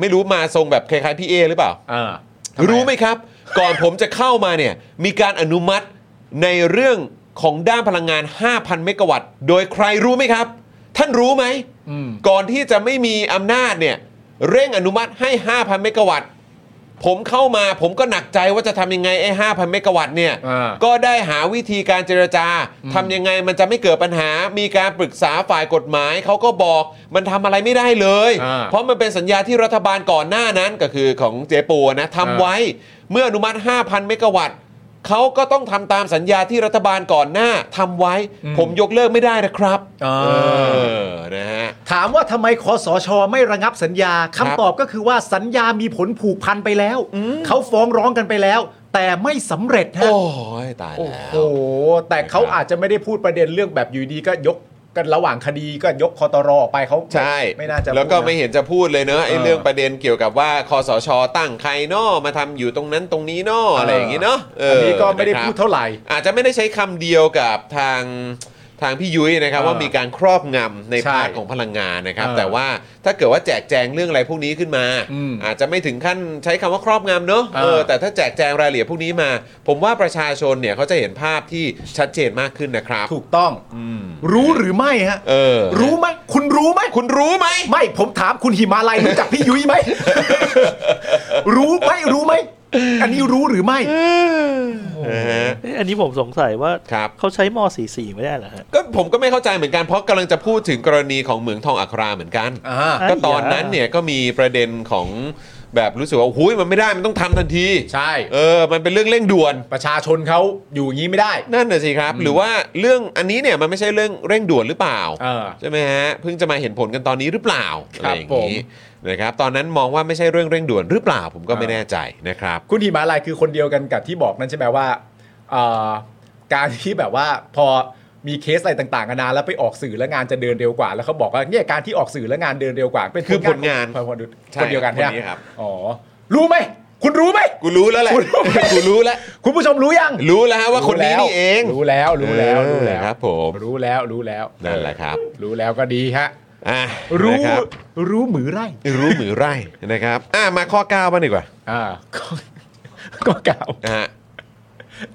Speaker 1: ไม่รู้มาทรงแบบคล้ายๆพี่เอหรือเปล่า
Speaker 2: อ่า
Speaker 1: รู้ไหมครับ ก่อนผมจะเข้ามาเนี่ย มีการอนุมัติในเรื่องของด้านพลังงาน 5,000 เมกะวัตต์ โดยใครรู้ไหมครับ ท่านรู้ไหม
Speaker 2: อืม
Speaker 1: ก่อนที่จะไม่มีอำนาจเนี่ย เร่งอนุมัติให้ 5,000 เมกะวัตต์ ผมเข้ามาผมก็หนักใจว่าจะทำยังไงไอ้ 5,000 เมกะวัตต์เนี่ย
Speaker 2: อ่า
Speaker 1: ก็ได้หาวิธีการเจรจาทำยังไงมันจะไม่เกิดปัญหา มีการปรึกษาฝ่ายกฎหมาย เขาก็บอกมันทำอะไรไม่ได้เลย
Speaker 2: อ่า
Speaker 1: เพราะมันเป็นสัญญาที่รัฐบาลก่อนหน้านั้นก็คือของเจปูนะ
Speaker 2: อ่า
Speaker 1: ทำไว้ เมื่ออนุมัติ 5,000 เมกะวัตต์เขาก็ต้องทำตามสัญญาที่รัฐบาลก่อนหน้าทำไว้ ผมยกเลิกไม่ได้นะครับ
Speaker 2: อ่า
Speaker 1: เออนะฮะ
Speaker 2: ถามว่าทำไมคอสช ไม่ระงับสัญญา
Speaker 1: ครั
Speaker 2: คำ
Speaker 1: บ
Speaker 2: ตอบก็คือว่าสัญญามีผลผูกพันไปแล้ว
Speaker 1: อืม
Speaker 2: เขาฟ้องร้องกันไปแล้ว แต่ไม่สำเร็จฮะ
Speaker 1: โอ้ยตาย
Speaker 2: โอ้
Speaker 1: แล้ว
Speaker 2: โหแต่เขาอาจจะไม่ได้พูดประเด็นเรื่องแบบอยู่ดีก็ยกกันระหว่างคดีก็ยกคอตรออกไปเขา
Speaker 1: ใช่
Speaker 2: ไม่น่าจะ
Speaker 1: แล้วก็
Speaker 2: พูดนะ
Speaker 1: ไม่เห็นจะพูดเลยเนอะไอ้
Speaker 2: เออ
Speaker 1: เรื่องประเด็นเกี่ยวกับว่าคอสชตั้งใครนอมาทำอยู่ตรงนั้นตรงนี้นอ
Speaker 2: เอออ
Speaker 1: อะไรอย่างงี้เนาะเอ
Speaker 2: อันนี้ก็ไม่ได้
Speaker 1: นะครับ
Speaker 2: พูดเท่าไหร่
Speaker 1: อาจจะไม่ได้ใช้คำเดียวกับทางทางพี่ยุ้ยนะครับ
Speaker 2: เออ
Speaker 1: ว่ามีการครอบงำใน
Speaker 2: ใช่
Speaker 1: ภาคของพลังงานนะครับ
Speaker 2: เออ
Speaker 1: แต่ว่าถ้าเกิดว่าแจกแจงเรื่องอะไรพวกนี้ขึ้นมา
Speaker 2: อืม
Speaker 1: อาจจะไม่ถึงขั้นใช้คำว่าครอบงำเนอะ
Speaker 2: เออ
Speaker 1: เออแต่ถ้าแจกแจงรายละเอียดพวกนี้มา ผมว่าประชาชนเนี่ยเขาจะเห็นภาพที่ชัดเจนมากขึ้นนะครับ
Speaker 2: ถูกต้อง
Speaker 1: อืม
Speaker 2: รู้หรือไม่ฮะ
Speaker 1: เออ
Speaker 2: รู้ไหมคุณรู้ไหม
Speaker 1: คุณรู้ไหม
Speaker 2: ไม่ผมถามคุณหิมาลัยรู้จักพี่ยุ้ยไห
Speaker 1: *laughs*
Speaker 2: ม รู้ไหมรู้ไหมอันนี้รู้หรือไม่
Speaker 1: นะฮะ
Speaker 3: เอ๊ะอันนี้ผมสงสัยว่า
Speaker 1: ครับ
Speaker 3: เขาใช้ม .44 ไม่ได้เหรอฮะ
Speaker 1: ก็ผมก็ไม่เข้าใจเหมือนกันเพราะกำลังจะพูดถึงกรณีของเหมืองทองอัคราเหมือนกัน
Speaker 2: อ่า
Speaker 1: ก็ตอนนั้นเนี่ยก็มีประเด็นของแบบรู้สึกว่าหุยมันไม่ได้มันต้องทำทันที
Speaker 2: ใช่
Speaker 1: เออ มันเป็นเรื่องเร่งด่วน
Speaker 2: ประชาชนเขาอยู่อย่างนี้ไม่ได้
Speaker 1: นั่นน่ะสิครับ หรือว่าเรื่องอันนี้เนี่ยมันไม่ใช่เรื่องเร่งด่วนหรือเปล่า
Speaker 2: เออ
Speaker 1: ใช่ไหมฮะเพิ่งจะมาเห็นผลกันตอนนี้หรือเปล่าอะไรอย่าง
Speaker 2: ผม
Speaker 1: นี้นะครับตอนนั้นมองว่าไม่ใช่เรื่องเร่งด่วนหรือเปล่าผมก็ไม่แน่ใจนะครับ
Speaker 2: คุณหิมาลายคือคนเดียวกันกับที่บอกนั่นใช่ไหมว่าเอ่อการที่แบบว่าพอมีเคสอะไรต่างๆกันานาแล้วไปออกสื่อแล้วงานจะเดินเร็วกว่า แล้วเขาบอกว่าเนี่ยการที่ออกสื่อแล้วงานเดินเร็วกว่าเป็น
Speaker 1: คือผลงาน
Speaker 2: ผลของ
Speaker 1: ใช่
Speaker 2: คนเดียวกัน
Speaker 1: คนนี้
Speaker 2: ใช่ไหม
Speaker 1: ครับ
Speaker 2: อ๋อรู้ไหมคุณรู้ไหม
Speaker 1: กูรู้แล้วแหละ
Speaker 2: คุณรู้ไหม
Speaker 1: กูรู้แล้ว
Speaker 2: คุณผู้ชมรู้ยัง
Speaker 1: รู้แล้วฮะว่าคนนี้นี่เอง
Speaker 2: รู้แล้วรู้แล้วรู้แล้ว
Speaker 1: เออครับผม
Speaker 2: รู้แล้วรู้แล้ว
Speaker 1: นั่นแหละครับ
Speaker 2: รู้แล้วก็ดีฮะ
Speaker 1: อ่ะ
Speaker 2: รู้
Speaker 1: นะครับ
Speaker 2: รู้หมือไร่
Speaker 1: รู้มือไร่นะครับ อ่ะมาข้อ 9 บ้างดีกว่า
Speaker 2: อ่าก็ก็เก่า
Speaker 1: นะฮะ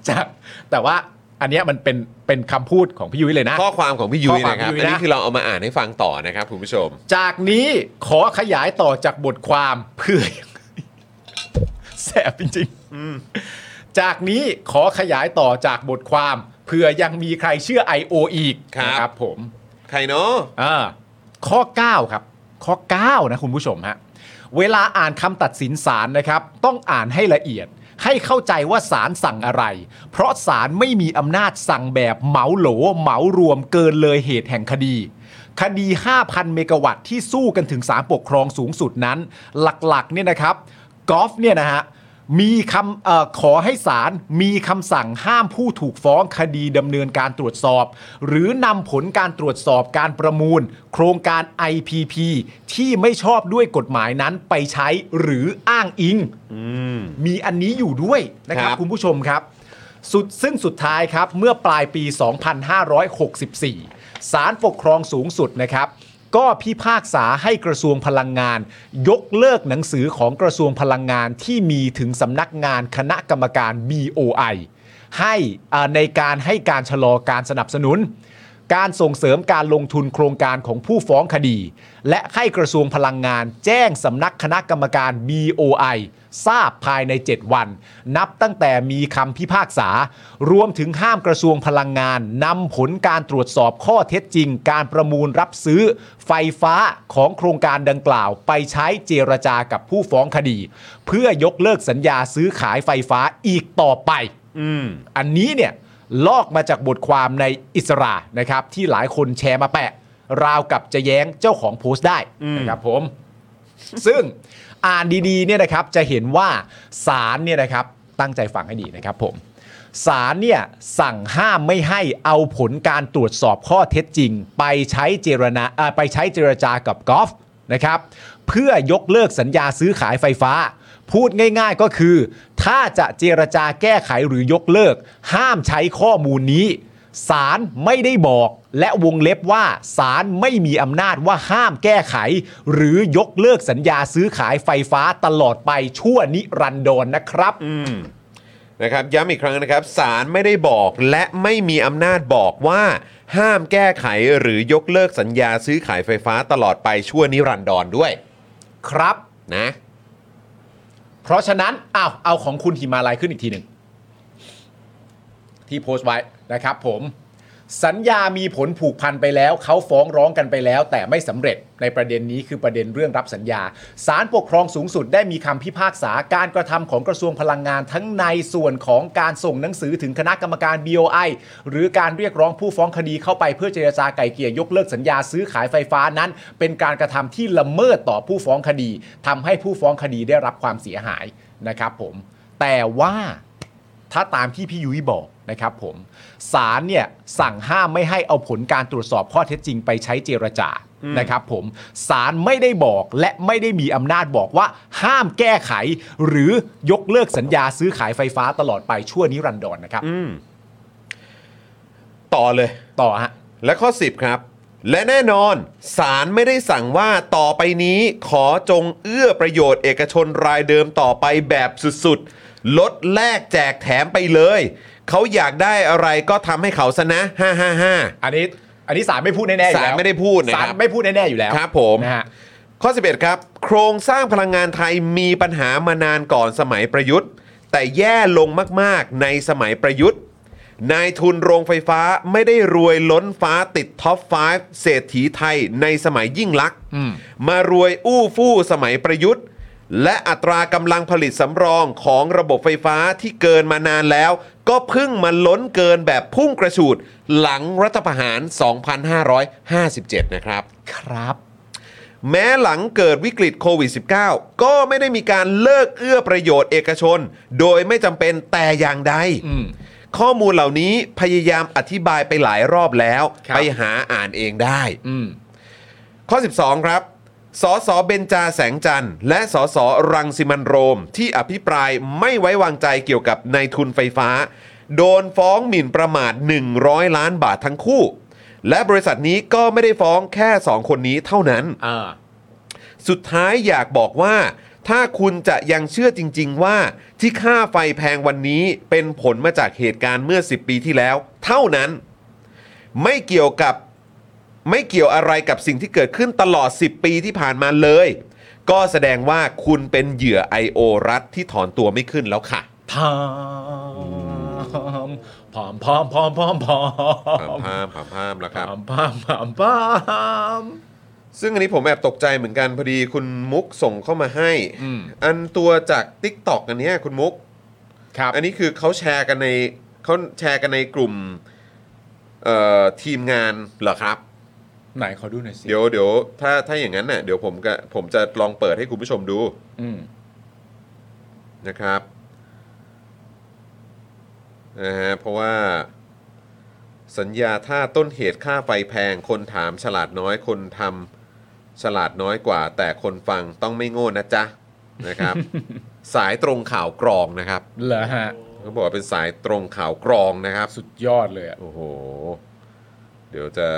Speaker 2: จากแต่ว่าอันเนี้ยมันเป็นเป็นคำพูดของพี่ยุ้ยเลยนะ
Speaker 1: ข้อความของพี่ยุ้ย
Speaker 2: ข้อความ
Speaker 1: นะครับ
Speaker 2: พี่ยุ้
Speaker 1: อัน
Speaker 2: ยนะ
Speaker 1: นี้คือเราเอามาอ่านให้ฟังต่อนะครับคุณผู้ชม
Speaker 2: จากนี้ขอขยายต่อจากบทความเพื่อ *laughs* แสบจริงๆจากนี้ขอขยายต่อจากบทความเพื่อยังมีใครเชื่อ I.O. อีก
Speaker 1: ครับ
Speaker 2: นะผม
Speaker 1: ใครเนาะ
Speaker 2: อ่าข้อ 9 ครับ ข้อ 9 นะคุณผู้ชมฮะเวลาอ่านคำตัดสินศาลนะครับ ต้องอ่านให้ละเอียด ให้เข้าใจว่าศาลสั่งอะไร เพราะศาลไม่มีอำนาจสั่งแบบเหมาโหลเหมารวมเกินเลยเหตุแห่งคดี คดี 5,000 เมกะวัตต์ที่สู้กันถึงศาลปกครองสูงสุดนั้น หลักๆเนี่ยนะครับกอล์ฟเนี่ยนะฮะ มีคำเออขอให้ศาลมีคำสั่งห้ามผู้ถูกฟ้องคดีดำเนินการตรวจสอบ หรือนำผลการตรวจสอบการประมูล โครงการ IPP ที่ไม่ชอบด้วยกฎหมายนั้นไปใช้หรืออ้างอิง
Speaker 1: อืม
Speaker 2: มีอันนี้อยู่ด้วยนะครั
Speaker 1: ค
Speaker 2: บ
Speaker 1: รับ
Speaker 2: คุณผู้ชมครับ สุดซึ่งสุดท้ายครับเมื่อปลายปี 2564 ศาลปกครองสูงสุดนะครับ ก็พิพากษาให้กระทรวงพลังงาน ยกเลิกหนังสือของกระทรวงพลังงานที่มีถึงสำนักงานคณะกรรมการ BOI ให้อ่าในการให้การชะลอการสนับสนุน การส่งเสริมการลงทุนโครงการของผู้ฟ้องคดี และให้กระทรวงพลังงานแจ้งสำนักคณะกรรมการ BOI ทราบภายใน 7 วัน นับตั้งแต่มีคำพิพากษา รวมถึงห้ามกระทรวงพลังงานนำผลการตรวจสอบข้อเท็จจริง การประมูลรับซื้อ ไฟฟ้าของโครงการดังกล่าว ไปใช้เจรจากับผู้ฟ้องคดี เพื่อยกเลิกสัญญาซื้อขายไฟฟ้าอีกต่อไป
Speaker 1: อืม
Speaker 2: อันนี้เนี่ย ลอกมาจากบทความในอิสรานะครับที่หลายคนแชร์มาแปะ ราวกับจะแย้งเจ้าของโพสต์ได้นะครับผม ซึ่งอ่านดีๆเนี่ยนะครับจะเห็นว่าศาลเนี่ยนะครับตั้งใจฟังให้ดีนะครับผมศาลเนี่ยสั่งห้ามไม่ให้เอาผลการตรวจสอบข้อเท็จจริง ไปใช้เจรนาอ่าไปใช้เจรจากับกอล์ฟนะครับเพื่อยกเลิกสัญญาซื้อขายไฟฟ้า พูดง่ายๆก็คือ ถ้าจะเจรจาแก้ไขหรือยกเลิก ห้ามใช้ข้อมูลนี้ ศาลไม่ได้บอกและวงเล็บว่าศาลไม่มีอำนาจว่าห้ามแก้ไข หรือยกเลิกสัญญาซื้อขายไฟฟ้าตลอดไปชั่วนิรันดรนะครับ
Speaker 1: นะครับย้ำอีกครั้งนะครับศาลไม่ได้บอกและไม่มีอำนาจบอกว่า ห้ามแก้ไขหรือยกเลิกสัญญาซื้อขายไฟฟ้าตลอดไปชั่วนิรันดรด้วย
Speaker 2: ครับ
Speaker 1: นะ
Speaker 2: เพราะฉะนั้นอ้าวเอาของคุณหิมาลัยขึ้นอีกทีหนึ่ง ที่โพสต์ไว้นะครับผม สัญญามีผลผูกพันไปแล้ว เขาฟ้องร้องกันไปแล้ว แต่ไม่สำเร็จในประเด็นนี้คือประเด็นเรื่องรับสัญญาศาลปกครองสูงสุดได้มีคำพิพากษาการกระทำของกระทรวงพลังงานทั้งในส่วนของการส่งหนังสือถึงคณะกรรมการ BOI หรือการเรียกร้องผู้ฟ้องคดีเข้าไปเพื่อเจรจาไกล่เกลี่ยยกเลิกสัญญาซื้อขายไฟฟ้านั้น เป็นการกระทำที่ละเมิดต่อผู้ฟ้องคดีทำให้ผู้ฟ้องคดีได้รับความเสียหายนะครับผม แต่ว่า ถ้าตามที่พี่ยุ้ยบอกนะครับผมศาลเนี่ยสั่งห้ามไม่ให้เอาผลการตรวจสอบข้อเท็จจริงไปใช้เจรจานะครับผมศาลไม่ได้บอกและไม่ได้มีอำนาจบอกว่า ห้ามแก้ไข หรือยกเลิกสัญญาซื้อขายไฟฟ้าตลอดไปชั่วนิรันดรนะครับ
Speaker 1: อืม ต่อเลย
Speaker 2: ต่อฮะ
Speaker 1: และข้อ 10 ครับ และแน่นอนศาลไม่ได้สั่งว่าต่อไปนี้ขอจงเอื้อประโยชน์เอกชนรายเดิมต่อไปแบบสุดๆ ลดแลกแจกแถมไปเลย เขาอยากได้อะไรก็ทำให้เขาซะนะ 555
Speaker 2: อันนี้อันนี้ศาลไม่พูดแน่ๆอยู่แล้ว
Speaker 1: ศาลไม่ได้พูดนะครับ
Speaker 2: ศาลไม่พูดแน่ๆอยู่แล้ว
Speaker 1: ครับผม
Speaker 2: นะฮะ
Speaker 1: ข้อ 11 ครับ โครงสร้างพลังงานไทยมีปัญหามานานก่อนสมัยประยุทธ์ แต่แย่ลงมากๆ ในสมัยประยุทธ์ นายทุนโรงไฟฟ้าไม่ได้รวยล้นฟ้าติดท็อป 5 เศรษฐีไทยในสมัยยิ่งลักษณ์
Speaker 2: อืม
Speaker 1: มารวยอู้ฟู่สมัยประยุทธ์ และอัตรากำลังผลิตสำรองของระบบไฟฟ้าที่เกินมานานแล้ว ก็เพิ่งมาล้นเกินแบบพุ่งกระฉูดหลังรัฐประหาร 2557 นะครับ
Speaker 2: ครับ
Speaker 1: แม้หลังเกิดวิกฤตโควิด -19 ก็ไม่ได้มีการเลิกเอื้อประโยชน์เอกชน โดยไม่จำเป็นแต่อย่างใด
Speaker 2: อืม
Speaker 1: ข้อมูลเหล่านี้พยายามอธิบายไปหลายรอบแล้ว
Speaker 2: ครับ
Speaker 1: ไปหาอ่านเองได้
Speaker 2: อืม
Speaker 1: ข้อ 12 ครับ สสเบญจาแสงจันทร์และสสรังสิมันโรม ที่อภิปรายไม่ไว้วางใจเกี่ยวกับนายทุนไฟฟ้า โดนฟ้องหมิ่นประมาท 100 ล้านบาททั้งคู่ และบริษัทนี้ก็ไม่ได้ฟ้องแค่ 2 คนนี้เท่านั้น
Speaker 2: อ่า
Speaker 1: สุดท้ายอยากบอกว่า ถ้าคุณจะยังเชื่อจริง ๆ ว่าที่ค่าไฟแพงวันนี้เป็นผลมาจากเหตุการณ์เมื่อ 10 ปีที่แล้ว เท่านั้น ไม่เกี่ยวกับไม่เกี่ยวอะไรกับสิ่งที่เกิดขึ้นตลอด 10 ปีที่ผ่านมาเลย ก็แสดงว่าคุณเป็นเหยื่อ I.O. รัฐที่ถอนตัวไม่ขึ้นแล้วค่ะ
Speaker 2: พามพามพามพามพามพาม
Speaker 1: พามพามพามแล้วครับ
Speaker 2: พามพามพามพาม
Speaker 1: ซึ่งอันนี้ผมแอบตกใจเหมือนกันพอดีคุณมุกส่งเข้ามาให้
Speaker 2: อืม
Speaker 1: อันตัวจาก TikTok อันเนี้ยคุณมุก
Speaker 2: ครับ
Speaker 1: อันนี้คือเขาแชร์กันในเขาแชร์กันในกลุ่มเอ่อทีมงานเหรอครับ
Speaker 2: ไหนขอดูหน่อยสิ
Speaker 1: เดี๋ยวเดี๋ยวถ้าถ้าอย่างนั้นน่ะเดี๋ยวผมก็ผมจะลองเปิดให้คุณผู้ชมดู
Speaker 2: อืม
Speaker 1: นะครับนะฮะเพราะว่าสัญญาถ้าต้นเหตุค่าไฟแพงคนถามฉลาดน้อยคนทำฉลาดน้อยกว่า แต่คนฟังต้องไม่โง่นะจ๊ะ *laughs* นะครับ สายตรงข่าวกรองนะครับ
Speaker 2: เหรอฮะ
Speaker 1: เขาบอกว่าเป็นสายตรงข่าวกรองนะครับ
Speaker 2: สุดยอดเลยอ่ะ
Speaker 1: โอ้โห เดี๋ยวจะ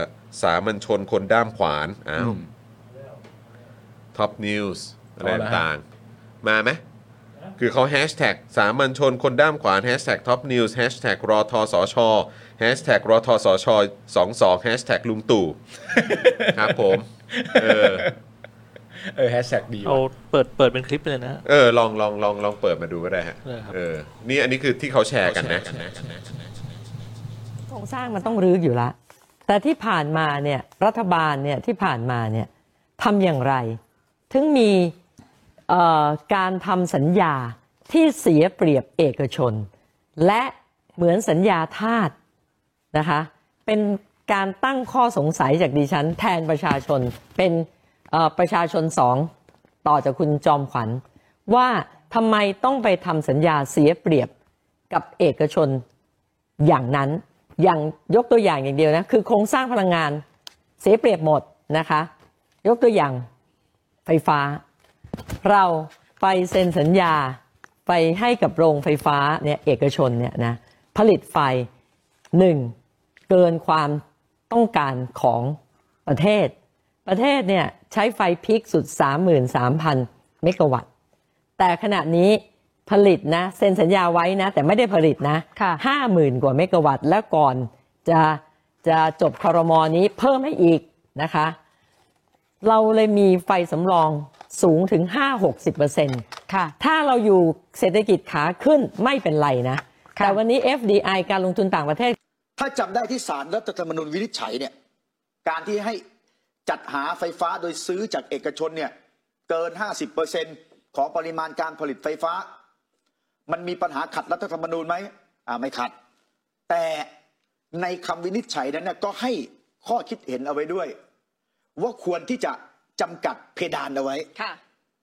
Speaker 1: สามัญชนคนด้ามขวาน อ้าว
Speaker 2: อืม
Speaker 1: ท็อปนิวส์อะไร
Speaker 2: เอาละฮะ
Speaker 1: ต่างๆ มาไหม คือเขาแฮชแท็กสามัญชนคนด้ามขวานแฮชแท็กท็อปนิวส์แฮชแท็กรอทอสอชอแฮชแท็กรอทอสอชอสองสองแฮชแท็กลุงตู่ ครับผม เออ
Speaker 2: เออแฮชแท็กดี
Speaker 3: เอา
Speaker 2: ว่ะ
Speaker 3: เปิดเปิดเป็นคลิปเลยนะ
Speaker 1: เออ ลองลองลองลองเปิดมาดูก็ได้ฮะ
Speaker 3: ได้ครับ
Speaker 1: เออ นี่อันนี้คือที่เขาแชร์กันนะ
Speaker 4: โครงสร้างมันต้องรื้ออยู่ละ แต่ที่ผ่านมาเนี่ยรัฐบาลเนี่ยที่ผ่านมาเนี่ยทำอย่างไร ถึงมีเอ่อการทำสัญญาที่เสียเปรียบเอกชน และเหมือนสัญญาทาส นะคะเป็นการตั้งข้อสงสัยจากดิฉัน แทนประชาชนเป็นเอ่อประชาชนสองต่อจากคุณจอมขวัญ ว่าทำไมต้องไปทำสัญญาเสียเปรียบกับเอกชนอย่างนั้น อย่างยกตัวอย่างอย่างเดียวนะคือโครงสร้างพลังงานเสียเปรียบหมดนะคะ ยกตัวอย่างไฟฟ้า เราไปเซ็นสัญญาไปให้กับโรงไฟฟ้าเนี่ยเอกชนเนี่ยนะผลิตไฟหนึ่งเกินความต้องการของประเทศ ประเทศเนี่ยใช้ไฟพีคสุด 33,000 เมกะวัตต์ แต่ขณะนี้ผลิตนะเซ็นสัญญาไว้นะ แต่ไม่ได้ผลิตนะ
Speaker 5: ค่ะ
Speaker 4: ห้าหมื่นกว่าเมกะวัตต์ แล้วก่อนจะจะจบคอรมอนี้เพิ่มให้อีกนะคะ เราเลยมีไฟสำรองสูงถึง 5-60%
Speaker 5: ค่ะ
Speaker 4: ถ้าเราอยู่เศรษฐกิจขาขึ้นไม่เป็นไรนะ แต่วันนี้ FDI การลงทุนต่างประเทศ
Speaker 6: ถ้าจำได้ที่สารรัฐธรรมนูญวินิจฉัยเนี่ยการที่ให้จัดหาไฟฟ้าโดยซื้อจากเอกชนเนี่ยเกิน 50%ของปริมาณการผลิตไฟฟ้า มันมีปัญหาขัดรัฐธรรมนูญไหมอ่าไม่ขัด แต่ในคำวินิจฉัยนั้นน่ะก็ให้ข้อคิดเห็นเอาไว้ด้วย ว่าควรที่จะจำกัดเพดานเอาไว้
Speaker 5: ค่ะ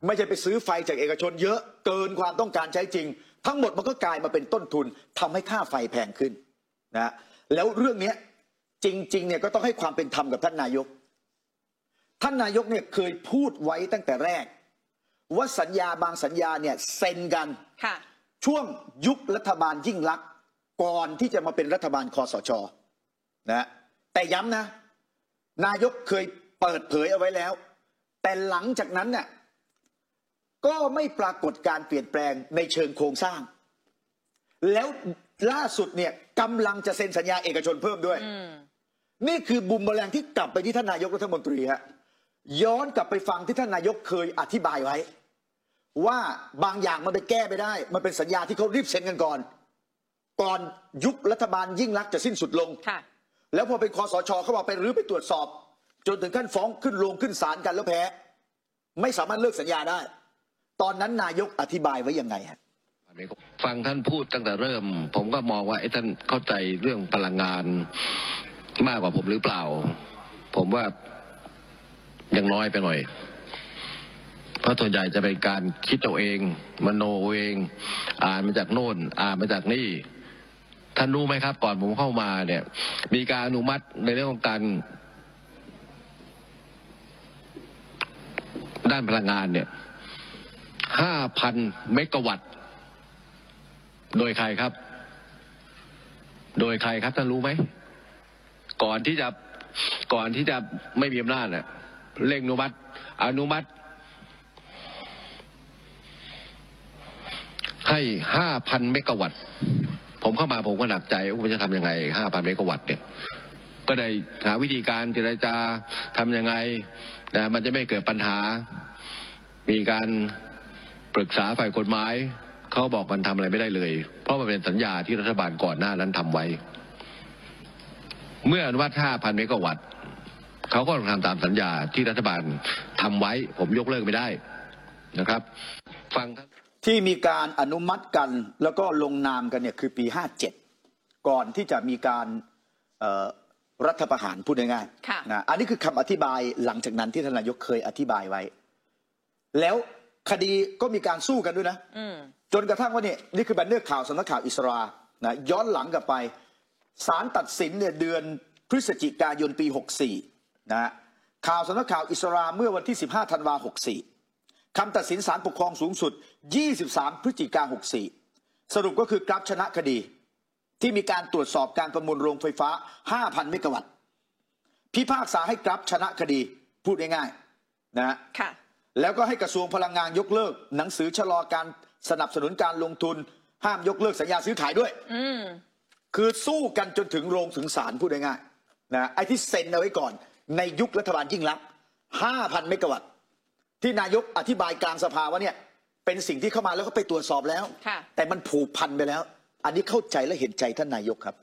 Speaker 6: ไม่ใช่ไปซื้อไฟจากเอกชนเยอะเกินความต้องการใช้จริง ทั้งหมดมันก็กลายมาเป็นต้นทุนทำให้ค่าไฟแพงขึ้นนะแล้วเรื่องเนี้ยจริงๆเนี่ยก็ต้องให้ความเป็นธรรมกับท่านนายก ท่านนายกเนี่ยเคยพูดไว้ตั้งแต่แรก ว่าสัญญาบางสัญญาเนี่ยเซ็นกัน
Speaker 5: ค่ะ
Speaker 6: ช่วงยุครัฐบาลยิ่งลักษณ์ก่อนที่จะมาเป็นรัฐบาลคอสชนะแต่ย้ำนะ นายกเคยเปิดเผยเอาไว้แล้ว แต่หลังจากนั้นน่ะก็ไม่ปรากฏการเปลี่ยนแปลงในเชิงโครงสร้าง แล้วล่าสุดเนี่ยกำลังจะเซ็นสัญญาเอกชนเพิ่มด้วย
Speaker 5: อืม
Speaker 6: นี่คือบุมเบอแรงที่กลับไปที่ท่านนายกรัฐมนตรีฮะย้อนกลับไปฟังที่ท่านนายกเคยอธิบายไว้ ว่าบางอย่างมันไปแก้ไม่ได้ มันเป็นสัญญาที่เขารีบเซ็นกันก่อน ก่อนยุครัฐบาลยิ่งรักษณ์จะสิ้นสุดลง
Speaker 5: ค่ะ
Speaker 6: แล้วพอเป็นคอสชเข้ามาไปรื้อไปตรวจสอบ จนถึงขั้นฟ้องขึ้นโรงขึ้นศาลกันแล้วแพ้ ไม่สามารถเลิกสัญญาได้ ตอนนั้นนายกอธิบายไว้ยังไงฮะ
Speaker 7: ฟังท่านพูดตั้งแต่เริ่ม ผมก็มองว่าไอ้ท่านเข้าใจเรื่องพลังงานมากกว่าผมหรือเปล่า ผมว่ายังน้อยไปหน่อย เพราะส่วนใหญ่จะเป็นการคิดเอาเอง มโนเอาเอง อ่านมาจากโน่น อ่านมาจากนี่ ท่านรู้ไหมครับ ก่อนผมเข้ามาเนี่ย มีการอนุมัติในเรื่องของการ ด้านพลังงานเนี่ยห้าพันเมกะวัตต์ โดยใครครับ โดยใครครับท่านรู้ไหม ก่อนที่จะ ก่อนที่จะไม่มีอำนาจน่ะเร่งอนุมัติ อนุมัติ ให้ห้าพันเมกะวัตต์ ผมเข้ามาผมก็หนักใจว่าผมจะทำยังไงห้าพันเมกะวัตต์เนี่ย ก็ได้หาวิธีการเจรจาทำยังไงนะมันจะไม่เกิดปัญหา มีการปรึกษาฝ่ายกฎหมาย เขาบอกมันทำอะไรไม่ได้เลย เพราะมันเป็นสัญญาที่รัฐบาลก่อนหน้านั้นทำไว้ เมื่ออนุมัติ5,000เมกะวัตต์เขาก็ต้องทำตามสัญญาที่รัฐบาลทำไว้ ผมยกเลิกไม่ได้นะครับ ฟังท่าน
Speaker 6: ที่มีการอนุมัติกันแล้วก็ลงนามกันเนี่ยคือปี 57 ก่อนที่จะมีการเอ่อรัฐประหารพูดง่าย
Speaker 5: ค่ะ
Speaker 6: ๆนะอันนี้คือคำอธิบายหลังจากนั้นที่ทานนายกเคยอธิบายไว้ แล้วคดีก็มีการสู้กันด้วยนะ
Speaker 5: อืม
Speaker 6: จนกระทั่งว่าเนี่ยนี่คือแบนเนอร์ข่าวสำนักข่าวอิสรานะย้อนหลังกลับไปศาลตัดสินเนี่ยเดือนพฤศจิกายนปี 64นะฮะข่าวสำนักข่าวอิสราเมื่อวันที่ 15 ธันวา64คำตัดสินศาลปกครองสูงสุด 23 พฤศจิกา64 สรุปก็คือกราฟชนะคดี ที่มีการตรวจสอบการประมูลโรงไฟฟ้า 5,000 เมกะวัตต์พิพากษาให้กราฟชนะคดีพูดง่ายๆนะฮะ
Speaker 5: ค่ะ
Speaker 6: แล้วก็ให้กระทรวงพลังงานยกเลิก หนังสือชะลอการสนับสนุนการลงทุน ห้ามยกเลิกสัญญาซื้อขายด้วย
Speaker 5: อืม
Speaker 6: คือสู้กันจนถึงโรงถึงศาลพูดง่ายๆนะไอ้ที่เซ็นเอาไว้ก่อน ในยุครัฐบาลยิ่งรักษณ์5,000 เมกะวัตต์ที่นายกอธิบายกลางสภาว่าเนี่ย เป็นสิ่งที่เข้ามาแล้วก็ไปตรวจสอบแล้ว
Speaker 5: ค่ะ
Speaker 6: แต่มันผูกพันไปแล้ว อันนี้เข้าใจและเห็นใจท่านนายกครับ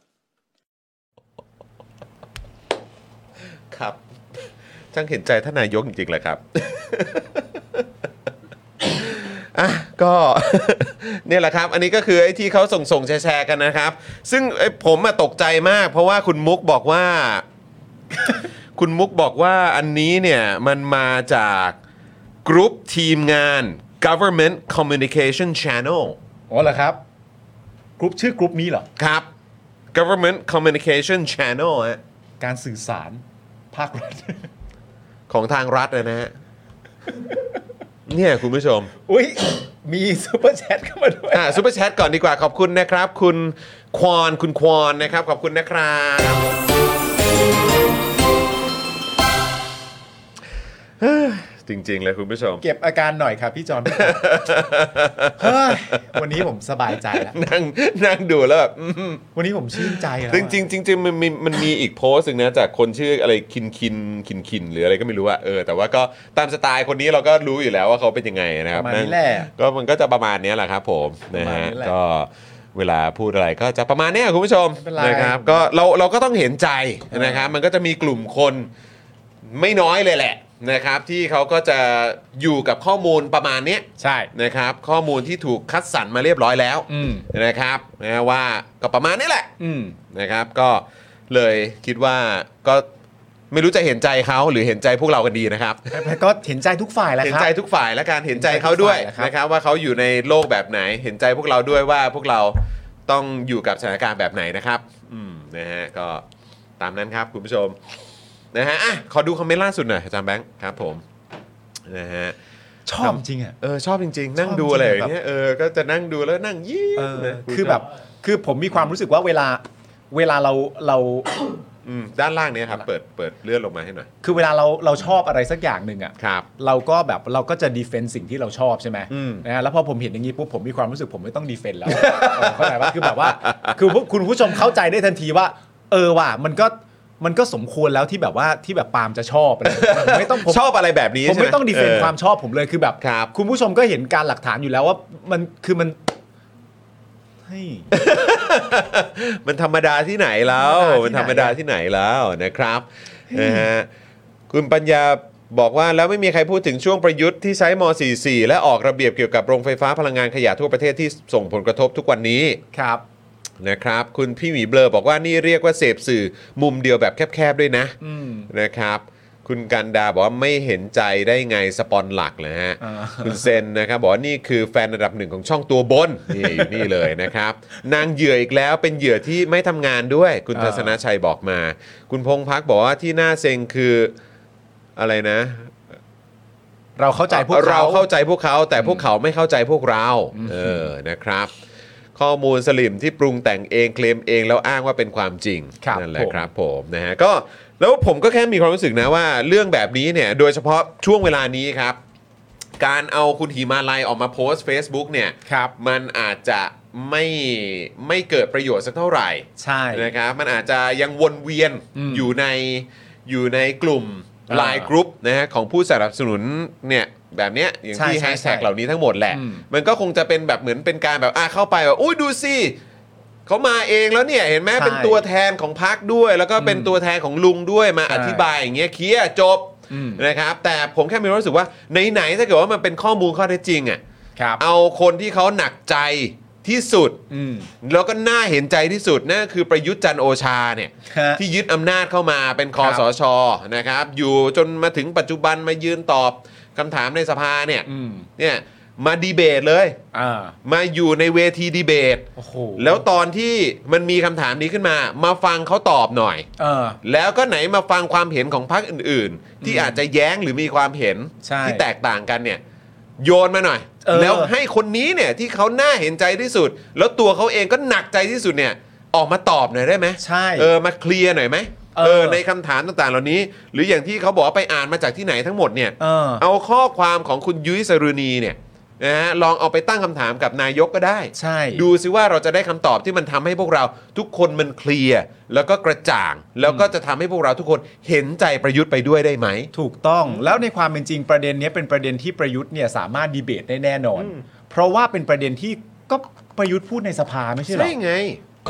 Speaker 1: ครับ ช่างเห็นใจท่านนายกจริงๆแหละครับ *laughs* อ่ะ ก็ *laughs* เนี่ยแหละครับ อันนี้ก็คือไอ้ที่เขาส่งส่งๆแชร์ๆกันนะครับ ซึ่งไอ้ผมอะตกใจมาก เพราะว่าคุณมุกบอกว่า *laughs* คุณมุกบอกว่าอันนี้เนี่ยมันมาจากกรุ๊ปทีมงาน government communication channel
Speaker 2: อ๋อเหรอครับกรุ๊ปชื่อกรุ๊ปนี้เหรอ
Speaker 1: ครับ government communication channel ฮะ
Speaker 2: การสื่อสารภาครัฐ *laughs*
Speaker 1: ของทางรัฐนะฮ *laughs* ะ เนี่ยคุณผู้ชม
Speaker 2: อุ้ยมีซูเปอร์แชทเข้ามาด้วย
Speaker 1: อ่าซูเปอร์แชทก่อนดีกว่าขอบคุณนะครับ คุณควอนคุณควอนนะครับ ขอบคุณนะครับเฮ้ยจริง ๆ เลยคุณผู้ชม *laughs*
Speaker 2: เก็บอาการหน่อยครับพี่จอน *laughs* เฮ้ยวันนี้ผมสบายใจแล้ว
Speaker 1: นั่งนั่งดูแล้วแบบอืม
Speaker 2: วันนี้ผมชื่นใจแล้ว
Speaker 1: จริงๆจริงๆมันมีมันมีอีกโพสต์หนึ่งนะจากคนชื่ออะไรคินคินคินคินหรืออะไรก็ไม่รู้อะเออแต่ว่าก็ตามสไตล์คนนี้เราก็รู้อยู่แล้วว่าเขาเป็นยังไงนะค
Speaker 2: ป
Speaker 1: รับ
Speaker 2: ระมาณนี้แหละ
Speaker 1: ก็มันก็จะประมาณเนี้ยแหละครับผมนะ
Speaker 2: ประมาณ
Speaker 1: ฮะ
Speaker 2: นี้แหละ
Speaker 1: ก็เวลาพูดอะไรก็จะประมาณเนี้ยคุณผู้ชม
Speaker 2: ไม่เป็นไร
Speaker 1: นะครับก็เราเราก็ต้องเห็นใจนะครับมันก็จะมีกลุ่มคนไม่น้อยเลยแหละนะครับที่เขาก็จะอยู่กับข้อมูลประมาณเนี้ย
Speaker 2: ใช่
Speaker 1: นะครับข้อมูลที่ถูกคัดสรรมาเรียบร้อยแล้ว
Speaker 2: อืม
Speaker 1: นะครับนะว่าก็ประมาณนี้แหละ
Speaker 2: อืม
Speaker 1: นะครับก็เลยคิดว่าก็ไม่รู้จะเห็นใจเขาหรือเห็นใจพวกเรากันดีนะครับ
Speaker 2: แล้วก็เห็นใจทุกฝ่ายแหละ
Speaker 1: เห็น
Speaker 2: ครับ
Speaker 1: ใจทุกฝ่ายและการเห็นใจเขาด้วย
Speaker 2: เห็นใจทุกฝ่าย
Speaker 1: นะ
Speaker 2: นะ
Speaker 1: ค
Speaker 2: ครั
Speaker 1: รับบ ว่าเขาอยู่ในโลกแบบไหน เห็นใจพวกเราด้วยว่าพวกเราต้องอยู่กับสถานการณ์แบบไหนนะครับอืมนะฮะก็ตามนั้นครับคุณผู้ชมนะฮะอ่ะขอดูคอมเมนต์ล่าสุดหน่อยอาจารย์แบงค์ครับผมนะฮะ
Speaker 2: ชอบจริงอ่ะ
Speaker 1: เออชอบจริงๆ นั่ง
Speaker 2: ชอบ
Speaker 1: ดูอะไร
Speaker 2: จริ
Speaker 1: อง
Speaker 2: ๆ
Speaker 1: ย่างเงี้ยเออก็จะนั่งดูแล้วนั่งยิ้ม
Speaker 2: เออ
Speaker 1: นะ
Speaker 2: คือแบบคือผมมีความรู้สึกว่าเวลาเวลาเราเรา
Speaker 1: อืมด้านล่างเนี้ยครับ เปิดเปิดเลื่อนลงมาให้หน่อย
Speaker 2: คือเวลาเราเราชอบอะไรสักอย่างหนึ่งอ่ะ
Speaker 1: ครับ
Speaker 2: เราก็แบบเราก็จะดีเฟนต์สิ่งที่เราชอบใช่ไหม
Speaker 1: อืม
Speaker 2: นะฮะแล้วพอผมเห็นอย่างนี้ปุ๊บผมมีความรู้สึกผมไม่ต้องดีเฟนต์แล้วเออเข้าใจว่าคือแบบว่าคือพวกคุณผู้ชมเข้าใจได้ทันทีว่า เออว่ะมันก็มันก็สมควรแล้วที่แบบว่าที่แบบปาล์มจะชอบอะไรอย่างเงี้ยไม่ต้องผม
Speaker 1: ชอบอะไรแบบนี้
Speaker 2: ผม
Speaker 1: ใช่ไหม
Speaker 2: ไม่ต้องดีเฟน
Speaker 1: เอ
Speaker 2: ต์
Speaker 1: อ
Speaker 2: ความชอบผมเลยคือแบบ
Speaker 1: ครับ
Speaker 2: คุณผู้ชมก็เห็นการหลักฐานอยู่แล้วว่ามันคือมันเฮ้ย
Speaker 1: มันธรรมดาที่ไหนแล้ว
Speaker 2: มั
Speaker 1: มัน
Speaker 2: น
Speaker 1: ธ
Speaker 2: ธ
Speaker 1: รร
Speaker 2: รร
Speaker 1: ม
Speaker 2: ม
Speaker 1: ดา
Speaker 2: ดาที่
Speaker 1: ที่ไห
Speaker 2: ไห
Speaker 1: น
Speaker 2: น
Speaker 1: แล้วนะครับนะฮะคุณปัญญาบอกว่าแล้วไม่มีใครพูดถึงช่วงประยุทธ์ที่ใช้ม .44 และออกระเบียบเกี่ยวกับโรงไฟฟ้าพลังงานขยะทั่วประเทศที่ส่งผลกระทบทุกวันนี้
Speaker 2: ครับ
Speaker 1: นะครับคุณพี่หมีเบลอบอกว่านี่เรียกว่าเสพสื่อมุมเดียวแบบแคบๆด้วยนะ
Speaker 2: อืม
Speaker 1: นะครับ คุณกันดาบอกว่าไม่เห็นใจได้ไงสปอนหลักเลยฮะ
Speaker 2: อ่า
Speaker 1: คุณเซนนะครับบอกว่านี่คือแฟนระดับหนึ่งของช่องตัวบน นี่อยู่นี่เลยนะครับ นางเหยื่ออีกแล้วเป็นเหยื่อที่ไม่ทำงานด้วย คุณทัศนชัยบอกมา คุณพงพักบอกว่าที่น่าเซ็งคืออะไรนะ
Speaker 2: เราเข้าใจพวก
Speaker 1: เรา
Speaker 2: เขา
Speaker 1: เข้าใจพวกเขาแต่พวกเขาไม่เข้าใจพวกเราเออนะครับ ข้อมูลสลิมที่ปรุงแต่งเองเคลมเองแล้วอ้างว่าเป็นความจริง
Speaker 2: ครับ
Speaker 1: นั่นแหละ
Speaker 2: ผม
Speaker 1: ครับผมนะฮะก็แล้วผมก็แค่มีความรู้สึกนะว่าเรื่องแบบนี้เนี่ยโดยเฉพาะช่วงเวลานี้ครับ การเอาคุณหิมาลัยออกมาโพสต์ Facebook เนี่ย
Speaker 2: ครับ
Speaker 1: มันอาจจะไม่ไม่เกิดประโยชน์สักเท่าไหร่
Speaker 2: ใช่
Speaker 1: นะครับมันอาจจะยังวนเวียน
Speaker 2: อืม
Speaker 1: อยู่ในอยู่ในกลุ่ม
Speaker 2: อ่า
Speaker 1: ไลน์กรุ๊ปนะฮะของผู้สนับสนุนเนี่ยแบบเนี้ยอย่าง
Speaker 2: ใช่
Speaker 1: ที่
Speaker 2: ใช่
Speaker 1: แฮชแท็ก
Speaker 2: ใช่
Speaker 1: เหล่านี้ทั้งหมดแหละ
Speaker 2: อืม
Speaker 1: มันก็คงจะเป็นแบบเหมือนเป็นการแบบอ่ะเข้าไปแบบอุ้ยดูสิเขามาเองแล้วเนี่ยเห็นไหม
Speaker 2: ใช่
Speaker 1: เป็นตัวแทนของพักด้วย แล้วก็เป็น
Speaker 2: อืม
Speaker 1: ตัวแทนของลุงด้วยมา
Speaker 2: ใช่
Speaker 1: อธิบายอย่างเงี้ยเคลียร์จบ
Speaker 2: อืม
Speaker 1: นะครับ แต่ผมแค่มีความรู้สึกว่าไหนๆถ้าเกิดว่ามันเป็นข้อมูลข้อเท็จจริงอ่ะ
Speaker 2: ครับ
Speaker 1: เอาคนที่เขาหนักใจที่สุด
Speaker 2: อืม
Speaker 1: แล้วก็น่าเห็นใจที่สุดนั่นก็คือประยุทธ์จันทร์โอชาเนี่ย
Speaker 2: ฮะ
Speaker 1: ที่ยึดอำนาจเข้ามาเป็นคอสชนะครับ อยู่จนมาถึงปัจจุบันมายืนตอบคำถามในสภาเนี่ย
Speaker 2: อืม
Speaker 1: เนี่ยมาดีเบตเลย
Speaker 2: อ่า
Speaker 1: มาอยู่ในเวทีดีเบต
Speaker 2: โอ้โห
Speaker 1: แล้วตอนที่มันมีคำถามนี้ขึ้นมา มาฟังเขาตอบหน่อย
Speaker 2: เออ
Speaker 1: แล้วก็ไหนมาฟังความเห็นของพรรคอื่น ๆ ที่อาจจะแย้งหรือมีความเห็น
Speaker 2: ใช่
Speaker 1: ที่แตกต่างกันเนี่ยโยนมาหน่อย
Speaker 2: เออ
Speaker 1: แล้วให้คนนี้เนี่ยที่เขาน่าเห็นใจที่สุด แล้วตัวเขาเองก็หนักใจที่สุดเนี่ยออกมาตอบหน่อยได้ไหม
Speaker 2: ใช่
Speaker 1: เออมาเคลียร์หน่อยไหม
Speaker 2: เออ
Speaker 1: ในคำถามต่างๆ เหล่านี้ หรืออย่างที่เขาบอกว่าไปอ่านมาจากที่ไหนทั้งหมดเนี่ย
Speaker 2: เออ
Speaker 1: เอาข้อความของคุณยุ้ยสรุณีเนี่ยนะฮะลองเอาไปตั้งคำถามกับนายกก็ได้
Speaker 2: ใช่
Speaker 1: ดูซิว่าเราจะได้คำตอบที่มันทำให้พวกเราทุกคนมันเคลียร์แล้วก็กระจ่าง แล้วก็จะทำให้พวกเราทุกคนเห็นใจประยุทธ์ไปด้วยได้ไหม
Speaker 2: ถูกต้องแล้วในความเป็นจริงประเด็นเนี้ยเป็นประเด็นที่ประยุทธ์เนี่ยสามารถดีเบตได้แน่นอน เพราะว่าเป็นประเด็นที่ก็ประยุทธ์พูดในสภาไม่ใช่เหร
Speaker 1: ใช่
Speaker 2: อ
Speaker 1: ไง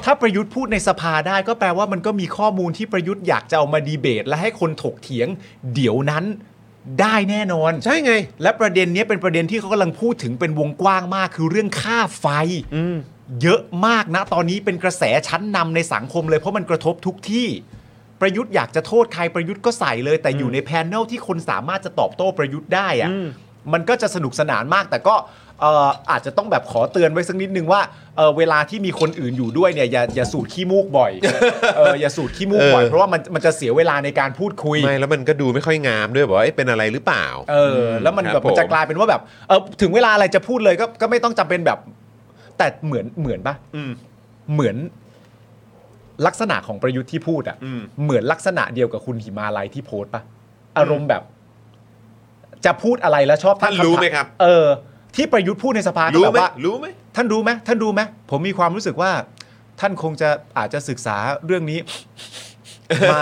Speaker 2: ถ้าประยุทธ์พูดในสภาได้ก็แปลว่ามันก็มีข้อมูลที่ประยุทธ์อยากจะเอามาดีเบต และให้คนถกเถียง เดี๋ยวนั้น ได้แน่นอน
Speaker 1: ใช่ไง
Speaker 2: และประเด็นเนี้ยเป็นประเด็นที่เขากำลังพูดถึงเป็นวงกว้างมากคือเรื่องค่าไฟเยอะมากนะ ตอนนี้เป็นกระแสชั้นนำในสังคมเลย เพราะมันกระทบทุกที่ ประยุทธ์อยากจะโทษใครประยุทธ์ก็ใส่เลย แต่อยู่ในแพนเนลที่คนสามารถจะตอบโต้ประยุทธ์ได้อะมันก็จะสนุกสนานมาก แต่ก็เอ่ออาจจะต้องแบบขอเตือนไว้สักนิดนึงว่าเอ่อเวลาที่มีคนอื่นอยู่ด้วยเนี่ยอย่าอย่าสูดขี้มูกบ่อยเอ
Speaker 1: *laughs*
Speaker 2: ออย่าสูดขี้มูกบ่อย
Speaker 1: เออ
Speaker 2: เพราะว่ามันมันจะเสียเวลาในการพูดคุย
Speaker 1: ไม่แล้วมันก็ดูไม่ค่อยงามด้วยบอกว่าเอ๊ะเป็นอะไรหรือเปล่า
Speaker 2: เอออแล้วมัน
Speaker 1: ครับ
Speaker 2: แบบมันจะ
Speaker 1: ผม
Speaker 2: กลายเป็นว่าแบบเออถึงเวลาอะไรจะพูดเลยก็ก็ไม่ต้องจำเป็นแบบ แต่เหมือนเหมือนปะ
Speaker 1: อืม
Speaker 2: เหมือนลักษณะของประยุทธ์ที่พูดอะ
Speaker 1: อืม
Speaker 2: เหมือนลักษณะเดียวกับคุณหิมาลัยที่โพสต์ปะอารมณ์แบบ จะพูดอะไรแล้วชอบ
Speaker 1: ท่าน
Speaker 2: ตั้งำถ
Speaker 1: รู้ไหมครับ
Speaker 2: เออ ที่ประยุทธ์พูดในสภาก็
Speaker 1: รู้
Speaker 2: แบบ
Speaker 1: ไหม
Speaker 2: ว่า
Speaker 1: รู้ไหม
Speaker 2: ท่านรู้ไหมท่านรู้ไหมผมมีความรู้สึกว่า ท่านคงจะอาจจะศึกษาเรื่องนี้ มา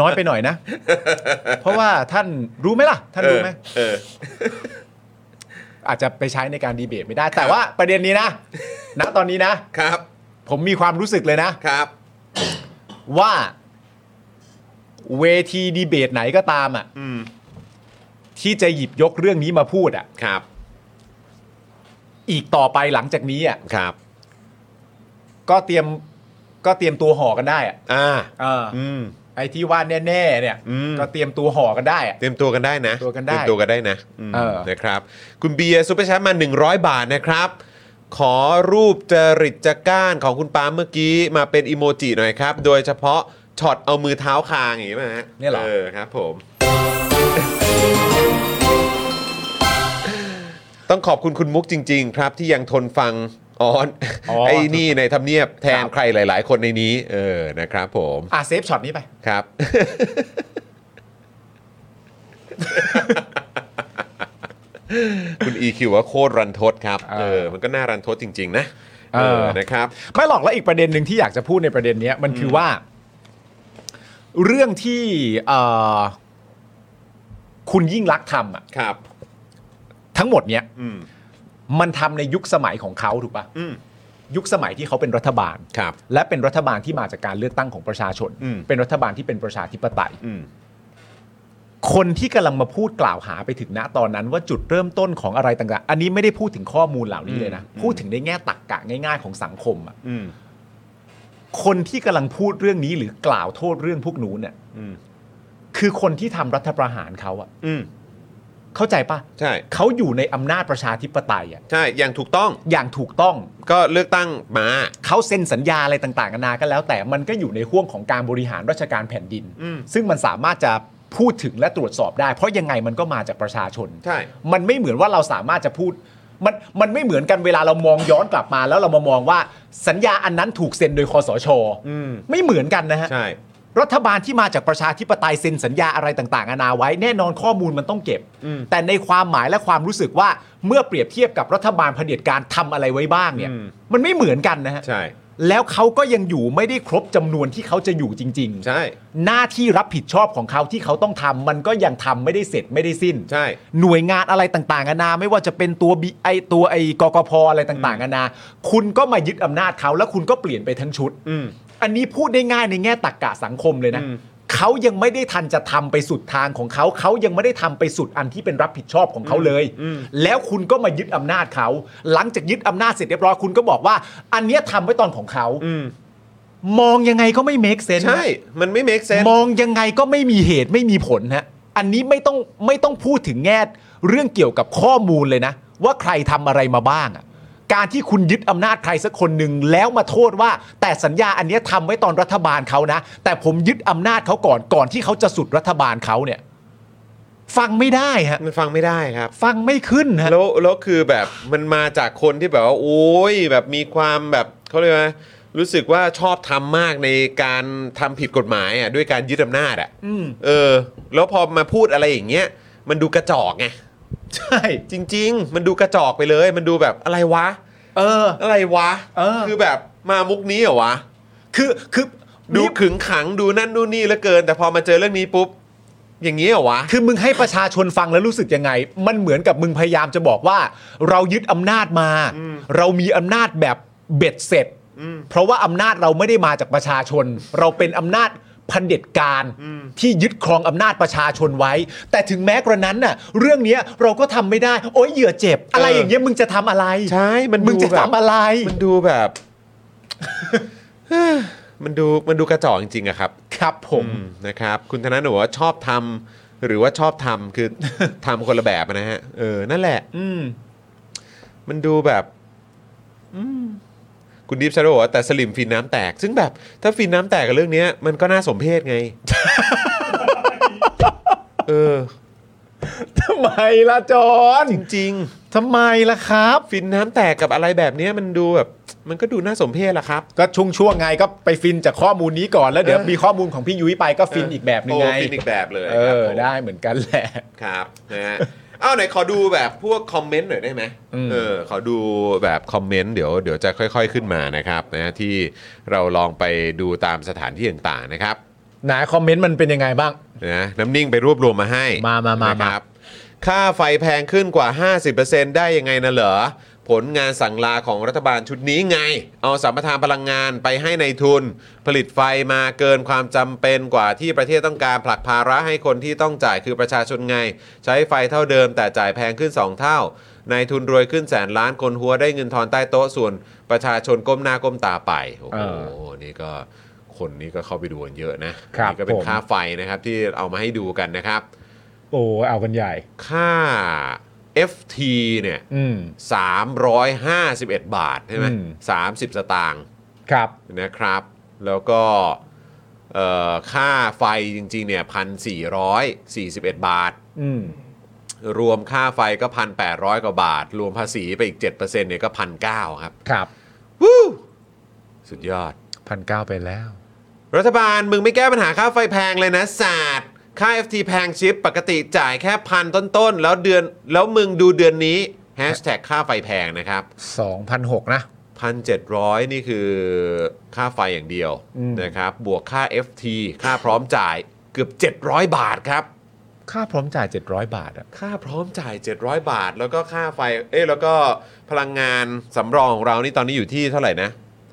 Speaker 2: น้อยไปหน่อยนะ เพราะว่าท่านรู้ไหมล่ะ ท่านรู้ไหม
Speaker 1: เออ
Speaker 2: อาจจะไปใช้ในการดีเบตไม่ได้ แต่ว่าประเด็นนี้นะ ณตอนนี้นะ
Speaker 1: ครับ
Speaker 2: ผมมีความรู้สึกเลยนะ
Speaker 1: ครับ
Speaker 2: ว่า เวทีดีเบตไหนก็ตามอ่ะ
Speaker 1: อืม
Speaker 2: ที่จะหยิบยกเรื่องนี้มาพูดอ่ะ
Speaker 1: ครับ
Speaker 2: อีกต่อไปหลังจากนี้อ่ะ
Speaker 1: ครับ
Speaker 2: ก็เตรียมก็เตรียมตัวห่อกันได้อ่ะ
Speaker 1: อ่า
Speaker 2: เออ
Speaker 1: อืม
Speaker 2: ไอ้ที่ว่าแน่ๆเนี่ย
Speaker 1: อืม
Speaker 2: ก็เตรียมตัวห่อกันได้อะ
Speaker 1: เตรียมตัวกันได้นะ
Speaker 2: เตรียมตัวกันได้
Speaker 1: เตรียมตัวกันได้นะอืม
Speaker 2: เออ
Speaker 1: นะครับ คุณเบียร์ซูเปอร์แชทมา 100 บาทนะครับ ขอรูปจริตจักร้านของคุณปาล์มเมื่อกี้มาเป็นอีโมจิหน่อยครับ โดยเฉพาะช็อตเอามือเท้าคางอย่างนี้ไหมฮะ
Speaker 2: เนี่ยเหรอ
Speaker 1: เออครับผม ต้องขอบคุณคุณมุกจริง ๆ ครับที่ยังทนฟังออน
Speaker 2: อ๋อ
Speaker 1: ไอ้นี่ในทำเนียบแทน
Speaker 2: ครับ
Speaker 1: ใครหลาย ๆ คนในนี้ เออนะครับผม
Speaker 2: อ่ะเซฟช็อตนี้ไป
Speaker 1: ครับ คุณ EQ ว่าโคตรรันทดครับ เอ
Speaker 2: เออ
Speaker 1: อ มันก็น่ารันทดจริง ๆ นะ เอ
Speaker 2: เออ
Speaker 1: อนะครับ
Speaker 2: ไม่หรอกแล้วอีกประเด็นหนึ่งที่อยากจะพูดในประเด็นเนี้ยมันคือว่า เรื่องที่เอ่อคุณยิ่งรักษณ์ทำอะ
Speaker 1: ครับ
Speaker 2: ทั้งหมดเนี้ย
Speaker 1: อืม
Speaker 2: มันทำในยุคสมัยของเขาถูกปะ
Speaker 1: อืม
Speaker 2: ยุคสมัยที่เขาเป็นรัฐบาล
Speaker 1: ครับ
Speaker 2: และเป็นรัฐบาลที่มาจากการเลือกตั้งของประชาชน
Speaker 1: อืม
Speaker 2: เป็นรัฐบาลที่เป็นประชาธิปไตย
Speaker 1: อืม
Speaker 2: คนที่กำลังมาพูดกล่าวหาไปถึงณตอนนั้นว่าจุดเริ่มต้นของอะไรต่างๆ อันนี้ไม่ได้พูดถึงข้อมูลเหล่านี้เลยนะ พูดถึงในแง่ตักกะง่าย ๆ ของสังคมอะ
Speaker 1: อืม
Speaker 2: คนที่กำลังพูดเรื่องนี้หรือกล่าวโทษเรื่องพวกนู้นเนี่ย
Speaker 1: อืม
Speaker 2: คือคนที่ทำรัฐประหารเขาอะ
Speaker 1: อืม
Speaker 2: เข้าใจปะ
Speaker 1: ใช่
Speaker 2: เขาอยู่ในอำนาจประชาธิปไตยอะ
Speaker 1: ใช่ อย่างถูกต้อง
Speaker 2: อย่างถูกต้อง
Speaker 1: ก็เลือกตั้งมา
Speaker 2: เขาเซ็นสัญญาอะไรต่างๆกันานาก็แล้ว แต่มันก็อยู่ในห่วงของการบริหารราชการแผ่นดิน
Speaker 1: อืม
Speaker 2: ซึ่งมันสามารถจะพูดถึงและตรวจสอบได้ เพราะยังไงมันก็มาจากประชาชน
Speaker 1: ใช่
Speaker 2: มันไม่เหมือนว่าเราสามารถจะพูด มันมันไม่เหมือนกันเวลาเรามองย้อนกลับมา แล้วเรามามองว่าสัญญาอันนั้นถูกเซ็นโดยคอสช
Speaker 1: อืม
Speaker 2: ไม่เหมือนกันนะฮะ
Speaker 1: ใช่
Speaker 2: รัฐบาลที่มาจากประชาธิปไตยเซ็นสัญญาอะไรต่างๆนานาไว้แน่นอนข้อมูลมันต้องเก็บ
Speaker 1: อืม
Speaker 2: แต่ในความหมายและความรู้สึกว่าเมื่อเปรียบเทียบกับรัฐบาลเผด็จการทำอะไรไว้บ้างเนี่ย
Speaker 1: อืม
Speaker 2: มันไม่เหมือนกันนะฮะ
Speaker 1: ใช่
Speaker 2: แล้วเขาก็ยังอยู่ไม่ได้ครบจำนวนที่เขาจะอยู่จริง ๆ
Speaker 1: ใช่
Speaker 2: หน้าที่รับผิดชอบของเขาที่เขาต้องทำมันก็ยังทำไม่ได้เสร็จไม่ได้สิ้น
Speaker 1: ใช่
Speaker 2: หน่วยงานอะไรต่างๆนานาไม่ว่าจะเป็นตัวบีไอตัวไอกกพอะไรต่างๆนานา คุณก็มายึดอำนาจเขาแล้วคุณก็เปลี่ยนไปทั้งชุด
Speaker 1: อืม
Speaker 2: อันนี้พูดได้ง่ายในแง่ตรกกะสังคมเลยนะ
Speaker 1: อืม
Speaker 2: เขายังไม่ได้ทันจะทำไปสุดทางของเขาเขายังไม่ได้ทำไปสุดอันที่เป็นรับผิดชอบของเขาเลย แล้วคุณก็มายึดอำนาจเขา หลังจากยึดอำนาจเสร็จเรียบร้อยคุณก็บอกว่า อันเนี้ยทำไว้ตอนของเขา
Speaker 1: อืม
Speaker 2: มองยังไงก็ไม่ make sense นะ
Speaker 1: ใช่ มันไม่ make sense
Speaker 2: มองยังไงก็ไม่มีเหตุไม่มีผลฮะ อันนี้ไม่ต้องไม่ต้องพูดถึงแง่เรื่องเกี่ยวกับข้อมูลเลยนะ ว่าใครทำอะไรมาบ้างอะการที่คุณยึดอำนาจใครสักคนหนึ่งแล้วมาโทษว่า แต่สัญญาอันเนี้ยทำไว้ตอนรัฐบาลเขานะ แต่ผมยึดอำนาจเขาก่อนก่อนที่เขาจะสุดรัฐบาลเขาเนี่ย ฟังไม่ได้ฮะ
Speaker 1: มันฟังไม่ได้ครับ
Speaker 2: ฟังไม่ขึ้นฮะ
Speaker 1: แล้วแล้วคือแบบมันมาจากคนที่แบบว่าโอ้ยแบบมีความแบบเขาเรียกว่ารู้สึกว่าชอบทำมากในการทำผิดกฎหมายอ่ะด้วยการยึดอำนาจอ่ะ
Speaker 2: อืม
Speaker 1: เออ แล้วพอมาพูดอะไรอย่างเงี้ยมันดูกระจอกไง
Speaker 2: ใช่
Speaker 1: จริง ๆ มันดูกระจอกไปเลย มันดูแบบอะไรวะ
Speaker 2: เออ
Speaker 1: อะไรวะ
Speaker 2: เออ
Speaker 1: คือแบบมามุกนี้เหรอวะ
Speaker 2: คือคือ
Speaker 1: ดูขึงขังดูนั่นนู่นนี่เหลือเกิน แต่พอมาเจอเรื่องนี้ปุ๊บ อย่างนี้เหรอวะ
Speaker 2: คือมึงให้ประชาชนฟังแล้วรู้สึกยังไง มันเหมือนกับมึงพยายามจะบอกว่า เรายึดอำนาจมา เรามีอำนาจแบบเบ็ดเสร็จ เพราะว่าอำนาจเราไม่ได้มาจากประชาชน เราเป็นอำนาจ พันเผด็จการที่ยึดครองอำนาจประชาชนไว้ แต่ถึงแม้กระนั้นน่ะ เรื่องเนี้ยเราก็ทำไม่ได้ โอ้ยเหยื่อเจ็บ อะไรอย่างเงี้ยมึงจะทำอะไร
Speaker 1: ใช่มัน
Speaker 2: มึง
Speaker 1: ดู
Speaker 2: จะ
Speaker 1: แบบ
Speaker 2: ทำอะไร
Speaker 1: *laughs* มันดูแบบ *sighs* มันดูมันดูกระจอกจริงๆอะครับ
Speaker 2: ครับผม
Speaker 1: อืมนะครับคุณธนาหนูว่าชอบทำหรือว่าชอบทำคือ *laughs* ทำคนละแบบนะฮะเออนั่นแหละ
Speaker 2: อืม *laughs*
Speaker 1: มันดูแบบอืมคุณดิฟชาโดบอกว่าแต่สลิมฟินน้ำแตก ซึ่งแบบถ้าฟินน้ำแตกกับเรื่องเนี้ย มันก็น่าสมเพชไง เออ
Speaker 2: ทำไมล่ะจอน
Speaker 1: จริง
Speaker 2: ทำไมล่ะครับ
Speaker 1: ๆ ฟินน้ำแตกกับอะไรแบบเนี้ยมันดูแบบ มันก็ดูน่าสมเพชละครับ
Speaker 2: ก็ช่วงช่วงๆไงก็ไปฟินจากข้อมูลนี้ก่อนแล้วเดี๋ยว
Speaker 1: เออ
Speaker 2: มีข้อมูลของพี่ยุ้ยไปก็ฟินอีกแบบหนึงไง
Speaker 1: โฟินอีกแบบเลย
Speaker 2: เอ
Speaker 1: ครับ
Speaker 2: อ
Speaker 1: ผม
Speaker 2: ได้เหมือนกันแหละ
Speaker 1: ครับนะฮะอ้าวไหนขอดูแบบพวกคอมเมนต์หน่อยได้ไหม
Speaker 2: อืม
Speaker 1: เออขอดูแบบคอมเมนต์เดี๋ยวเดี๋ยวจะค่อย ๆขึ้นมานะครับนะที่เราลองไปดูตามสถานที่ต่างๆนะครับ
Speaker 2: ไหนคอมเมนต์มันเป็นยังไงบ้าง
Speaker 1: นะน้ำนิ่งไปรวบรวมมาให้
Speaker 2: มามามา
Speaker 1: นะครับค่าไฟแพงขึ้นกว่า 50%ได้ยังไงนะเหรอ ผลงานสั่งลาของรัฐบาลชุดนี้ไง เอาสัมปทานพลังงานไปให้ในทุน ผลิตไฟมาเกินความจำเป็นกว่าที่ประเทศต้องการผลักภาระให้คนที่ต้องจ่ายคือประชาชนไง ใช้ไฟเท่าเดิมแต่จ่ายแพงขึ้น 2 เท่า นายทุนรวยขึ้นแสนล้านคนหัวได้เงินทอนใต้โต๊ะส่วนประชาชนก้มหน้าก้มตาไปโอ้โห
Speaker 2: เอ
Speaker 1: นี่ก็คนนี้ก็เข้าไปดูกันเยอะนะครับ นี่ก็เป็น
Speaker 2: ผม
Speaker 1: ค่า ไฟนะครับที่เอามาให้ดูกันนะครับ
Speaker 2: โอ้เอากันใหญ่
Speaker 1: ค่า FT เนี่ย
Speaker 2: อืม
Speaker 1: 351 บาทใช่ไหม
Speaker 2: อืม
Speaker 1: สามสิบสตางค์
Speaker 2: ครับ
Speaker 1: นะครับ แล้วก็เอ่อค่าไฟจริงๆเนี่ยพันสี่ร้อยสี่สิบเอ็ดบาท
Speaker 2: อืม
Speaker 1: รวมค่าไฟก็พันแปดร้อยกว่าบาท รวมภาษีไปอีกเจ็ดเปอร์เซ็นต์เนี่ยก็พันเก้าครับ
Speaker 2: ครับ
Speaker 1: วู้สุดยอด
Speaker 2: พันเก้าไปแล้ว
Speaker 1: รัฐบาลมึงไม่แก้ปัญหาค่าไฟแพงเลยนะศาสตร์ค่า FT แพงชิป ปกติจ่ายแค่พันต้นๆ แล้วเดือนแล้วมึงดูเดือนนี้แฮชแท็กค่าไฟแพงนะครับ
Speaker 2: 2,600 นะ
Speaker 1: 1,700 นี่คือค่าไฟอย่างเดียว
Speaker 2: อืม
Speaker 1: นะครับ บวกค่า FT ค่าพร้อมจ่ายเกือบ 700 บาทครับ
Speaker 2: ค่าพร้อมจ่าย 700 บาทอะ
Speaker 1: ค่าพร้อมจ่าย 700 บาท แล้วก็ค่าไฟ เอ้ยแล้วก็พลังงานสำรองของเรานี่ตอนนี้อยู่ที่เท่าไหร่นะ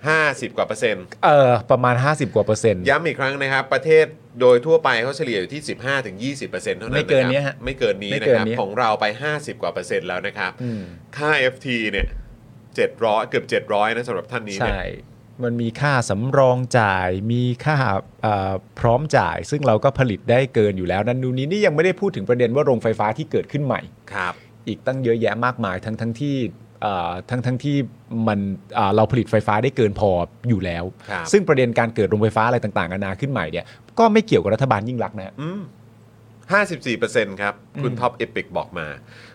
Speaker 1: 50 กว่าเปอร์เซ็นต์
Speaker 2: เออ ประมาณ 50 กว่าเปอร์เซ็นต์
Speaker 1: ย้ำอีกครั้งนะครับ ประเทศโดยทั่วไปเขาเฉลี่ยอยู่ที่ 15ถึง20 เท่านั้น
Speaker 2: ไม่เกิน
Speaker 1: นะครับ
Speaker 2: เนี้ยฮะ
Speaker 1: ไม่เกินนี้
Speaker 2: ไม่
Speaker 1: นะ
Speaker 2: เกิ
Speaker 1: คน รับ
Speaker 2: นี้
Speaker 1: ของเราไป 50 กว่าเปอร์เซ็นต์แล้วนะครับ
Speaker 2: อืม
Speaker 1: ค่า FT เนี่ย700 เกือบ 700 นะสำหรับท่านนี้เนี่
Speaker 2: ใช่
Speaker 1: ย
Speaker 2: มันมีค่าสำรองจ่าย มีค่าเอ่อพร้อมจ่าย ซึ่งเราก็ผลิตได้เกินอยู่แล้ว นั่นดูนนี้นี่ยังไม่ได้พูดถึงประเด็นว่าโรงไฟฟ้าที่เกิดขึ้นใหม่
Speaker 1: ครับ
Speaker 2: อีกตั้งเยอะแยะมากมาย ทั้งทั้งที่เอ่อทั้งทั้งที่มันเอ่อเราผลิตไฟฟ้าได้เกินพออยู่แล้ว
Speaker 1: ครับ
Speaker 2: ซึ่งประเด็นการเกิดโรงไฟฟ้าอะไรต่างๆนานาขึ้นใหม่เนี่ย ก็ไม่เกี่ยวกับรัฐบาลยิ่งรักษณ์นะ
Speaker 1: อืม54 ครับ คุณท็อปเอปิกบอกมา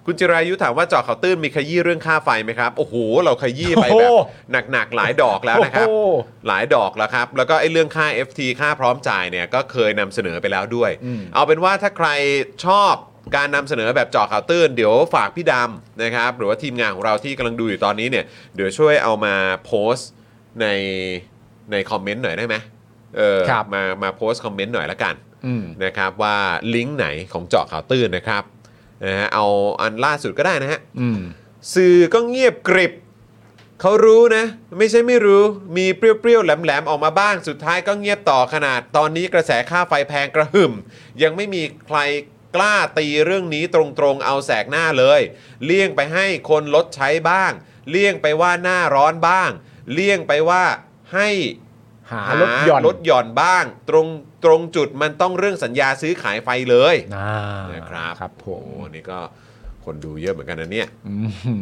Speaker 1: คุณจิรายุถามว่าเจอข่าวตื้นมีขยี้เรื่องค่าไฟไหมครับ โอ้โห เราขยี้ไปแบบ
Speaker 2: โอ้โห
Speaker 1: หนักๆ หลายดอกแล้วนะครับ
Speaker 2: โอ้โห
Speaker 1: หลายดอกแล้วครับ แล้วก็ไอ้เรื่องค่า FT ค่าพร้อมจ่ายเนี่ยก็เคยนำเสนอไปแล้วด้วย
Speaker 2: อืม
Speaker 1: เอาเป็นว่าถ้าใครชอบการนำเสนอแบบเจาะข่าวตื้น เดี๋ยวฝากพี่ดำนะครับ หรือว่าทีมงานของเราที่กำลังดูอยู่ตอนนี้เนี่ย เดี๋ยวช่วยเอามาโพสต์ในในคอมเมนต์หน่อยได้ไหมเออ
Speaker 2: ครับ
Speaker 1: มามาโพสต์คอมเมนต์หน่อยละกัน
Speaker 2: อืม
Speaker 1: นะครับว่าลิงก์ไหนของเจาะข่าวตื้นนะครับนะฮะเอาอันล่าสุดก็ได้นะฮะ
Speaker 2: อืม
Speaker 1: สื่อก็เงียบกริบ เขารู้นะ ไม่ใช่ไม่รู้ มีเปรี้ยวๆ แหลมๆ ออกมาบ้าง สุดท้ายก็เงียบต่อขนาด ตอนนี้กระแสค่าไฟแพงกระหึ่ม ยังไม่มีใครกล้าตีเรื่องนี้ตรงๆ เอาแสกหน้าเลย เลี่ยงไปให้คนลดใช้บ้าง เลี่ยงไปว่าหน้าร้อนบ้าง เลี่ยงไปว่าให้
Speaker 2: หาลดหย่อน
Speaker 1: ลดหย่อนบ้าง ตรงตรงจุดมันต้องเรื่องสัญญาซื้อขายไฟเลย
Speaker 2: อ่า
Speaker 1: นะครับ
Speaker 2: ครับผ
Speaker 1: โอ้
Speaker 2: ม
Speaker 1: โหนี่ก็คนดูเยอะเหมือนกันนะเนี่ย
Speaker 2: อื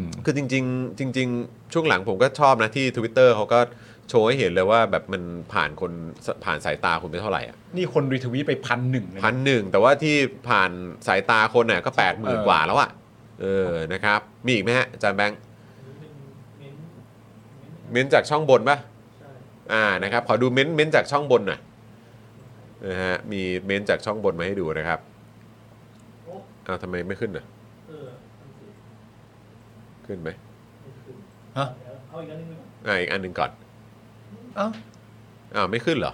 Speaker 2: ม
Speaker 1: คือจริง ๆ จริง ๆ ช่วงหลังผมก็ชอบนะที่ Twitter เขาก็โชว์ให้เห็นเลยว่าแบบมันผ่านคนผ่านสายตาคนไปเท่าไหร่อะ
Speaker 2: นี่คนรีทวีตไปพันหนึ่งเลย
Speaker 1: พั
Speaker 2: นะ
Speaker 1: นหนึ่งแต่ว่าที่ผ่านสายตาคนน่ะก็แปดหมื่น
Speaker 2: เออ
Speaker 1: กว่าแล้วอะเออนะครับ มีอีกไหมฮะอาจารย์แบงค์เม้นจากช่องบนปะอ่านะครับขอดูเม้นเม้นจากช่องบนหน่อยนะฮะมีเม้นจากช่องบนมาให้ดูนะครับอ้าวทำไมไม่ขึ้นน่ะขึ้นไหม
Speaker 2: ฮะ
Speaker 1: อ่ะอีกอันหนึ่งก่อน
Speaker 2: เอ้า
Speaker 1: อ้าวไม่ขึ้นเหรอ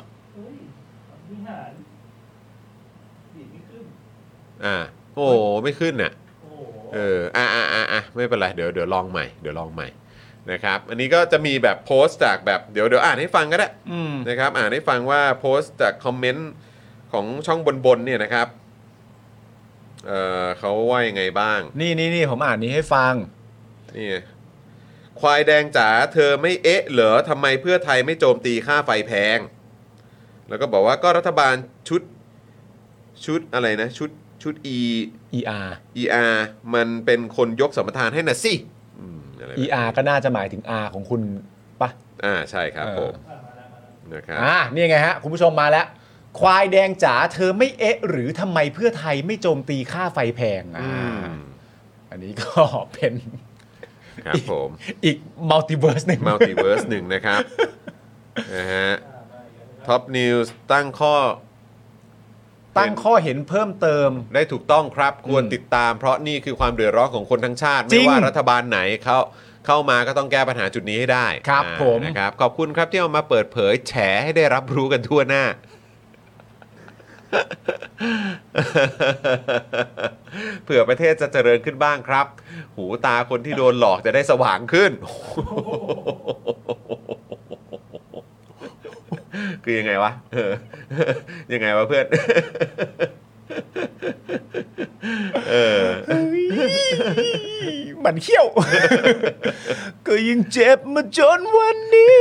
Speaker 1: อ่า โอ้ไม่ขึ้นน่ะเออ อ่ะอ่ะอ่ะอ่ะไม่เป็นไร เดี๋ยวเดี๋ยวลองใหม่ เดี๋ยวลองใหม่ นะครับ อันนี้ก็จะมีแบบโพสต์จากแบบ เดี๋ยวเดี๋ยวอ่านให้ฟังก็ได้
Speaker 2: อืม
Speaker 1: นะครับ อ่านให้ฟังว่าโพสต์จากคอมเมนต์ ของช่องบนๆเนี่ยนะครับเออเขาว่ายังไงบ้าง
Speaker 2: นี่นี่นี่ผมอ่านนี้ให้ฟัง
Speaker 1: นี่ไงควายแดงจ๋าเธอไม่เอ๊ะ เหรอทำไมเพื่อไทยไม่โจมตีค่าไฟแพง แล้วก็บอกว่าก็รัฐบาลชุดชุดอะไรนะ ชุดชุด E
Speaker 2: ER
Speaker 1: ER มันเป็นคนยกสมรทานให้น่ะสิอืมอะไรแบบนี้
Speaker 2: ER ก็น่าจะหมายถึง R ของคุณปะ
Speaker 1: อ่าใช่ครับ
Speaker 2: เออ
Speaker 1: ผมนะครับ
Speaker 2: อ่านี่ไงฮะ คุณผู้ชมมาแล้ว ควายแดงจ๋าเธอไม่เอ๊ะ หรือทำไมเพื่อไทยไม่โจมตีค่าไฟแพงอ่า
Speaker 1: อืม
Speaker 2: อันนี้ก็ เป็น
Speaker 1: ครับผม
Speaker 2: อีกมัลติเวิร์สหนึ่ง
Speaker 1: มัลติเวิร์สหนึ่งนะครับนะฮะท็อปนิวส์ตั้งข้อ
Speaker 2: ตั้งข้อเห็นเพิ่มเติม
Speaker 1: ได้ถูกต้องครับควร
Speaker 2: อืม
Speaker 1: ติดตามเพราะนี่คือความเดือดร้อนของคนทั้งชาติ
Speaker 2: จริ
Speaker 1: ไม่
Speaker 2: ง
Speaker 1: ว่ารัฐบาลไหนเข้าเข้ามาก็ต้องแก้ปัญหาจุดนี้ให้ได้
Speaker 2: ครับ
Speaker 1: อ่า
Speaker 2: ผม
Speaker 1: นะครับขอบคุณครับที่เอามาเปิดเผยแฉให้ได้รับรู้กันทั่วหน้า *laughs* เผื่อประเทศจะเจริญขึ้นบ้างครับ หูตาคนที่โดนหลอกจะได้สว่างขึ้น *laughs* คือยังไงวะ *laughs* เออยังไงวะเพื่อน เออ
Speaker 2: มัน
Speaker 3: *laughs*
Speaker 2: เขี้ยว ก็ยิ่งเจ็บมาจนวันนี้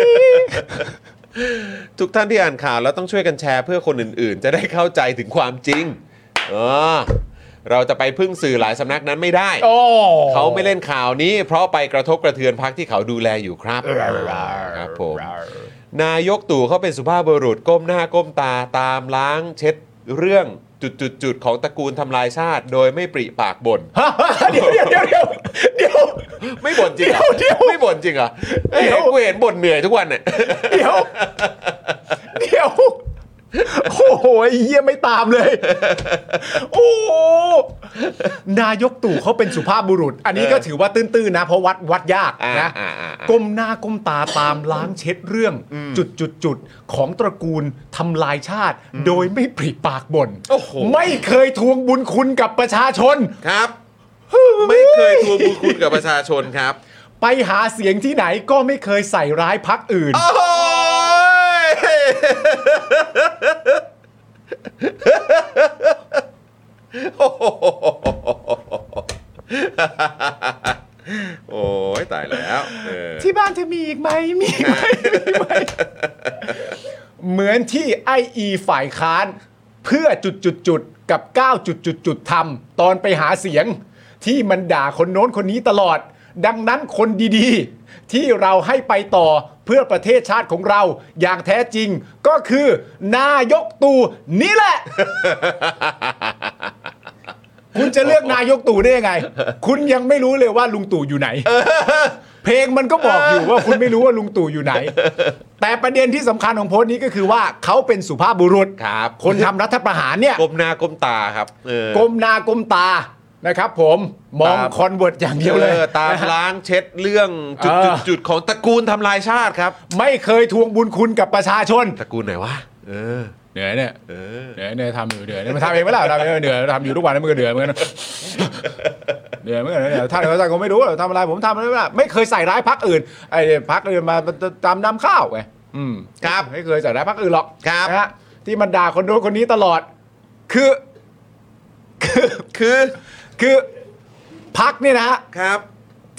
Speaker 1: ทุกท่านที่อ่านข่าวแล้วต้องช่วยกันแชร์เพื่อคนอื่นๆ จะได้เข้าใจถึงความจริงเออเราจะไปพึ่งสื่อหลายสำนักนั้นไม่ได้
Speaker 2: โอ้
Speaker 1: เขาไม่เล่นข่าวนี้ เพราะไปกระทบกระเทือนพักที่เขาดูแลอยู่ครับครับผมนายกตู่เขาเป็นสุภาพบุรุษก้มหน้าก้มตาตามล้างเช็ดเรื่องจุดๆๆของตระกูลทำลายชาติ โดยไม่ปริปากบ่น
Speaker 2: ฮะเดี๋ยวเดี๋ยวเดี๋ยวเดี๋ยวเดี๋ยว
Speaker 1: ไม่บ่นจริงเหรอ
Speaker 2: เดี๋ยวเดี๋ยว
Speaker 1: ไม่บ่นจริงเหรอเอ้ย
Speaker 2: เดี๋ยว
Speaker 1: กูเห็นบ่นเหนื่อยทุกวันเนี่ย
Speaker 2: เดี๋ยวเดี๋ยวโอ้โหไอ้เยี่ยไม่ตามเลย โอ้โหนายกตู่เขาเป็นสุภาพบุรุษ อันนี้ก็ถือว่าตื้นๆนะ เพราะวัดวัดยาก
Speaker 1: อ่า
Speaker 2: นะ
Speaker 1: อ่าอ่าอ่า
Speaker 2: ก้มหน้าก้มตาตามล้างเช็ดเรื่อง จุดจุดจุดๆๆของตระกูลทำลายชาติ โดยไม่ปริปากบ่น
Speaker 1: โอ้โห
Speaker 2: ไม่เคยทวงบุญคุณกับประชาชน
Speaker 1: ครับ ไม่เคยทวงบุญคุณกับประชาชนครับ
Speaker 2: ไปหาเสียงที่ไหนก็ไม่เคยใส่ร้ายพักอื่น
Speaker 1: โอ้ยโอ้โหโอ้ยตายแล้วเออ
Speaker 2: ที่บ้านเธอมีอีกไหมมีไหมมีไหม เหมือนที่ไออีฝ่ายค้าน เพื่อจุดจุดจุดๆๆกับ9จุดจุดจุดๆๆทำตอนไปหาเสียง ที่มันด่าคนโน้นคนนี้ตลอด ดังนั้นคนดีๆ ที่เราให้ไปต่อเพื่อประเทศชาติของเราอย่างแท้จริง ก็คือนายกตู่นี่แหละ คุณจะเลือกนายกตู่ได้ยังไง คุณยังไม่รู้เลยว่าลุงตู่อยู่ไหน เพลงมันก็บอกอยู่ว่าคุณไม่รู้ว่าลุงตู่อยู่ไหน แต่ประเด็นที่สำคัญของโพสต์นี้ก็คือว่าเขาเป็นสุภาพบุรุษ
Speaker 1: ครับ
Speaker 2: คนทำรัฐประหารเนี่ย
Speaker 1: ก้มหน้าก้มตาครับเออ
Speaker 2: ก้มหน้าก้มตานะครับผมมอง
Speaker 1: ตาม
Speaker 2: คอนเวิร์ตอย่างเดียวเลย
Speaker 1: ออตามล้างเช็ดเรื่อง
Speaker 2: เออ
Speaker 1: จุดๆๆของตระกูลทำลายชาติครับ
Speaker 2: ไม่เคยทวงบุญคุณกับประชาชน
Speaker 1: ตระกูลไหนวะเออ
Speaker 2: เหนื่อยเนี่ย
Speaker 1: เออ
Speaker 2: เหนื่อยเนี่ยทำอยู่เหนื่อยเนี่ยมันทำเองไม่ล่ะทำเองเหนื่อยทำอยู่ทุกวันแล้วมันก็เหนื่อยเหมือ
Speaker 1: *laughs*
Speaker 2: นกันนะเหนื่อยเหมือนกันนะเนี่ยถ้าเราจะก็ไม่รู้เราทำอะไรผมทำอะไรไม่ล่ะไม่เคยใส่ร้ายพักอื่นไอ้พักอื่นมาตามนำข้าวไงอืม
Speaker 1: ครับ
Speaker 2: ไม่เคยใส่ร้ายพักอื่นหรอก
Speaker 1: ครับ
Speaker 2: นะฮะที่มันด่าคนโน้นคนนี้ตลอด คือ คือ
Speaker 1: คือ
Speaker 2: คือพักเนี่ยนะฮะ
Speaker 1: ครับ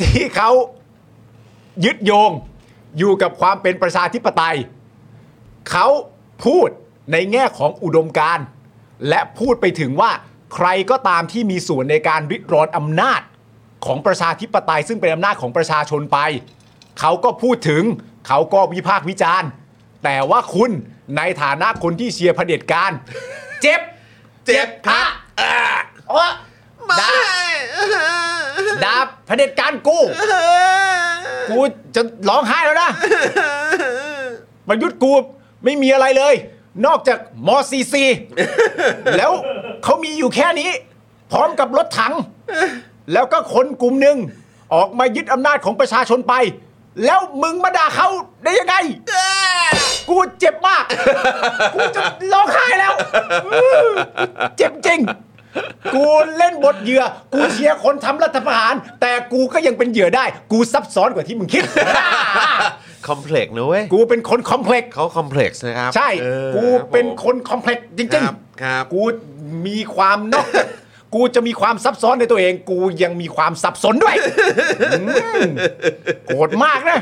Speaker 2: ที่เขายึดโยงอยู่กับความเป็นประชาธิปไตย เขาพูดในแง่ของอุดมการณ์ และพูดไปถึงว่าใครก็ตามที่มีส่วนในการริดรอนอำนาจของประชาธิปไตย ซึ่งเป็นอำนาจของประชาชนไป เขาก็พูดถึง เขาก็วิพากษ์วิจารณ์ แต่ว่าคุณในฐานะคนที่เชียร์เผด็จการ เจ็บ
Speaker 1: เจ็บพระ
Speaker 2: อ่าโอ้ด่าด่าเผด็จการกูกูจะร้องไห้แล้วนะ ประยุทธ์กูไม่มีอะไรเลย นอกจากมอซี *laughs* ซี แล้วเขามีอยู่แค่นี้ พร้อมกับรถถัง แล้วก็คนกลุ่มหนึ่งออกมายึดอำนาจของประชาชนไป แล้วมึงมาด่าเขาได้ยังไง กูเจ็บมาก กูจะร้องไห้แล้วอื้อเจ็บจริง กูเล่นบทเหยื่อ กูเชียร์ *laughs* คนทำรัฐประหาร แต่กูก็ยังเป็นเหยื่อได้ กูซับซ้อนกว่าที่มึงคิด
Speaker 1: คอมเพล็กซ์นะเว้ย
Speaker 2: กูเป็นคนคอมเพล็กซ์
Speaker 1: เขาคอมเพล็กซ์นะครับ
Speaker 2: ใช่
Speaker 1: ออ
Speaker 2: กูเป็นคนคอมเพล็กซ์จ
Speaker 1: ค
Speaker 2: ริง
Speaker 1: รับครับ
Speaker 2: ๆ กูมีความนอก *laughs* กูจะมีความซับซ้อนในตัวเอง กูยังมีความสับสน
Speaker 1: *laughs*
Speaker 2: ด้วยอืมโกรธมากนะ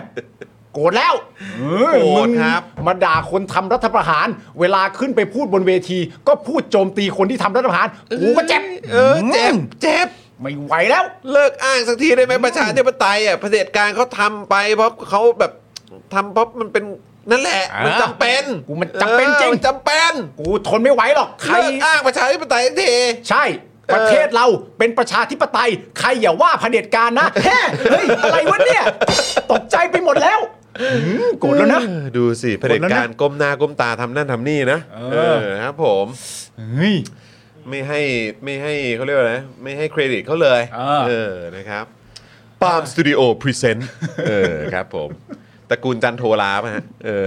Speaker 2: โกรธแล้วเออ
Speaker 1: โกร
Speaker 2: มึ
Speaker 1: ธ
Speaker 2: ง
Speaker 1: ครับ
Speaker 2: มาด่าคนทำรัฐประหาร เวลาขึ้นไปพูดบนเวที ก็พูดโจมตีคนที่ทำรัฐประหาร กูก็เจ็บ
Speaker 1: เออเจ็บเจ็บ
Speaker 2: ไม่ไหวแล้ว
Speaker 1: เลิกอ้างสักทีได้ไหมประชาธิปไตยอ่ะเผด็จการเขาทำไป เพราะเขาแบบทำเพราะมันเป็นนั่นแหละ
Speaker 2: อ่ามั
Speaker 1: มันจำเป็น
Speaker 2: กูมันจำเป็นจริง
Speaker 1: ออมัจำเป็น
Speaker 2: กูทนไม่ไหวหรอกใคร
Speaker 1: เลิกอ้างประชาธิปไตยสักที
Speaker 2: ใช่ ประเทศเราเป็นประชาธิปไตย ใครอย่าว่าเผด็จการนะ แฮ่เฮ้ย อะไรวะเนี่ย ตกใจไปหมดแล้วหืมโกรธแล้วนะ
Speaker 1: เออดูสิเผด็จการก้มหน้าก้มตาทำนั่นทำนี่นะ
Speaker 2: เออ
Speaker 1: ครับผม
Speaker 2: เฮ้ย
Speaker 1: ไม่ให้ไม่ให้เขาเรียกว่าอะไรไม่ให้เครดิตเขาเลย
Speaker 2: เออ
Speaker 1: นะครับปาล์มสตูดิโอพรีเซ *laughs* นต์เออครับผมตระกูลจันโทลาป่ะฮะเออ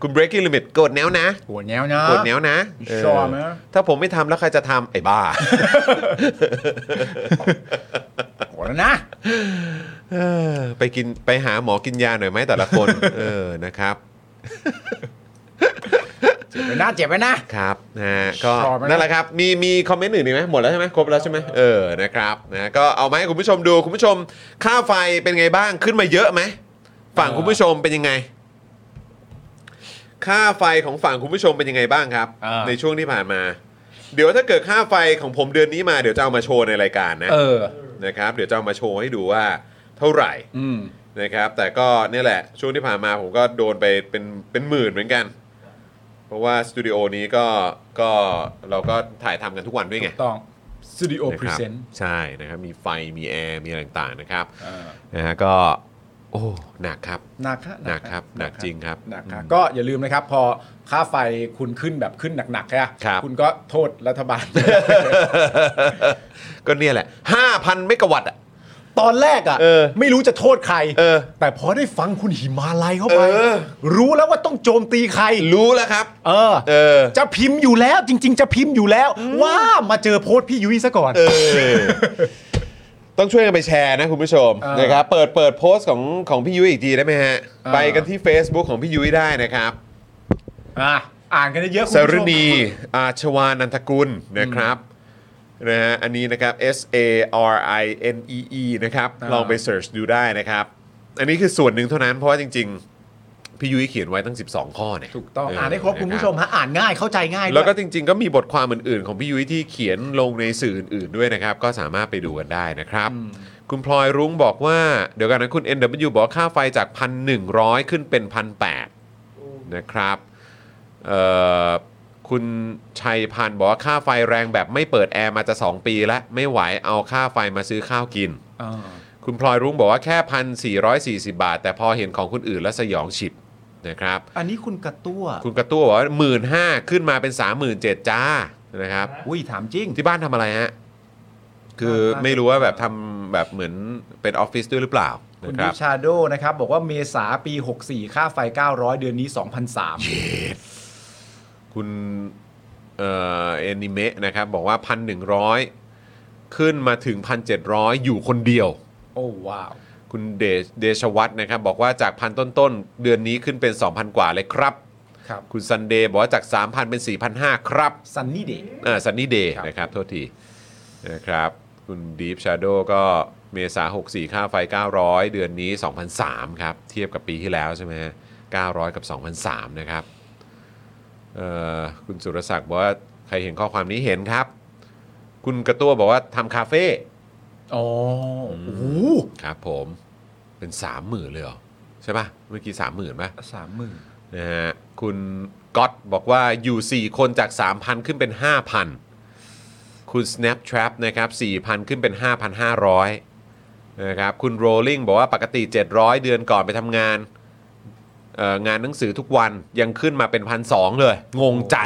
Speaker 1: คุณ breaking limit กดแนวนะ
Speaker 2: โกรธแนวนะ
Speaker 1: กดแนวนะเ
Speaker 2: ชอบนะ
Speaker 1: ถ้าผมไม่ทำแล้วใครจะทำไอ้ *laughs* บ้า
Speaker 2: โกรธแล้วนะ
Speaker 1: เออไปกินไปหาหมอกินยาหน่อยไหมแต่ละคน เออนะครับ
Speaker 2: เจ็บแล้วนะ เจ็บแล้วนะ
Speaker 1: ครับนะฮะก็
Speaker 2: ชอบไหม
Speaker 1: นั่นแหละครับมีมีคอมเมนต์อื่นอีกไหมหมดแล้วใช่ไหมครบแล้วใช่ไหมเออนะครับนะก็เอาไหมาให้คุณผู้ชมดูคุณผู้ชม ค่าไฟเป็นไงบ้างขึ้นมาเยอะไหมฝั่งคุณผู้ชมเป็นยังไง ค่าไฟของฝั่งคุณผู้ชมเป็นยังไงบ้างครับ
Speaker 2: เออ
Speaker 1: ในช่วงที่ผ่านมา เดี๋ยวถ้าเกิดค่าไฟของผมเดือนนี้มาเดี๋ยวจะเอามาโชว์ในรายการนะ
Speaker 2: เออ
Speaker 1: นะครับเดี๋ยวจะเอามาโชว์ให้ดูว่าเท่าไหร่
Speaker 2: อืม
Speaker 1: นะครับแต่ก็เนี่ยแหละช่วงที่ผ่านมาผมก็โดนไปเป็นเป็นหมื่นเหมือนกัน เพราะว่าสตูดิโอนี้ก็ก็เราก็ถ่ายทำกันทุกวันด้วยไง
Speaker 2: ต้องสตูดิโอ
Speaker 1: นะ
Speaker 2: พ
Speaker 1: ค
Speaker 2: รี
Speaker 1: รับ
Speaker 2: เซนต์
Speaker 1: ใช่นะครับมีไฟมีแอร์มีอะไรต่างๆนะครับนะฮะก็โอ้หนัก *laughs* ครับ
Speaker 2: หนักฮะ
Speaker 1: หนักครับหนักจริงครับ
Speaker 2: หนักครับก็อย่าลืมนะครับ พอค่าไฟคุณขึ้นแบบขึ้นหนักๆใช่ไหม
Speaker 1: ครับ
Speaker 2: คุณก็โทษรัฐบาล *laughs*
Speaker 1: ก็เนี่ยแหละ 5,000 เมกะวัตต์อ่ะ
Speaker 2: ตอนแรกอ่ะ
Speaker 1: เออ
Speaker 2: ไม่รู้จะโทษใคร
Speaker 1: เออ
Speaker 2: แต่พอได้ฟังคุณหิมาลัยเข้าไป
Speaker 1: เออ
Speaker 2: รู้แล้วว่าต้องโจมตีใคร
Speaker 1: รู้แล้วครับ
Speaker 2: เออ
Speaker 1: เออ
Speaker 2: จะพิมพ์อยู่แล้วจริง ๆ จะพิมพ์อยู่แล้ว ว่ามาเจอโพสต์พี่ยุ้ยซะก่อน
Speaker 1: เออ ต้องช่วยกันไปแชร์นะคุณผู้ชม
Speaker 2: เออ
Speaker 1: นะครับเปิดเปิดโพสต์ของของพี่ยุ้ยอีกทีได้ไหมฮะ
Speaker 2: เออ
Speaker 1: ไปกันที่ Facebook ของพี่ยุ้ยได้นะครับ
Speaker 2: อ่ะอ่านกันเยอะๆคุณ
Speaker 1: สา
Speaker 2: ผู้ชม
Speaker 1: รุณีอาชวานันทกุลนะครับนะฮะอันนี้นะครับ S A R I N E E นะครับ ลองไปเสิร์ชดูได้นะครับ อันนี้คือส่วนหนึ่งเท่านั้นเพราะว่าจริง ๆ พี่ยุ้ยเขียนไว้ตั้ง 12 ข้อเนี่ย
Speaker 2: ถูกต้องอ่านได้ครบคุณผู้ชม
Speaker 1: นะ
Speaker 2: ฮะอ่านง่ายเข้าใจง่าย
Speaker 1: บ
Speaker 2: ด้วย
Speaker 1: แล้วก็จริง ๆ ก็มีบทความอื่น ๆ ของพี่ยุ้ยที่เขียนลงในสื่ออื่น ๆ ด้วยนะครับ ก็สามารถไปดูกันได้นะครับ คุณพลอยรุ้งบอกว่า เดี๋ยวกันนะคุณ NW บอกว่าค่าไฟจาก 1,100 ขึ้นเป็น 1,800นะครับ เอ่อคุณชัยพันธ์บอกว่าค่าไฟแรงแบบไม่เปิดแอร์มาจะ 2 ปีแล้ว ไม่ไหวเอาค่าไฟมาซื้อข้าวกิน
Speaker 2: อ่า
Speaker 1: คุณพลอยรุ้งบอกว่าแค่พันสี่บาท แต่พอเห็นของคนอื่นแล้วสยองฉิบนะครับ
Speaker 2: อันนี้คุณกระตั้ว
Speaker 1: คุณกระตั้วบอกว่าหมื่นห้าขึ้นมาเป็น 3 7 0 0 0จ้านะครับ
Speaker 2: อุ้ยถามจริง
Speaker 1: ที่บ้านทำอะไรฮะ คือไม่รู้ว่าแบบทำแบบเหมือนเป็นออฟฟิศด้วยหรือเปล่า
Speaker 2: คุ
Speaker 1: นะ
Speaker 2: ณ
Speaker 1: ค
Speaker 2: ดิ
Speaker 1: รับ
Speaker 2: ชาโดนะครับบอกว่าเมษาปี 64 ค่าไฟ 900 เดือนนี้ 2,003
Speaker 1: คุณเอ่อแอนิเมะนะครับ บอกว่า 1,100 ขึ้นมาถึง 1,700 อยู่คนเดียว
Speaker 2: โอ้ว้าว
Speaker 1: คุณเดชเดชวัฒน์นะครับ บอกว่าจากพันต้นๆ เดือนนี้ขึ้นเป็น 2,000 กว่าเลยครับ
Speaker 2: ครับ
Speaker 1: คุณซันเดย์บอกว่าจาก 3,000 เป็น 4,500 ครับ
Speaker 2: ซันนี่เดย์
Speaker 1: อ่าซันนี่เดย์
Speaker 2: ครับ
Speaker 1: นะครับ โทษทีนะครับ คุณดีฟชา a d ด w ก็เมษา 64 ค่าไฟ 900 เดือนนี้ 2,003ครับ เทียบกับปีที่แล้วใช่ไหมฮะ900 กับ 2,003 นะครับ เอ่อคุณสุรศักดิ์บอกว่า ใครเห็นข้อความนี้เห็นครับ คุณกระตัวบอกว่าทำคาเฟ่
Speaker 2: อ๋ออโอ้โห
Speaker 1: ครับผมเป็น 30,000เลยเหรอใช่ปะเมื่อกี้ 30,000ป่ะ
Speaker 2: สามหมื่น
Speaker 1: นะฮะคุณก๊อตบอกว่าอยู่ 4 คนจาก 3,000 ขึ้นเป็น 5,000 คุณ Snaptrap นะครับ 4,000 ขึ้นเป็น 5,500 นะครับ คุณ Rolling บอกว่าปกติ 700 เดือนก่อนไปทำงานเอ่องานหนังสือทุกวันยังขึ้นมาเป็น 1,200 เลย งงใจ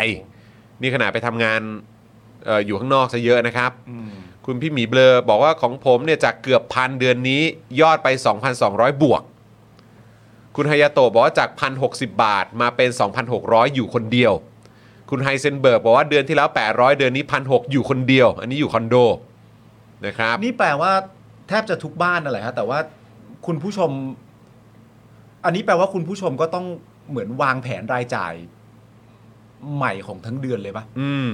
Speaker 1: นี่ขนาดไปทำงานเอออยู่ข้างนอกซะเยอะนะครับ คุณพี่หมีเบลอบอกว่าของผมเนี่ยจากเกือบพันเดือนนี้ยอดไป 2,200 บวก คุณไฮยาโตะบอกว่าจาก 1,060 บาทมาเป็น 2,600 อยู่คนเดียว คุณไฮเซนเบิร์กบอกว่าเดือนที่แล้ว 800 เดือนนี้ 1,600 อยู่คนเดียว อันนี้อยู่คอนโดนะครับ
Speaker 2: นี่แปลว่าแทบจะทุกบ้านนั่นแหละฮะแต่ว่าคุณผู้ชม อันนี้แปลว่าคุณผู้ชมก็ต้องเหมือนวางแผนรายจ่ายใหม่ของทั้งเดือนเลยปะ
Speaker 1: อืม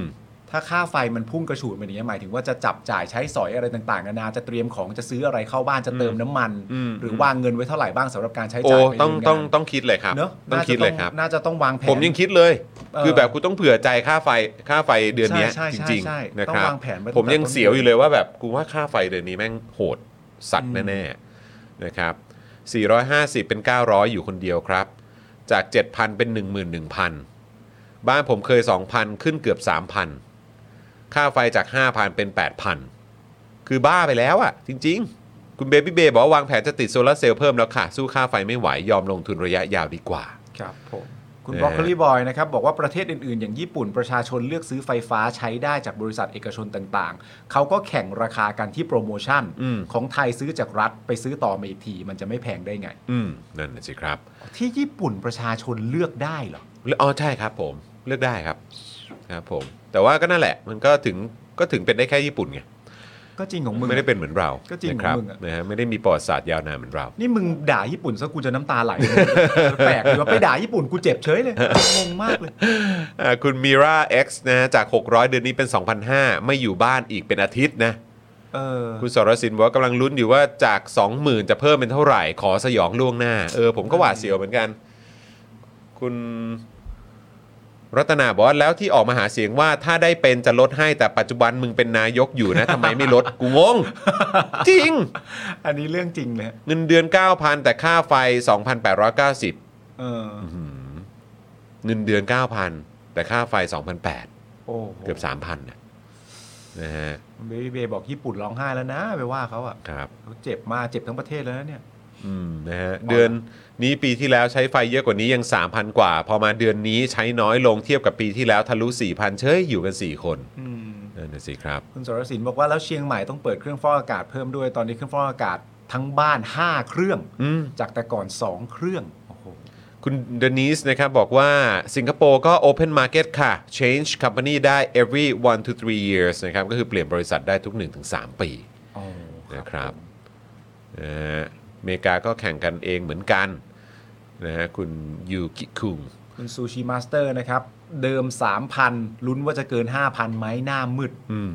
Speaker 2: ถ้าค่าไฟมันพุ่งกระฉูดแบบนี้ยหมายถึงว่าจะจับจ่ายใช้สอยอะไรต่างๆนานาจะเตรียมของจะซื้ออะไรเข้าบ้านจะเติมน้ำมัน
Speaker 1: อืม
Speaker 2: หรือวางเงินไว้เท่าไหร่บ้างสำหรับการใช้
Speaker 1: โอ้
Speaker 2: จ่ายไป
Speaker 1: ต้อง
Speaker 2: ดูาน
Speaker 1: ต้องต้องคิดเลยครับ
Speaker 2: เนอะ
Speaker 1: ต้อง
Speaker 2: น่าจะ
Speaker 1: คิดเลยครับ
Speaker 2: น่าจะต้องวางแผน
Speaker 1: ผมยังคิดเลย
Speaker 2: เออ
Speaker 1: คือแบบกูต้องเผื่อใจค่าไฟค่าไฟเดือนเนี้ย
Speaker 2: ใช่ใช่
Speaker 1: จ
Speaker 2: ใช่
Speaker 1: ริง
Speaker 2: ใช่
Speaker 1: ๆนะ
Speaker 2: ต้อ
Speaker 1: ค
Speaker 2: ง
Speaker 1: รับ
Speaker 2: วางแผนไว้ตั้งแต่
Speaker 1: ผมยัง
Speaker 2: ต้น
Speaker 1: เสียวอยู่เลยว่าแบบกูว่าค่าไฟเดือนนี้แม่งโหดสัตว์
Speaker 2: อืม
Speaker 1: แน่ๆนะครับ450 เป็น 900 อยู่คนเดียวครับ จาก 7,000 เป็น 11,000 บ้านผมเคย 2,000 ขึ้นเกือบ 3,000 ค่าไฟจาก 5,000 เป็น 8,000 คือบ้าไปแล้วอะจริง ๆ คุณเบบี้เบย์บอกว่าวางแผนจะติดโซลาร์เซลล์เพิ่มแล้วค่ะ สู้ค่าไฟไม่ไหวยอมลงทุนระยะยาวดีกว่า
Speaker 2: ครับผมคุณ
Speaker 1: นะฮะ
Speaker 2: บรอกโคลีบอยนะครับ บอกว่าประเทศอื่นๆ อย่างญี่ปุ่นประชาชนเลือกซื้อไฟฟ้าใช้ได้จากบริษัทเอกชนต่างๆ เขาก็แข่งราคากันที่โปรโมชั่น ของไทยซื้อจากรัฐไปซื้อต่อมาอีกที มันจะไม่แพงได้ไง
Speaker 1: อืมนั่นน่ะสิครับ
Speaker 2: ที่ญี่ปุ่นประชาชนเลือกได้เหรอ
Speaker 1: เลือกอ๋อใช่ครับผมเลือกได้ครับครับผม แต่ว่าก็นั่นแหละ มันก็ถึงก็ถึงเป็นได้แค่ญี่ปุ่นไง
Speaker 2: ก็จริงของมึง
Speaker 1: ไม่ได้เป็นเหมือนเรา
Speaker 2: ก็จริง
Speaker 1: นะครับ
Speaker 2: ของมึงอะ
Speaker 1: นะฮะไม่ได้มีประวัติศาสตร์ยาวนานเหมือนเรา
Speaker 2: นี่มึงด่าญี่ปุ่นซะกูจะน้ำตาไหล
Speaker 1: *laughs*
Speaker 2: เลยแปลกดีว่าไปด่าญี่ปุ่นกูเจ็บเฉยเลยงงมากเลย
Speaker 1: อ่าคุณมีรา X นะฮะจาก 600 เดือนนี้เป็น 2,500 ไม่อยู่บ้านอีกเป็นอาทิตย์นะ
Speaker 2: เออ
Speaker 1: คุณสรสินบอกว่ากำลังลุ้นอยู่ว่าจาก 20,000 จะเพิ่มเป็นเท่าไหร่ ขอสยองล่วงหน้า เออ ผมก็หวาดเสียวเหมือนกัน คุณรัตนาบอกว่าแล้วที่ออกมาหาเสียงว่าถ้าได้เป็นจะลดให้แต่ปัจจุบันมึงเป็นนายกอยู่นะทำไมไม่ลด กูงง *laughs* จริง
Speaker 2: อันนี้เรื่องจริงเลย
Speaker 1: เงินเดือน 9,000 แต่ค่าไฟ 2,890
Speaker 2: เออ
Speaker 1: อื้อหือเงินเดือน 9,000 แต่ค่าไฟ 2,800
Speaker 2: โอ้โห
Speaker 1: เกือบ 3,000นะนะฮะ
Speaker 2: เบบี้เบย์บอกญี่ปุ่นร้องไห้แล้วนะไปว่าเขาอ่ะ
Speaker 1: ครับ
Speaker 2: เขาเจ็บมากเจ็บทั้งประเทศแล้วนะเนี่ย
Speaker 1: อืมนะฮะเดือนนี้ปีที่แล้วใช้ไฟเยอะกว่านี้ยัง 3,000 กว่า พอมาเดือนนี้ใช้น้อยลงเทียบกับปีที่แล้วทะลุ 4,000 เชยอยู่กัน 4 คน
Speaker 2: อืม
Speaker 1: นั่นนะสิครับ
Speaker 2: คุณสรศินบอกว่าแล้วเชียงใหม่ต้องเปิดเครื่องฟอกอากาศเพิ่มด้วยตอนนี้เครื่องฟอกอากาศทั้งบ้าน 5 เครื่อง
Speaker 1: อืม
Speaker 2: จากแต่ก่อน 2 เครื่องโอ้โห
Speaker 1: คุณเดนิสนะครับบอกว่าสิงคโปร์ก็ Open Market ค่ะ change company ได้ every 1 to 3 years นะครับ ก็คือเปลี่ยนบริษัทได้ทุก 1-3 ปี นะครับเอ่ออเมริกาก็แข่งกันเองเหมือนกันนะฮะคุณยูกิคุง
Speaker 2: คุณซูชิมาสเตอร์นะครับ เดิม 3,000 ลุ้นว่าจะเกิน 5,000ไหมหน้ามืด
Speaker 1: อืม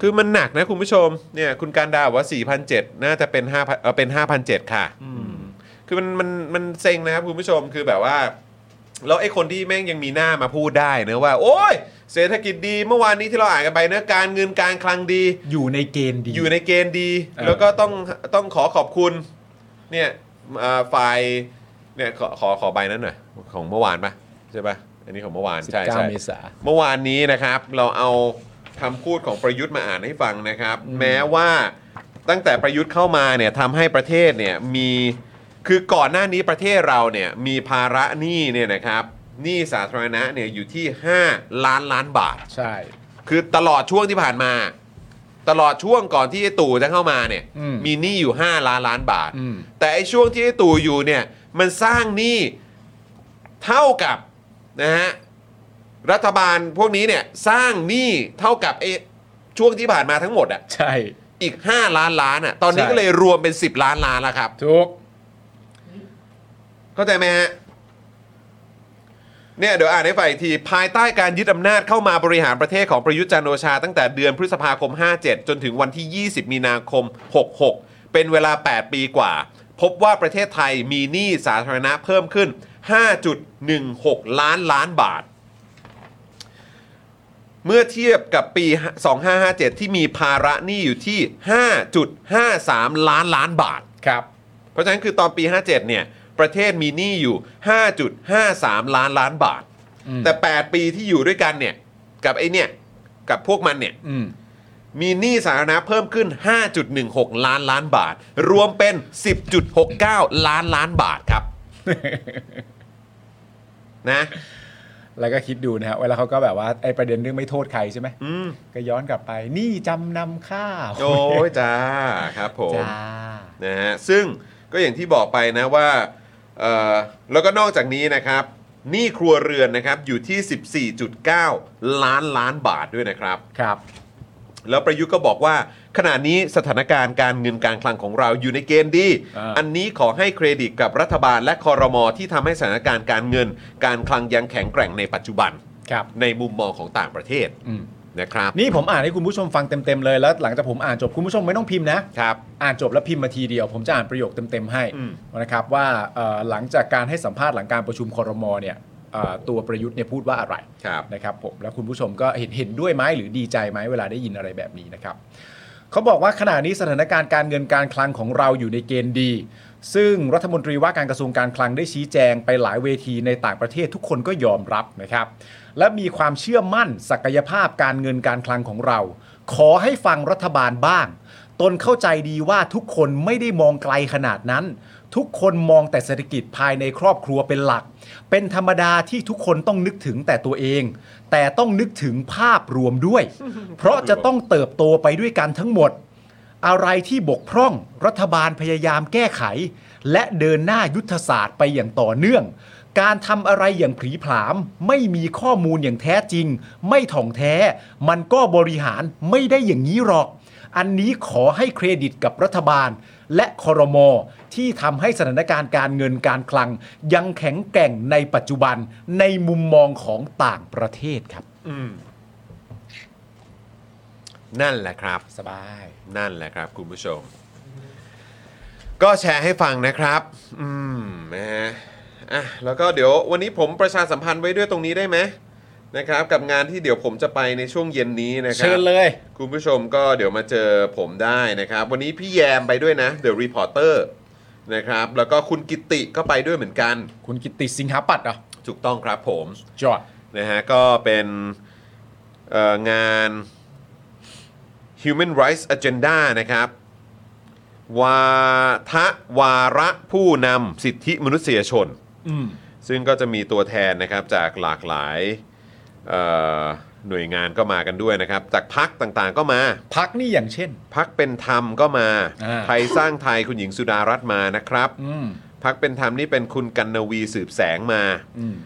Speaker 1: คือมันหนักนะคุณผู้ชมเนี่ยคุณการดาบอกว่า 4,007น่าจะเป็น5,000เออเป็น 5,007ค่ะ คือมันมันมันเซ็งนะครับคุณผู้ชมคือแบบว่า แล้วไอ้คนที่แม่งยังมีหน้ามาพูดได้เนะว่า โอ้ยเศรษฐกิจดีเมื่อวานนี้ที่เราอ่านกันไปนะการเงินการคลังดี
Speaker 2: อยู่ในเกณฑ์ดี
Speaker 1: อยู่ในเกณฑ์ดี
Speaker 2: เออ
Speaker 1: แล้วก็ต้องต้องขอขอบคุณเนี่ยเอ่อฝ่ายเนี่ยขอขอขอใบนั้นหน่อยของเมื่อวานปะใช่ปะอันนี้ของเมื่อวานใช่ใช่
Speaker 2: 19เมษา
Speaker 1: เมื่อวานนี้นะครับเราเอาคำพูดของประยุทธ์มาอ่านให้ฟังนะครับ แม้ว่าตั้งแต่ประยุทธ์เข้ามาเนี่ยทำให้ประเทศเนี่ยมีคือก่อนหน้านี้ประเทศเราเนี่ยมีภาระหนี้เนี่ยนะครับหนี้สาธารณะเนี่ยอยู่ที่ 5 ล้านล้านบาท
Speaker 2: ใช่
Speaker 1: คือตลอดช่วงที่ผ่านมา ตลอดช่วงก่อนที่ไอ้ตู่จะเข้ามาเนี่ย
Speaker 2: อืม
Speaker 1: หนี้อยู่ 5 ล้านล้านบาท
Speaker 2: อืม
Speaker 1: แต่ไอ้ช่วงที่ไอ้ตู่อยู่เนี่ยมันสร้างหนี้เท่ากับนะฮะรัฐบาลพวกนี้เนี่ยสร้างหนี้เท่ากับไอ้ช่วงที่ผ่านมาทั้งหมดอ่ะ
Speaker 2: ใช่
Speaker 1: อีก 5 ล้านล้านอ่ะตอนนี้ก็เลยรวมเป็น 10 ล้านล้านแล้วครับ
Speaker 2: ทุก
Speaker 1: เข้าใจไหมฮะ เนี่ยเดี๋ยวอ่านให้ฟังอีกที ภายใต้การยึดอำนาจเข้ามาบริหารประเทศของประยุทธ์จันทร์โอชา ตั้งแต่เดือนพฤษภาคม 57 จนถึงวันที่ 20 มีนาคม 66 เป็นเวลา 8 ปีกว่า พบว่าประเทศไทยมีหนี้สาธารณะเพิ่มขึ้น 5.16 ล้านล้านบาท เมื่อเทียบกับปี 2557 ที่มีภาระหนี้อยู่ที่ 5.53 ล้านล้านบาท
Speaker 2: ครับ
Speaker 1: เพราะฉะนั้นคือตอนปี 57 เนี่ย ประเทศมีหนี้อยู่ 5.53 ล้านล้านบาท
Speaker 2: อืม
Speaker 1: แต่ 8 ปีที่อยู่ด้วยกันเนี่ย กับไอ้เนี่ย กับพวกมันเนี่ย
Speaker 2: อืม
Speaker 1: มีหนี้สาธารณะเพิ่มขึ้น 5.16 ล้านล้านบาท รวมเป็น 10.69 ล้านล้านบาท
Speaker 2: *laughs*
Speaker 1: ครับ นะ
Speaker 2: แล้วก็คิดดูนะฮะเวลาเขาก็แบบว่าไอ้ประเด็นเรื่องไม่โทษใครใช่ไหม
Speaker 1: อืม
Speaker 2: ก็ย้อนกลับไปหนี่จำนำข้าว
Speaker 1: โอ้ยจ้าครับผม
Speaker 2: จ้า
Speaker 1: นะฮะซึ่งก็อย่างที่บอกไปนะว่าเอ่อแล้วก็นอกจากนี้นะครับหนี้ครัวเรือนนะครับอยู่ที่ 14.9 ล้านล้านบาทด้วยนะครับ
Speaker 2: ครับ
Speaker 1: แล้วประยุทธ์ก็บอกว่า ขณะนี้สถานการณ์การเงินการคลังของเราอยู่ในเกณฑ์ดี
Speaker 2: อ่า
Speaker 1: อันนี้ขอให้เครดิตกับรัฐบาลและคอรมอที่ทำให้สถานการณ์การเงิน การคลังยังแข็งแกร่งในปัจจุบัน
Speaker 2: ครับ
Speaker 1: ในมุมมองของต่างประเทศ
Speaker 2: อืม
Speaker 1: นะครับ
Speaker 2: นี่ผมอ่านให้คุณผู้ชมฟังเต็มๆเลยแล้วหลังจากผมอ่านจบคุณผู้ชมไม่ต้องพิมพ์นะ
Speaker 1: ครับ
Speaker 2: อ่านจบแล้วพิมพ์มาทีเดียว ผมจะอ่านประโยคเต็ม ๆ ให้
Speaker 1: อืม
Speaker 2: นะครับว่าเอ่อหลังจากการให้สัมภาษณ์หลังการประชุมคอรมอเนี่ยเอ่อตัวประยุทธ์เนี่ยพูดว่าอะไร
Speaker 1: ครับ
Speaker 2: นะครับผมแล้วคุณผู้ชมก็เห็นเห็นด้วยไหมหรือดีใจไหมเวลาได้ยินอะไรแบบนี้นะครับเขาบอกว่าขณะนี้สถานการณ์การเงินการคลังของเราอยู่ในเกณฑ์ดี ซึ่งรัฐมนตรีว่าการกระทรวงการคลังได้ชี้แจงไปหลายเวทีในต่างประเทศทุกคนก็ยอมรับนะครับ และมีความเชื่อมั่นศักยภาพการเงินการคลังของเรา ขอให้ฟังรัฐบาลบ้าง ตนเข้าใจดีว่าทุกคนไม่ได้มองไกลขนาดนั้น ทุกคนมองแต่เศรษฐกิจภายในครอบครัวเป็นหลัก เป็นธรรมดาที่ทุกคนต้องนึกถึงแต่ตัวเอง แต่ต้องนึกถึงภาพรวมด้วย เพราะจะต้องเติบโตไปด้วยกันทั้งหมด อะไรที่บกพร่องรัฐบาลพยายามแก้ไข และเดินหน้ายุทธศาสตร์ไปอย่างต่อเนื่อง การทำอะไรอย่างผลีผลาม ไม่มีข้อมูลอย่างแท้จริง ไม่ถ่องแท้ มันก็บริหารไม่ได้อย่างนี้หรอก อันนี้ขอให้เครดิตกับรัฐบาล และคอรมอที่ทำให้สถานการณ์การเงินการคลัง ยังแข็งแกร่งในปัจจุบันในมุมมองของต่างประเทศครับ
Speaker 1: อืม นั่นแหละครับ
Speaker 2: สบาย
Speaker 1: นั่นแหละครับ คุณผู้ชม ก็แชร์ให้ฟังนะครับ อืมนะฮะอ่ะแล้วก็เดี๋ยววันนี้ผมประชาสัมพันธ์ไว้ด้วยตรงนี้ได้ไหมนะครับ กับงานที่เดี๋ยวผมจะไปในช่วงเย็นนี้นะครั
Speaker 2: เชิญเลย
Speaker 1: คุณผู้ชมก็เดี๋ยวมาเจอผมได้นะครับ วันนี้พี่แยมไปด้วยนะ The Reporter นะครับ แล้วก็คุณกิติก็ไปด้วยเหมือนกัน
Speaker 2: คุณกิตติสิงหาปัตย์เหรอ่ะ
Speaker 1: ถูกต้องครับผม
Speaker 2: จอด
Speaker 1: นะฮะก็เป็นเอ่องาน Human Rights Agenda นะครับ วาทะวาระผู้นำสิทธิมนุษยชน
Speaker 2: อืม
Speaker 1: ซึ่งก็จะมีตัวแทนนะครับจากหลากหลายเอ่อหน่วยงานก็มากันด้วยนะครับ จากพักต่างๆก็มา
Speaker 2: พักนี่อย่างเช่น
Speaker 1: พักเป็นธรรมก็มา
Speaker 2: อ่า
Speaker 1: ไทยสร้างไทยคุณหญิงสุดารัตน์มานะครับ
Speaker 2: อืม
Speaker 1: พักเป็นธรรมนี่เป็นคุณกันนวีสืบแสงมา
Speaker 2: อืม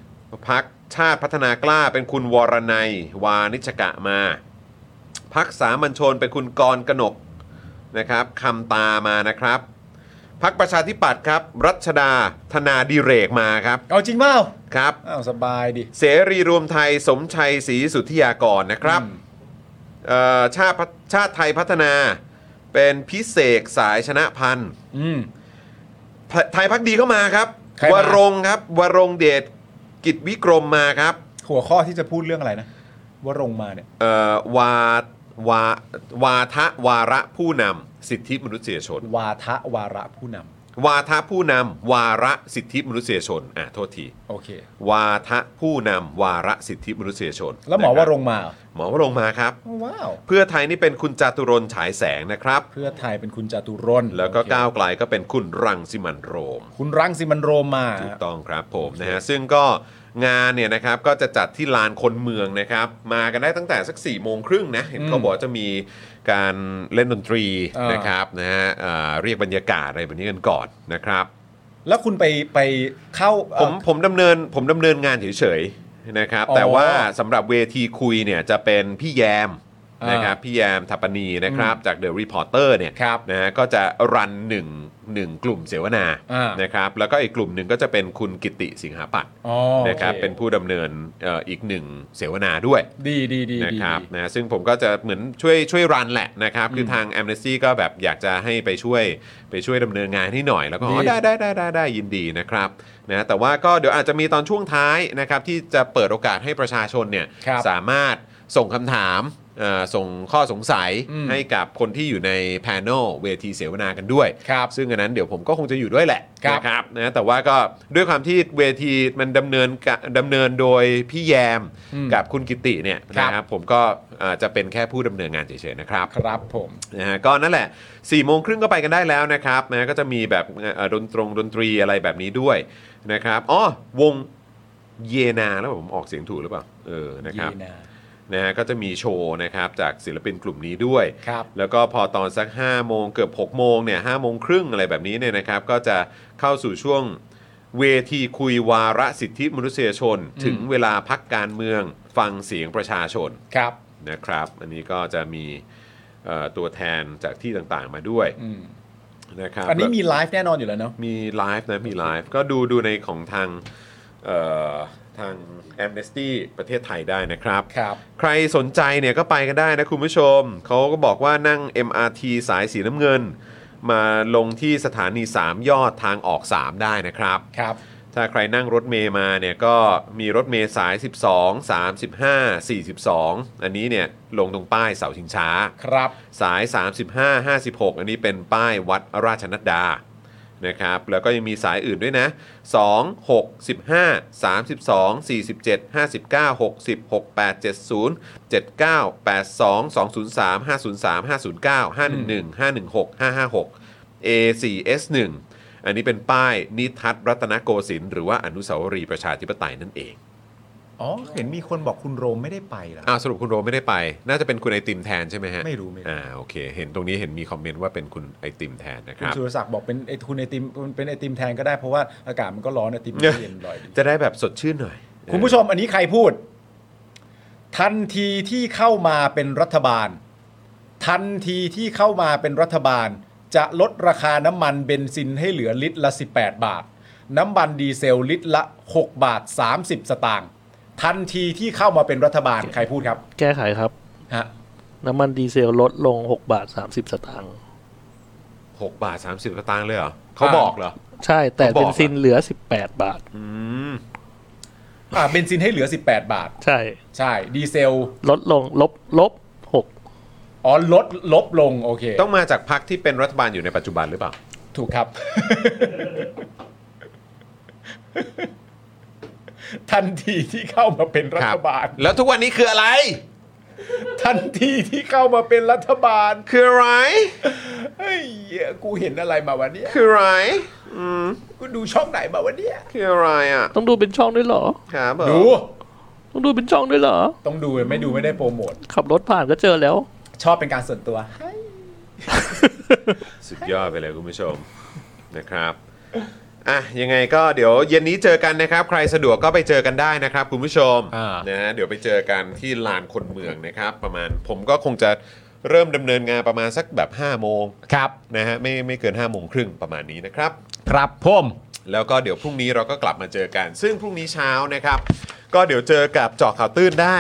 Speaker 1: พักชาติพัฒนากล้าเป็นคุณวรนัยวานิชกะมา พักสามัญชนเป็นคุณกรกนกนะครับคำตามานะครับ พักประชาธิปัตย์ครับ รัชดาธนาดิเรกมาครับ
Speaker 2: เอาจริงเปล่า
Speaker 1: ครับ
Speaker 2: อ้าวสบายดิ
Speaker 1: เสรีรวมไทยสมชัยศรีสุทธิยากรนะครับ
Speaker 2: อืม
Speaker 1: เอ่อชาติพัฒชาติไทยพัฒนาเป็นพิเศษสายชนะพันธ์
Speaker 2: อืม
Speaker 1: ไทยพักดีก็มาครับ
Speaker 2: ใครมา
Speaker 1: วรงค์ครับ วรงเดชกิจวิกรมมาครับ
Speaker 2: หัวข้อที่จะพูดเรื่องอะไรนะว่ารงมาเนี่ย
Speaker 1: เอ่อวาวาวาทะวาระผู้นำสิทธิมนุษยชน
Speaker 2: วาทะวาระผู้นำ
Speaker 1: วาทะผู้นำวาระสิทธิมนุษยชนอ่ะโทษที
Speaker 2: โอเค
Speaker 1: วาทะผู้นำวาระสิทธิมนุษยชน
Speaker 2: แล้วหมอ
Speaker 1: นะคบ
Speaker 2: ว่ารงมาเหรอ
Speaker 1: หมอวรงค์มาครับ
Speaker 2: ว้าว
Speaker 1: เพื่อไทยนี่เป็นคุณจาตุรนต์ฉายแสงนะครับ
Speaker 2: เพื่อไทยเป็นคุณจตุรนต์
Speaker 1: แล้วก็
Speaker 2: โอเค
Speaker 1: ก้าวไกลก็เป็นคุณรังสิมันต์โรม
Speaker 2: คุณรังสิมันโรมมา
Speaker 1: ถูกต้องครับผมนะฮะซึ่งก็งานเนี่ยนะครับก็จะจัดที่ลานคนเมืองนะครับ มากันได้ตั้งแต่สัก4ี่โมงครึ่งนะเห็นเขาบอกว่าจะมีการเล่นดนตรี
Speaker 2: อ่าน
Speaker 1: นะครับนะฮะเอ่อเรียกบรรยากาศอะไรแบบนี้กันก่อนนะครับ
Speaker 2: แล้วคุณไปไปเข้า
Speaker 1: ผ
Speaker 2: เอ่อ
Speaker 1: มผมดำเนินผมดำเนินงานเฉยๆนะครับ
Speaker 2: อ๋อ
Speaker 1: แต่ว่าสำหรับเวทีคุยเนี่ยจะเป็นพี่แยม
Speaker 2: อ่าน
Speaker 1: นะครับพี่แยมทัปปนีนะครับจาก The Reporter เนี่ย
Speaker 2: ครับ
Speaker 1: นะฮะก็จะรันหนึ่งหนึ่งกลุ่มเสวนา
Speaker 2: อ่าน
Speaker 1: นะครับแล้วก็อีกกลุ่มหนึ่งก็จะเป็นคุณกิติสิงหาปัตย์
Speaker 2: อ๋อโอเค
Speaker 1: นะครับเป็นผู้ดำเนินเอ่ออีกหนึ่งเสวนาด้วย
Speaker 2: ดีดีดี
Speaker 1: นะ
Speaker 2: ดี
Speaker 1: ครับ
Speaker 2: ดี
Speaker 1: นะซึ่งผมก็จะเหมือนช่วยช่วยรันแหละนะครับคือทาง a m n e s t y ก็แบบอยากจะให้ไปช่วยไปช่วยดำเนินงานให้หน่อย แล้วก็
Speaker 2: ดี
Speaker 1: อ๋อได้ได้ได้ได้ได้ยินดีนะครับนะแต่ว่าก็เดี๋ยวอาจจะมีตอนช่วงท้ายนะครับที่จะเปิดโอกาสให้ประชาชนเนี่ย
Speaker 2: ครับ
Speaker 1: สามารถส่งคำถามเอ่อส่งข้อสงสัย
Speaker 2: อืม
Speaker 1: ให้กับคนที่อยู่ในแพน e l เวทีเสวนากันด้วย
Speaker 2: ครับ
Speaker 1: ซึ่งอันนั้นเดี๋ยวผมก็คงจะอยู่ด้วยแหละ
Speaker 2: ครับ
Speaker 1: นะครับนะแต่ว่าก็ด้วยความที่เวทีมันดำเนินกะดำเนินโดยพี่แยม
Speaker 2: อืม
Speaker 1: กับ คุณกิติเนี่ย
Speaker 2: ครับ
Speaker 1: นะครับผมก็อ่าจะเป็นแค่ผู้ดำเนินงานเฉยๆนะครับ
Speaker 2: ครับผม
Speaker 1: นะฮะก็นั่นแหละ4ี่โมงครึ่งก็ไปกันได้แล้วนะครับนะก็จะมีแบบเอ่อดนตรงดนตรีอะไรแบบนี้ด้วยนะครับอ๋อวงเยนาแล้วผมออกเสียงถูกหรือเปล่าเออนะครับ
Speaker 2: ดีนะ
Speaker 1: นะฮะก็จะมีโชว์นะครับจากศิลปินกลุ่มนี้ด้วย
Speaker 2: ครับ
Speaker 1: แล้วก็พอตอนสัก5โมงเกือบ6โมงเนี่ยห้าโมงครึ่งอะไรแบบนี้เนี่ยนะครับ ก็จะเข้าสู่ช่วงเวทีคุยวาระสิทธิมนุษยชน ถึงเวลาพักการเมืองฟังเสียงประชาชน
Speaker 2: ครับ
Speaker 1: นะครับ อันนี้ก็จะมี เอ่อตัวแทนจากที่ต่างๆมาด้วย
Speaker 2: อืม
Speaker 1: นะครับ
Speaker 2: อันนี้
Speaker 1: แล้ว
Speaker 2: มีไลฟ์แน่นอนอยู่แล้วเนาะ
Speaker 1: มีไลฟ์นะมีไลฟ์ก็ดูดูในของทางเอ่อทาง Amnesty ประเทศไทยได้นะครับ
Speaker 2: ครับ
Speaker 1: ใครสนใจเนี่ยก็ไปกันได้นะคุณผู้ชม เขาก็บอกว่านั่ง MRT สายสีน้ำเงิน มาลงที่สถานี 3 ยอดทางออก 3 ได้นะครับ
Speaker 2: ครับ
Speaker 1: ถ้าใครนั่งรถเมย์มาเนี่ยก็มีรถเมย์สาย 12 35 42 อันนี้เนี่ยลงตรงป้ายเสาชิงช้า
Speaker 2: ครับ
Speaker 1: สาย 35 56 อันนี้เป็นป้ายวัดราชนัดดา นะครับ แล้วก็ยังมีสายอื่นด้วยนะ 2 6 15 32 47 59 60 68 70 79 82 203 503 509 511 516 556 A4S1 อันนี้เป็นป้ายนิทัศน์รัตนโกสินทร์หรือว่าอนุสาวรีย์ประชาธิปไตยนั่นเอง
Speaker 2: อ๋อ เห็นมีคนบอกคุณโรมไม่ได้ไปเหรอ
Speaker 1: อ้าวสรุปคุณโรมไม่ได้ไป น่าจะเป็นคุณไอติมแทนใช่ไหมฮะ
Speaker 2: ไม่รู้ไม่รู้
Speaker 1: อ่าโอเค เห็นตรงนี้เห็นมีคอมเมนต์ว่าเป็นคุณไอติมแทนนะค
Speaker 2: คุณ
Speaker 1: รับ
Speaker 2: สุรศักดิ์บอกเป็นไอคุณไอติมเป็นไอติมแทนก็ได้เพราะว่าอากาศมันก็ร้อนไอติมมันก็เย็นลอยดี
Speaker 1: จะได้แบบสดชื่นหน่อย
Speaker 2: คุณผู้ชมอันนี้ใครพูด ทันทีที่เข้ามาเป็นรัฐบาล ทันทีที่เข้ามาเป็นรัฐบาล จะลดราคาน้ำมันเบนซินให้เหลือลิตรละ 18 บาท น้ำมันดีเซลลิตรละ 6 บาท 30 สตางค์ทันทีที่เข้ามาเป็นรัฐบาลใครพูดครับ
Speaker 3: แก้ไขครับ
Speaker 2: ฮะ
Speaker 3: น้ำมันดีเซลลดลง 6 บาท 30 สตางค์
Speaker 1: หกบาทสามสิบตางค์เลยเหรอเขาบอกเหรอ
Speaker 3: ใช่แต่
Speaker 1: เขาบ
Speaker 3: เบอก น
Speaker 1: อะ
Speaker 3: ซินเหลือ 18 บาท
Speaker 1: อืม
Speaker 2: อ่าเบนซินให้เหลือ 18 บาท
Speaker 3: ใช่
Speaker 2: ใช่ดีเซล
Speaker 3: ลดลงลบลบ
Speaker 2: อ๋อลดลบลงโอเค
Speaker 1: ต้องมาจากพรรคที่เป็นรัฐบาลอยู่ในปัจจุบันหรือเปล่า
Speaker 2: ถูกครับ ทันทีที่เข้ามาเป็นรั
Speaker 1: ค
Speaker 2: ฐ
Speaker 1: รับ
Speaker 2: บาล
Speaker 1: แล้วทุกวันนี้คืออะไร
Speaker 2: ทันทีที่เข้ามาเป็นรัฐบาล
Speaker 1: คืออะไร
Speaker 2: เฮ้ยเหี้ยกูเห็นอะไรมาวันนี้
Speaker 1: คืออะไร อืม
Speaker 2: กูดูช่องไหนมาวันนี้
Speaker 1: คืออะไรอ่ะ
Speaker 3: 6 ต้องดูเป็นช่องด้วยเหรอ
Speaker 1: ครับเหรอ
Speaker 2: ดู
Speaker 3: ต้องดูเป็นช่องด้วยเหรอ
Speaker 2: ต้องดูไม่ดูไม่ได้โปรโมท
Speaker 3: ขับรถผ่านก็เจอแล้ว
Speaker 2: ชอบเป็นการส่วนตัว
Speaker 1: สุดยอดไปเลยคุณผู้ชม นะครับ อ่ะยังไงก็เดี๋ยวเย็นนี้เจอกันนะครับ ใครสะดวกก็ไปเจอกันได้นะครับ คุณผู้ชม
Speaker 2: อ่าน
Speaker 1: นะฮะเดี๋ยวไปเจอกันที่ลานคนเมืองนะครับ ประมาณผมก็คงจะเริ่มดำเนินงานประมาณสักแบบ5โมง
Speaker 2: ครับ
Speaker 1: นะฮะไม่ไม่เกิน5โมงครึ่งประมาณนี้นะครับ
Speaker 2: ครับผม
Speaker 1: แล้วก็เดี๋ยวพรุ่งนี้เราก็กลับมาเจอกัน ซึ่งพรุ่งนี้เช้านะครับ ก็เดี๋ยวเจอกับเจาะข่าวตื้นได้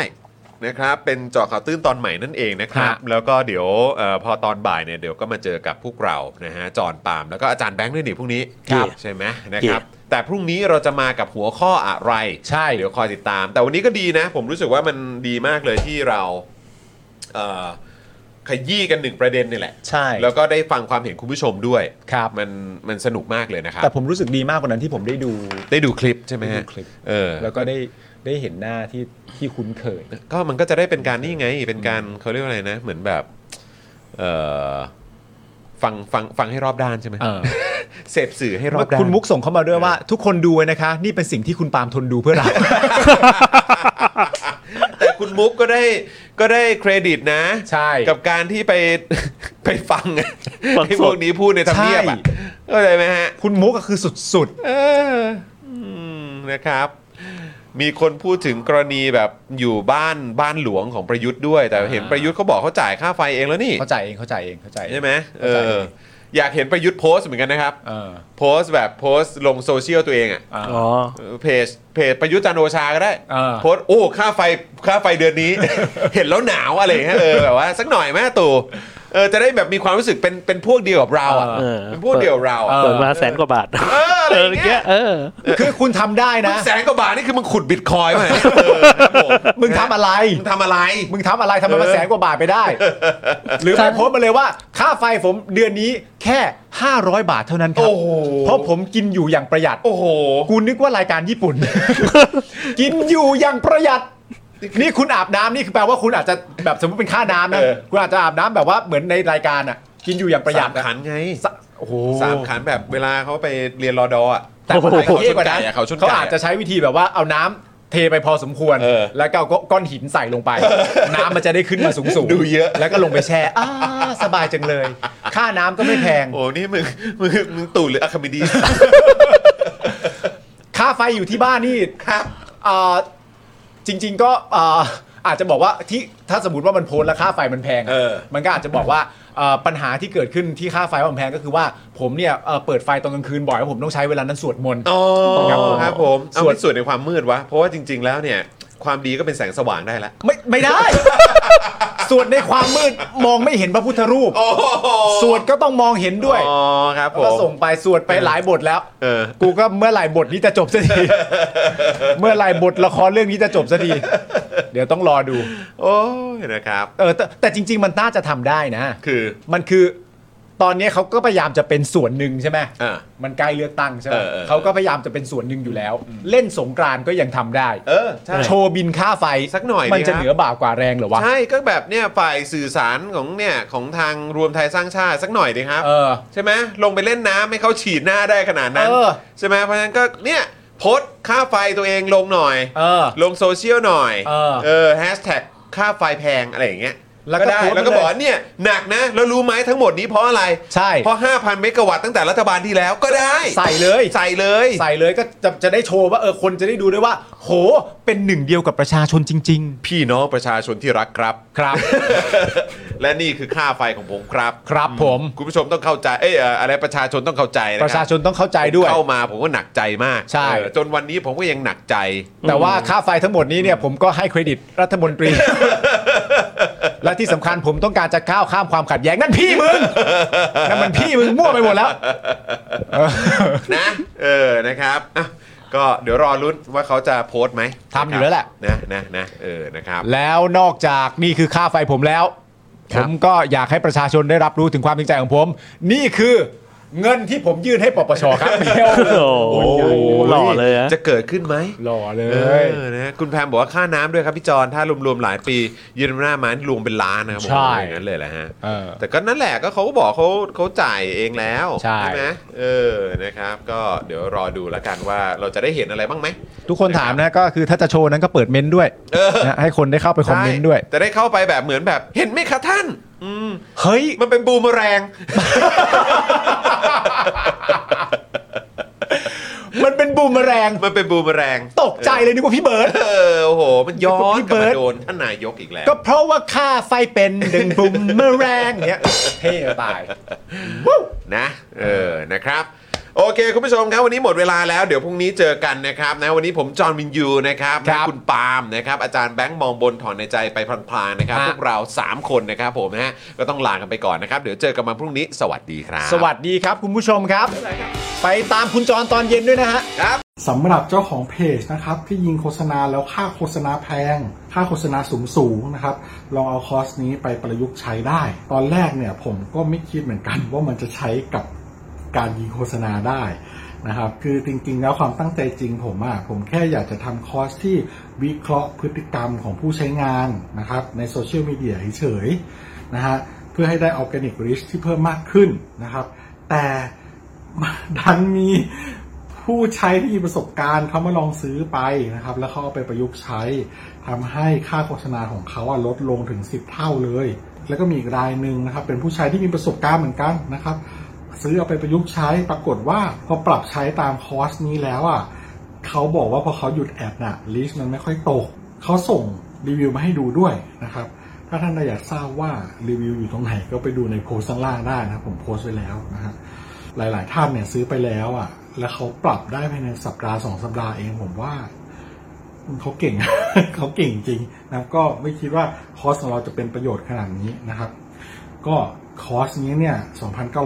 Speaker 1: นะครับ เป็นเจาะข่าวตื้นตอนใหม่นั่นเองนะครับ แล้วก็เดี๋ยวเออพอตอนบ่ายเนี่ยเดี๋ยวก็มาเจอกับพวกเรานะฮะจอห์นปาล์มแล้วก็อาจารย์แบงค์ด้วยนี่พรุ่งนี้
Speaker 3: ครับ
Speaker 1: ใช่ไหมนะครับ แต่พรุ่งนี้เราจะมากับหัวข้ออะไร
Speaker 2: ใช่
Speaker 1: เดี๋ยวคอยติดตาม แต่วันนี้ก็ดีนะ ผมรู้สึกว่ามันดีมากเลยที่เราเอ่อขยี้กันหนึ่งประเด็นนี่แหละ
Speaker 2: ใช่
Speaker 1: แล้วก็ได้ฟังความเห็นคุณผู้ชมด้วย
Speaker 2: ครับ
Speaker 1: มันมันสนุกมากเลยนะครับ
Speaker 2: แต่ผมรู้สึกดีมากกว่านั้นที่ผมได้ดู
Speaker 1: ได้ดูคลิปใช่ไหม
Speaker 2: ได้
Speaker 1: ฮะ
Speaker 2: ดูคลิป
Speaker 1: เออ
Speaker 2: แล้วก็ได้ได้เห็นหน้าที่ที่คุ้นเคย
Speaker 1: ก็มันก็จะได้เป็นการนี่ไง เป็นการเขาเรียกว่าอะไรนะ เหมือนแบบเออฟังฟังฟังให้รอบด้านใช่ไหมเสพสื่อให้รอบด้าน
Speaker 2: คุณมุกส่งเข้ามาด้วยว่า ทุกคนดูไว้นะคะ นี่เป็นสิ่งที่คุณปาล์มทนดูเพื่อเรา
Speaker 1: *laughs* แต่คุณมุกก็ได้ก็ได้เครดิตนะ
Speaker 2: ใช่
Speaker 1: กับการที่ไป *laughs* ไปฟัง
Speaker 3: ฟังสด
Speaker 1: ไอ้พวกนี้พูดในทำเนียบอ่ะ
Speaker 2: ใช่
Speaker 1: เข้าใจไหมฮะ
Speaker 2: คุณมุกก็คือสุด
Speaker 1: เอออืมนะครับ มีคนพูดถึงกรณีแบบอยู่บ้านบ้านหลวงของประยุทธ์ด้วย แต่เห็น
Speaker 2: อ่า
Speaker 1: ประยุทธ์เขาบอกเขาจ่ายค่าไฟเองแล้วนี่
Speaker 2: ๆเข้าใจเองเข้าใจเองเข้าใจเอง
Speaker 1: ใช่ไหมเอ
Speaker 2: เข้าใจ
Speaker 1: ออยากเห็นประยุทธ์โพสต์เหมือนกันนะครับ
Speaker 2: เออ
Speaker 1: โพสต์แบบโพสต์ลงโซเชียลตัวเองอ่ะ
Speaker 2: อ่า
Speaker 3: อ๋อ
Speaker 1: เออเพจเพจประยุทธ์จันทร์โอชาก็ได้
Speaker 2: อ่า
Speaker 1: โพสต์โอ้ค่าไฟค่าไฟเดือนนี้ *laughs* เห็นแล้วหนาวอะไรอย่างเงี้ยเออแบบว่าสักหน่อยไหมตู่เออจะได้แบบมีความรู้สึกเป็นเป็นพวกเดียวกับเราอะ
Speaker 3: เออ
Speaker 1: เป็นพวกเดียวกับเราอะ
Speaker 2: เออ
Speaker 3: เปิดมาแสนกว่าบาท
Speaker 1: เอออะไร
Speaker 3: เอ
Speaker 1: อ
Speaker 3: อย่าง
Speaker 1: เงี้ย
Speaker 3: เออ
Speaker 2: คือคุณทำได้
Speaker 1: มึ
Speaker 2: นะ
Speaker 1: งแสนกว่าบาทนี่คือมึงขุดบิตคอยน์มาเนี่ยเออครับผม
Speaker 2: มึงทำอะไร
Speaker 1: มึงทำอะไร
Speaker 2: มึงทำอะไรทำไมมาแสนกว่าบาทไปได้ หรือไม่โพสต์มาเลยว่า ค่าไฟผมเดือนนี้แค่ 500 บาทเท่านั้นครับ
Speaker 1: โอ้โห
Speaker 2: เพราะผมกินอยู่อย่างประหยัด
Speaker 1: โอ้โห
Speaker 2: กูนึกว่ารายการญี่ปุ่น *laughs* กินอยู่อย่างประหยัด นี่คุณอาบน้ำนี่คือแปลว่าคุณอาจจะแบบสมมติเป็นค่าน้ำนะ
Speaker 1: เออ
Speaker 2: คุณอาจจะอาบน้ำแบบว่าเหมือนในรายการอ่ะ กินอยู่อย่างประหยั
Speaker 1: สา
Speaker 2: ด
Speaker 1: ม
Speaker 2: อะ
Speaker 1: ขันไง
Speaker 2: สะโอ้โห
Speaker 1: สามขันแบบเวลาเขาไปเรียนรอดออ่ะ
Speaker 2: แต่คนไทย
Speaker 1: เขา
Speaker 2: เขา
Speaker 1: ช
Speaker 2: เท่
Speaker 1: น
Speaker 2: กว่า
Speaker 1: ไก่
Speaker 2: นั้น
Speaker 1: อะเขาชนไก่
Speaker 2: เขาอาจจะใช้วิธีแบบว่าเอาน้ำเทไปพอสมควร
Speaker 1: เออ
Speaker 2: แล้วก็เอาก้อนหินใส่ลงไป น้ำมันจะได้ขึ้นมาสูงสูงๆ
Speaker 1: ดูเยอะ
Speaker 2: แล้วก็ลงไปแช่ *laughs* อ่าสบายจังเลย ค่าน้ำก็ไม่แพง
Speaker 1: โอ้นี่มึง *laughs* มึงมึงตู่หรืออะคาเมดี
Speaker 2: ค่าไฟอยู่ที่บ้านนี่
Speaker 1: ครับ
Speaker 2: เอ่อจริง ๆ ก็เอ่อ อาจจะบอกว่าที่ถ้าสมมติว่ามันโพสต์แล้วค่าไฟมันแพงอะ
Speaker 1: เออ
Speaker 2: มันก็อาจจะบอกว่าเอ่อปัญหาที่เกิดขึ้นที่ค่าไฟมันแพงก็คือว่าผมเนี่ยเอ่อเปิดไฟตอนกลางคืนบ่อยแล้วผมต้องใช้เวลานั้นสวดมนต์
Speaker 1: *laughs* อ๋อ
Speaker 2: ครับผม
Speaker 1: ครับผมเอา
Speaker 2: ส่วน
Speaker 1: ไปส่วนในความมืดวะ เพราะว่าจริง ๆ แล้วเนี่ย ความดีก็เป็นแสงสว่างได้ละ
Speaker 2: ไม่ไม่ได้ *laughs* สวดในความมืดมองไม่เห็นพระพุทธรูป สวดก็ต้องมองเห็นด้วย
Speaker 1: อ๋อครับผ
Speaker 2: แล้วก็
Speaker 1: ม
Speaker 2: ส่งไปสวดไปหลายบทแล้ว
Speaker 1: เออ
Speaker 2: กูก็เมื่อไหร่บทนี้จะจบสักที
Speaker 1: *laughs*
Speaker 2: เมื่อไหร่บทละครเรื่องนี้จะจบสักที เดี๋ยวต้องรอดู
Speaker 1: โอ้ยนะครับ
Speaker 2: เออแต่แต่จริง ๆ มันน่าจะทำได้นะ
Speaker 1: คือ
Speaker 2: มันคือตอนนี้เขาก็พยายามจะเป็นส่วนหนึ่งใช่ไหม
Speaker 1: อ่า
Speaker 2: มันใกล้เลือกตั้งใช่ไหม
Speaker 1: เออเออ
Speaker 2: เขาก็พยายามจะเป็นส่วนหนึ่งอยู่แล้ว เล่นสงกรานต์ก็ยังทำได้
Speaker 1: เออ ใช่
Speaker 2: โชว์บินค่าไฟ
Speaker 1: สักหน่อย
Speaker 2: มันจะ
Speaker 1: ดีครับ
Speaker 2: เหนือบ่ากว่าแรงเหรอวะ
Speaker 1: ใช่ก็แบบเนี่ยฝ่ายสื่อสารของเนี่ยของทางรวมไทยสร้างชาติสักหน่อยดีครับ
Speaker 2: เออ
Speaker 1: ใช่ไหมลงไปเล่นน้ำให้เขาฉีดหน้าได้ขนาดนั้น
Speaker 2: เออ
Speaker 1: ใช่ไหมเพราะฉะนั้นก็เนี่ยโพสต์ค่าไฟตัวเองลงหน่อย
Speaker 2: เออ
Speaker 1: ลงโซเชียลหน่อย
Speaker 2: เออ
Speaker 1: แฮชแท็กค่าไฟแพงอะไรอย่างเงี้ย
Speaker 2: แล้วก็
Speaker 1: ได้
Speaker 2: โพสต์
Speaker 1: แล้วก็
Speaker 2: ไปเลย
Speaker 1: บอกว่าเนี่ยหนักนะ แล้วรู้ไหมทั้งหมดนี้เพราะอะไร
Speaker 2: ใช่
Speaker 1: เพราะ 5,000 เมกะวัตต์ตั้งแต่รัฐบาลที่แล้วก็ได้
Speaker 2: ใส่เลย
Speaker 1: ใส่เลย
Speaker 2: ใส่เลยก็จะจะได้โชว์ว่าเออคนจะได้ดูด้วยว่า โหเป็นหนึ่งเดียวกับประชาชนจริง
Speaker 1: พี่น้องประชาชนที่รักครับ
Speaker 2: ๆ ครับ
Speaker 1: *laughs* และนี่คือค่าไฟของผมครับ
Speaker 2: *laughs* ครับผม
Speaker 1: คุณผู้ชมต้องเข้าใจ เอ้ยเอ่ออะไรประชาชนต้องเข้าใจนะคบ
Speaker 2: ประชาชนต้องเข้าใจด้วย
Speaker 1: ผมเข้ามาผมก็หนักใจมาก
Speaker 2: ใช่
Speaker 1: เออจนวันนี้ผมก็ยังหนักใจ
Speaker 2: แต่ว่าค่าไฟทั้งหมดนี้เนี่ยผมก็ให้เครดิตรัฐมน
Speaker 1: *laughs*
Speaker 2: ตรี และที่สำคัญผมต้องการจะก้าวข้ามความขัดแย้งนั่นพี่มึ
Speaker 1: *laughs*
Speaker 2: งนั่นมันพี่มึงมั่วไปหมดแล้ว *laughs*
Speaker 1: นะ เออนะครับอ่ะก็เดี๋ยวรอลุ้นว่าเขาจะโพสต์ไหม
Speaker 2: ทำอยู่แล้วแหละ
Speaker 1: นะนะนะเออนะครับ
Speaker 2: แล้วนอกจากนี่คือค่าไฟผมแล้ว
Speaker 1: ค
Speaker 2: ผ
Speaker 1: รับ
Speaker 2: มก็อยากให้ประชาชนได้รับรู้ถึงความจริงใจของผม นี่คือเงินที่ผมยื่นให้ปปช
Speaker 1: *laughs*
Speaker 2: ครับ *laughs*
Speaker 3: โอ้โหหล่อเลยฮะ
Speaker 1: จะเกิดขึ้นไหม
Speaker 2: หล่อเล
Speaker 1: เอย อนะคุณแพมบอกว่าค่าน้ำด้วยครับพี่จอนถ้ารวมๆหลายปียืนหน้ามานี่รวมเป็นล้านนะครับผม
Speaker 2: ใช่
Speaker 1: อย่างนั้นเลยแหละฮะ
Speaker 2: เออ
Speaker 1: แต่ก็นั่นแหละก็เขาก็บอกเขาเขาจ่ายเองแล้ว
Speaker 2: ใช่
Speaker 1: ไหมเออนะครับ ก็เดี๋ยวรอดูแล้วกันว่าเราจะได้เห็นอะไรบ้างไหม
Speaker 2: ทุกคนถามนะก็คือถ้าจะโชว์นั้นก็เปิดเมนต์ด้วยนะให้คนได้เข้าไปคอมเมนต์ด้วย
Speaker 1: จะได้เข้าไปแบบเหมือนแบบเห็นไหมคะท่าน อืม
Speaker 2: เฮ้ย
Speaker 1: มันเป็นบูมเมอแรง *laughs*
Speaker 2: มันเป็นบูมเมอแรง
Speaker 1: มันเป็นบูมเมอแรง
Speaker 2: ตกใจเลยนึกว่าพี่เบิร์ด
Speaker 1: เออโอ้โห มันย้อนกลับ
Speaker 2: พี่เบิร์
Speaker 1: มา
Speaker 2: ต
Speaker 1: โดนท่านนายกอีกแล้ว
Speaker 2: ก็เพราะว่าค่าไฟเป็นดึงบูมเมอแรงเนี้ยเท่ตาย
Speaker 1: นะเออนะครับ โอเค คุณผู้ชมครับ วันนี้หมดเวลาแล้วเดี๋ยวพรุ่งนี้เจอกันนะครับนะวันนี้ผมจอห์นวินยูนะครับ
Speaker 2: ครับ
Speaker 1: นะคุณปาล์มนะครับอาจารย์แบงค์มองบนถอนในใจไปพลางๆนะครับ
Speaker 2: ฮะ
Speaker 1: พวกเรา 3 คนนะครับผมนะฮะก็ต้องลากันไปก่อนนะครับ เดี๋ยวเจอกันมาพรุ่งนี้สวัสดีครับ
Speaker 2: สวัสดีครับคุณผู้ชมครับ ไปตามคุณจรตอนเย็นด้วยนะฮะ
Speaker 8: สำหรับเจ้าของเพจนะครับที่ยิงโฆษณาแล้วค่าโฆษณาแพง ค่าโฆษณาสูงสูงๆนะครับ ลองเอาคอร์สนี้ไปประยุกต์ใช้ได้ ตอนแรกเนี่ยผมก็ไม่คิดเหมือนกัน ว่ามันจะใช้กับการยิงโฆษณาได้นะครับ คือจริงๆ แล้วความตั้งใจจริงผมอะผมแค่อยากจะทำคอร์สที่วิเคราะห์พฤติกรรมของผู้ใช้งานนะครับ ในโซเชียลมีเดียเฉยๆนะฮะเพื่อให้ได้ออร์แกนิกริชที่เพิ่มมากขึ้นนะครับ แต่ *laughs* ดันมี ผู้ใช้ที่มีประสบการณ์เขามาลองซื้อไปนะครับ แล้วเขาเอาไปประยุกต์ใช้ทำให้ค่าโฆษณาของเขาอะลดลงถึง 10 เท่าเลย แล้วก็มีอีกรายหนึ่งนะครับ เป็นผู้ใช้ที่มีประสบการณ์เหมือนกันนะครับ ซื้อเอาไปประยุกต์ใช้ปรากฏว่าพอปรับใช้ตามคอร์สนี้แล้วอ่ะเขาบอกว่าพอเขาหยุดแอดน่ะลิสต์มันไม่ค่อยตกเขาส่งรีวิวมาให้ดูด้วยนะครับ ถ้าท่านอยากทราบว่ารีวิวอยู่ตรงไหนก็ไปดูในโพสต์ข้างล่างได้นะครับผมโพสต์ไว้แล้วนะครับ หลาย ๆ ท่านเนี่ยซื้อไปแล้วอ่ะ แล้วเขาปรับได้ภายในสัปดาห์สองสัปดาห์เองผมว่าเขาเก่ง *laughs* เขาเก่งจริงนะครับก็ไม่คิดว่าคอร์สของเราจะเป็นประโยชน์ขนาดนี้นะครับ ก็คอร์สนี้เนี่ย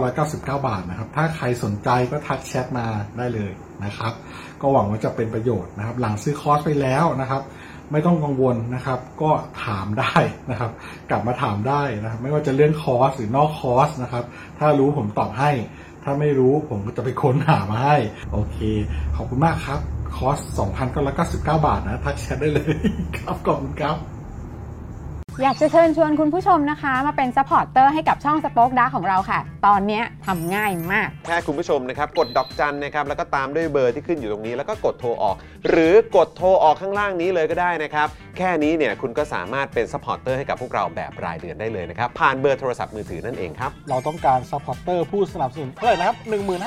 Speaker 8: 2,999 บาทนะครับ ถ้าใครสนใจก็ทักแชทมาได้เลยนะครับ ก็หวังว่าจะเป็นประโยชน์นะครับ หลังซื้อคอร์สไปแล้วนะครับ ไม่ต้องกังวลนะครับ ก็ถามได้นะครับ กลับมาถามได้นะครับ ไม่ว่าจะเรื่องคอร์สหรือนอกคอร์สนะครับ ถ้ารู้ผมตอบให้ ถ้าไม่รู้ผมก็จะไปค้นหามาให้ โอเค ขอบคุณมากครับ คอร์ส 2,999 บาทนะ ทักแชทได้เลยครับ ขอบคุณครับ
Speaker 9: อยากจะเชิญชวนคุณผู้ชมนะคะ มาเป็นซัพพอร์ตเตอร์ให้กับช่องสป็อคดาของเราค่ะ ตอนเนี้ยทำง่ายมาก
Speaker 1: แค่คุณผู้ชมนะครับ กดดอกจันนะครับ แล้วก็ตามด้วยเบอร์ที่ขึ้นอยู่ตรงนี้ แล้วก็กดโทรออก หรือกดโทรออกข้างล่างนี้เลยก็ได้นะครับ แค่นี้เนี่ยคุณก็สามารถเป็นซัพพอร์ตเตอร์ให้กับพวกเราแบบรายเดือนได้เลยนะครับ ผ่านเบอร์โทรศัพท์มือถือนั่นเองครับ
Speaker 2: เราต้องการซัพพอร์เตอร์ผู้สนับสนุนเท่าไหร่นะครับ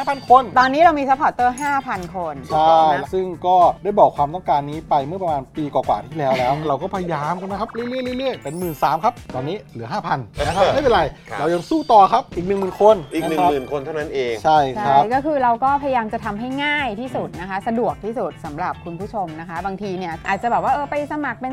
Speaker 2: 15,000 คน
Speaker 9: ตอนนี้เรามีซัพพอร์เตอร์ 5,000 คน
Speaker 2: ใช่
Speaker 9: นะ
Speaker 2: ซึ่งก็ได้บอกความต้องการนี้ไปเมื่อประมาณปีกว่าๆที่แล้วแล้ว เราก็พยายามกันนะครับ เรื่อยๆเรื่อยๆเป็น 1 3ื่นครับ ตอนนี้เหลือ 5,000นะครับ ไม่เป็นไร
Speaker 1: ครับ
Speaker 2: เรายังสู้ต่อครับอีก 10,000 คน
Speaker 1: อีก 1
Speaker 2: ะครับ
Speaker 1: 0,000 คนเท่านั้นเอง
Speaker 2: ใช่ค
Speaker 9: ใช่
Speaker 2: รับ
Speaker 9: ก็คือเราก็พยายามจะทำให้ง่ายที่สุดนะคะ สะดวกที่สุดสำหรับคุณผู้ชมนะคะ บางทีเนี่ยอาจจะแบบว่าเออไปสมัครเป็น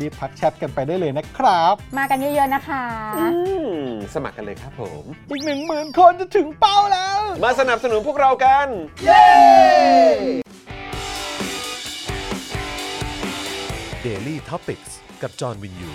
Speaker 2: รีบทักแชทกันไปได้เลยนะครับ
Speaker 9: มากันเยอะๆนะคะ
Speaker 1: อืม สมัครกันเลยครับผม
Speaker 2: อีก 1 0,000 คนจะถึงเป้าแล้ว
Speaker 1: มาสนับสนุนพวกเรากัน
Speaker 8: Daily t o p i c กกับจอห์นวินยู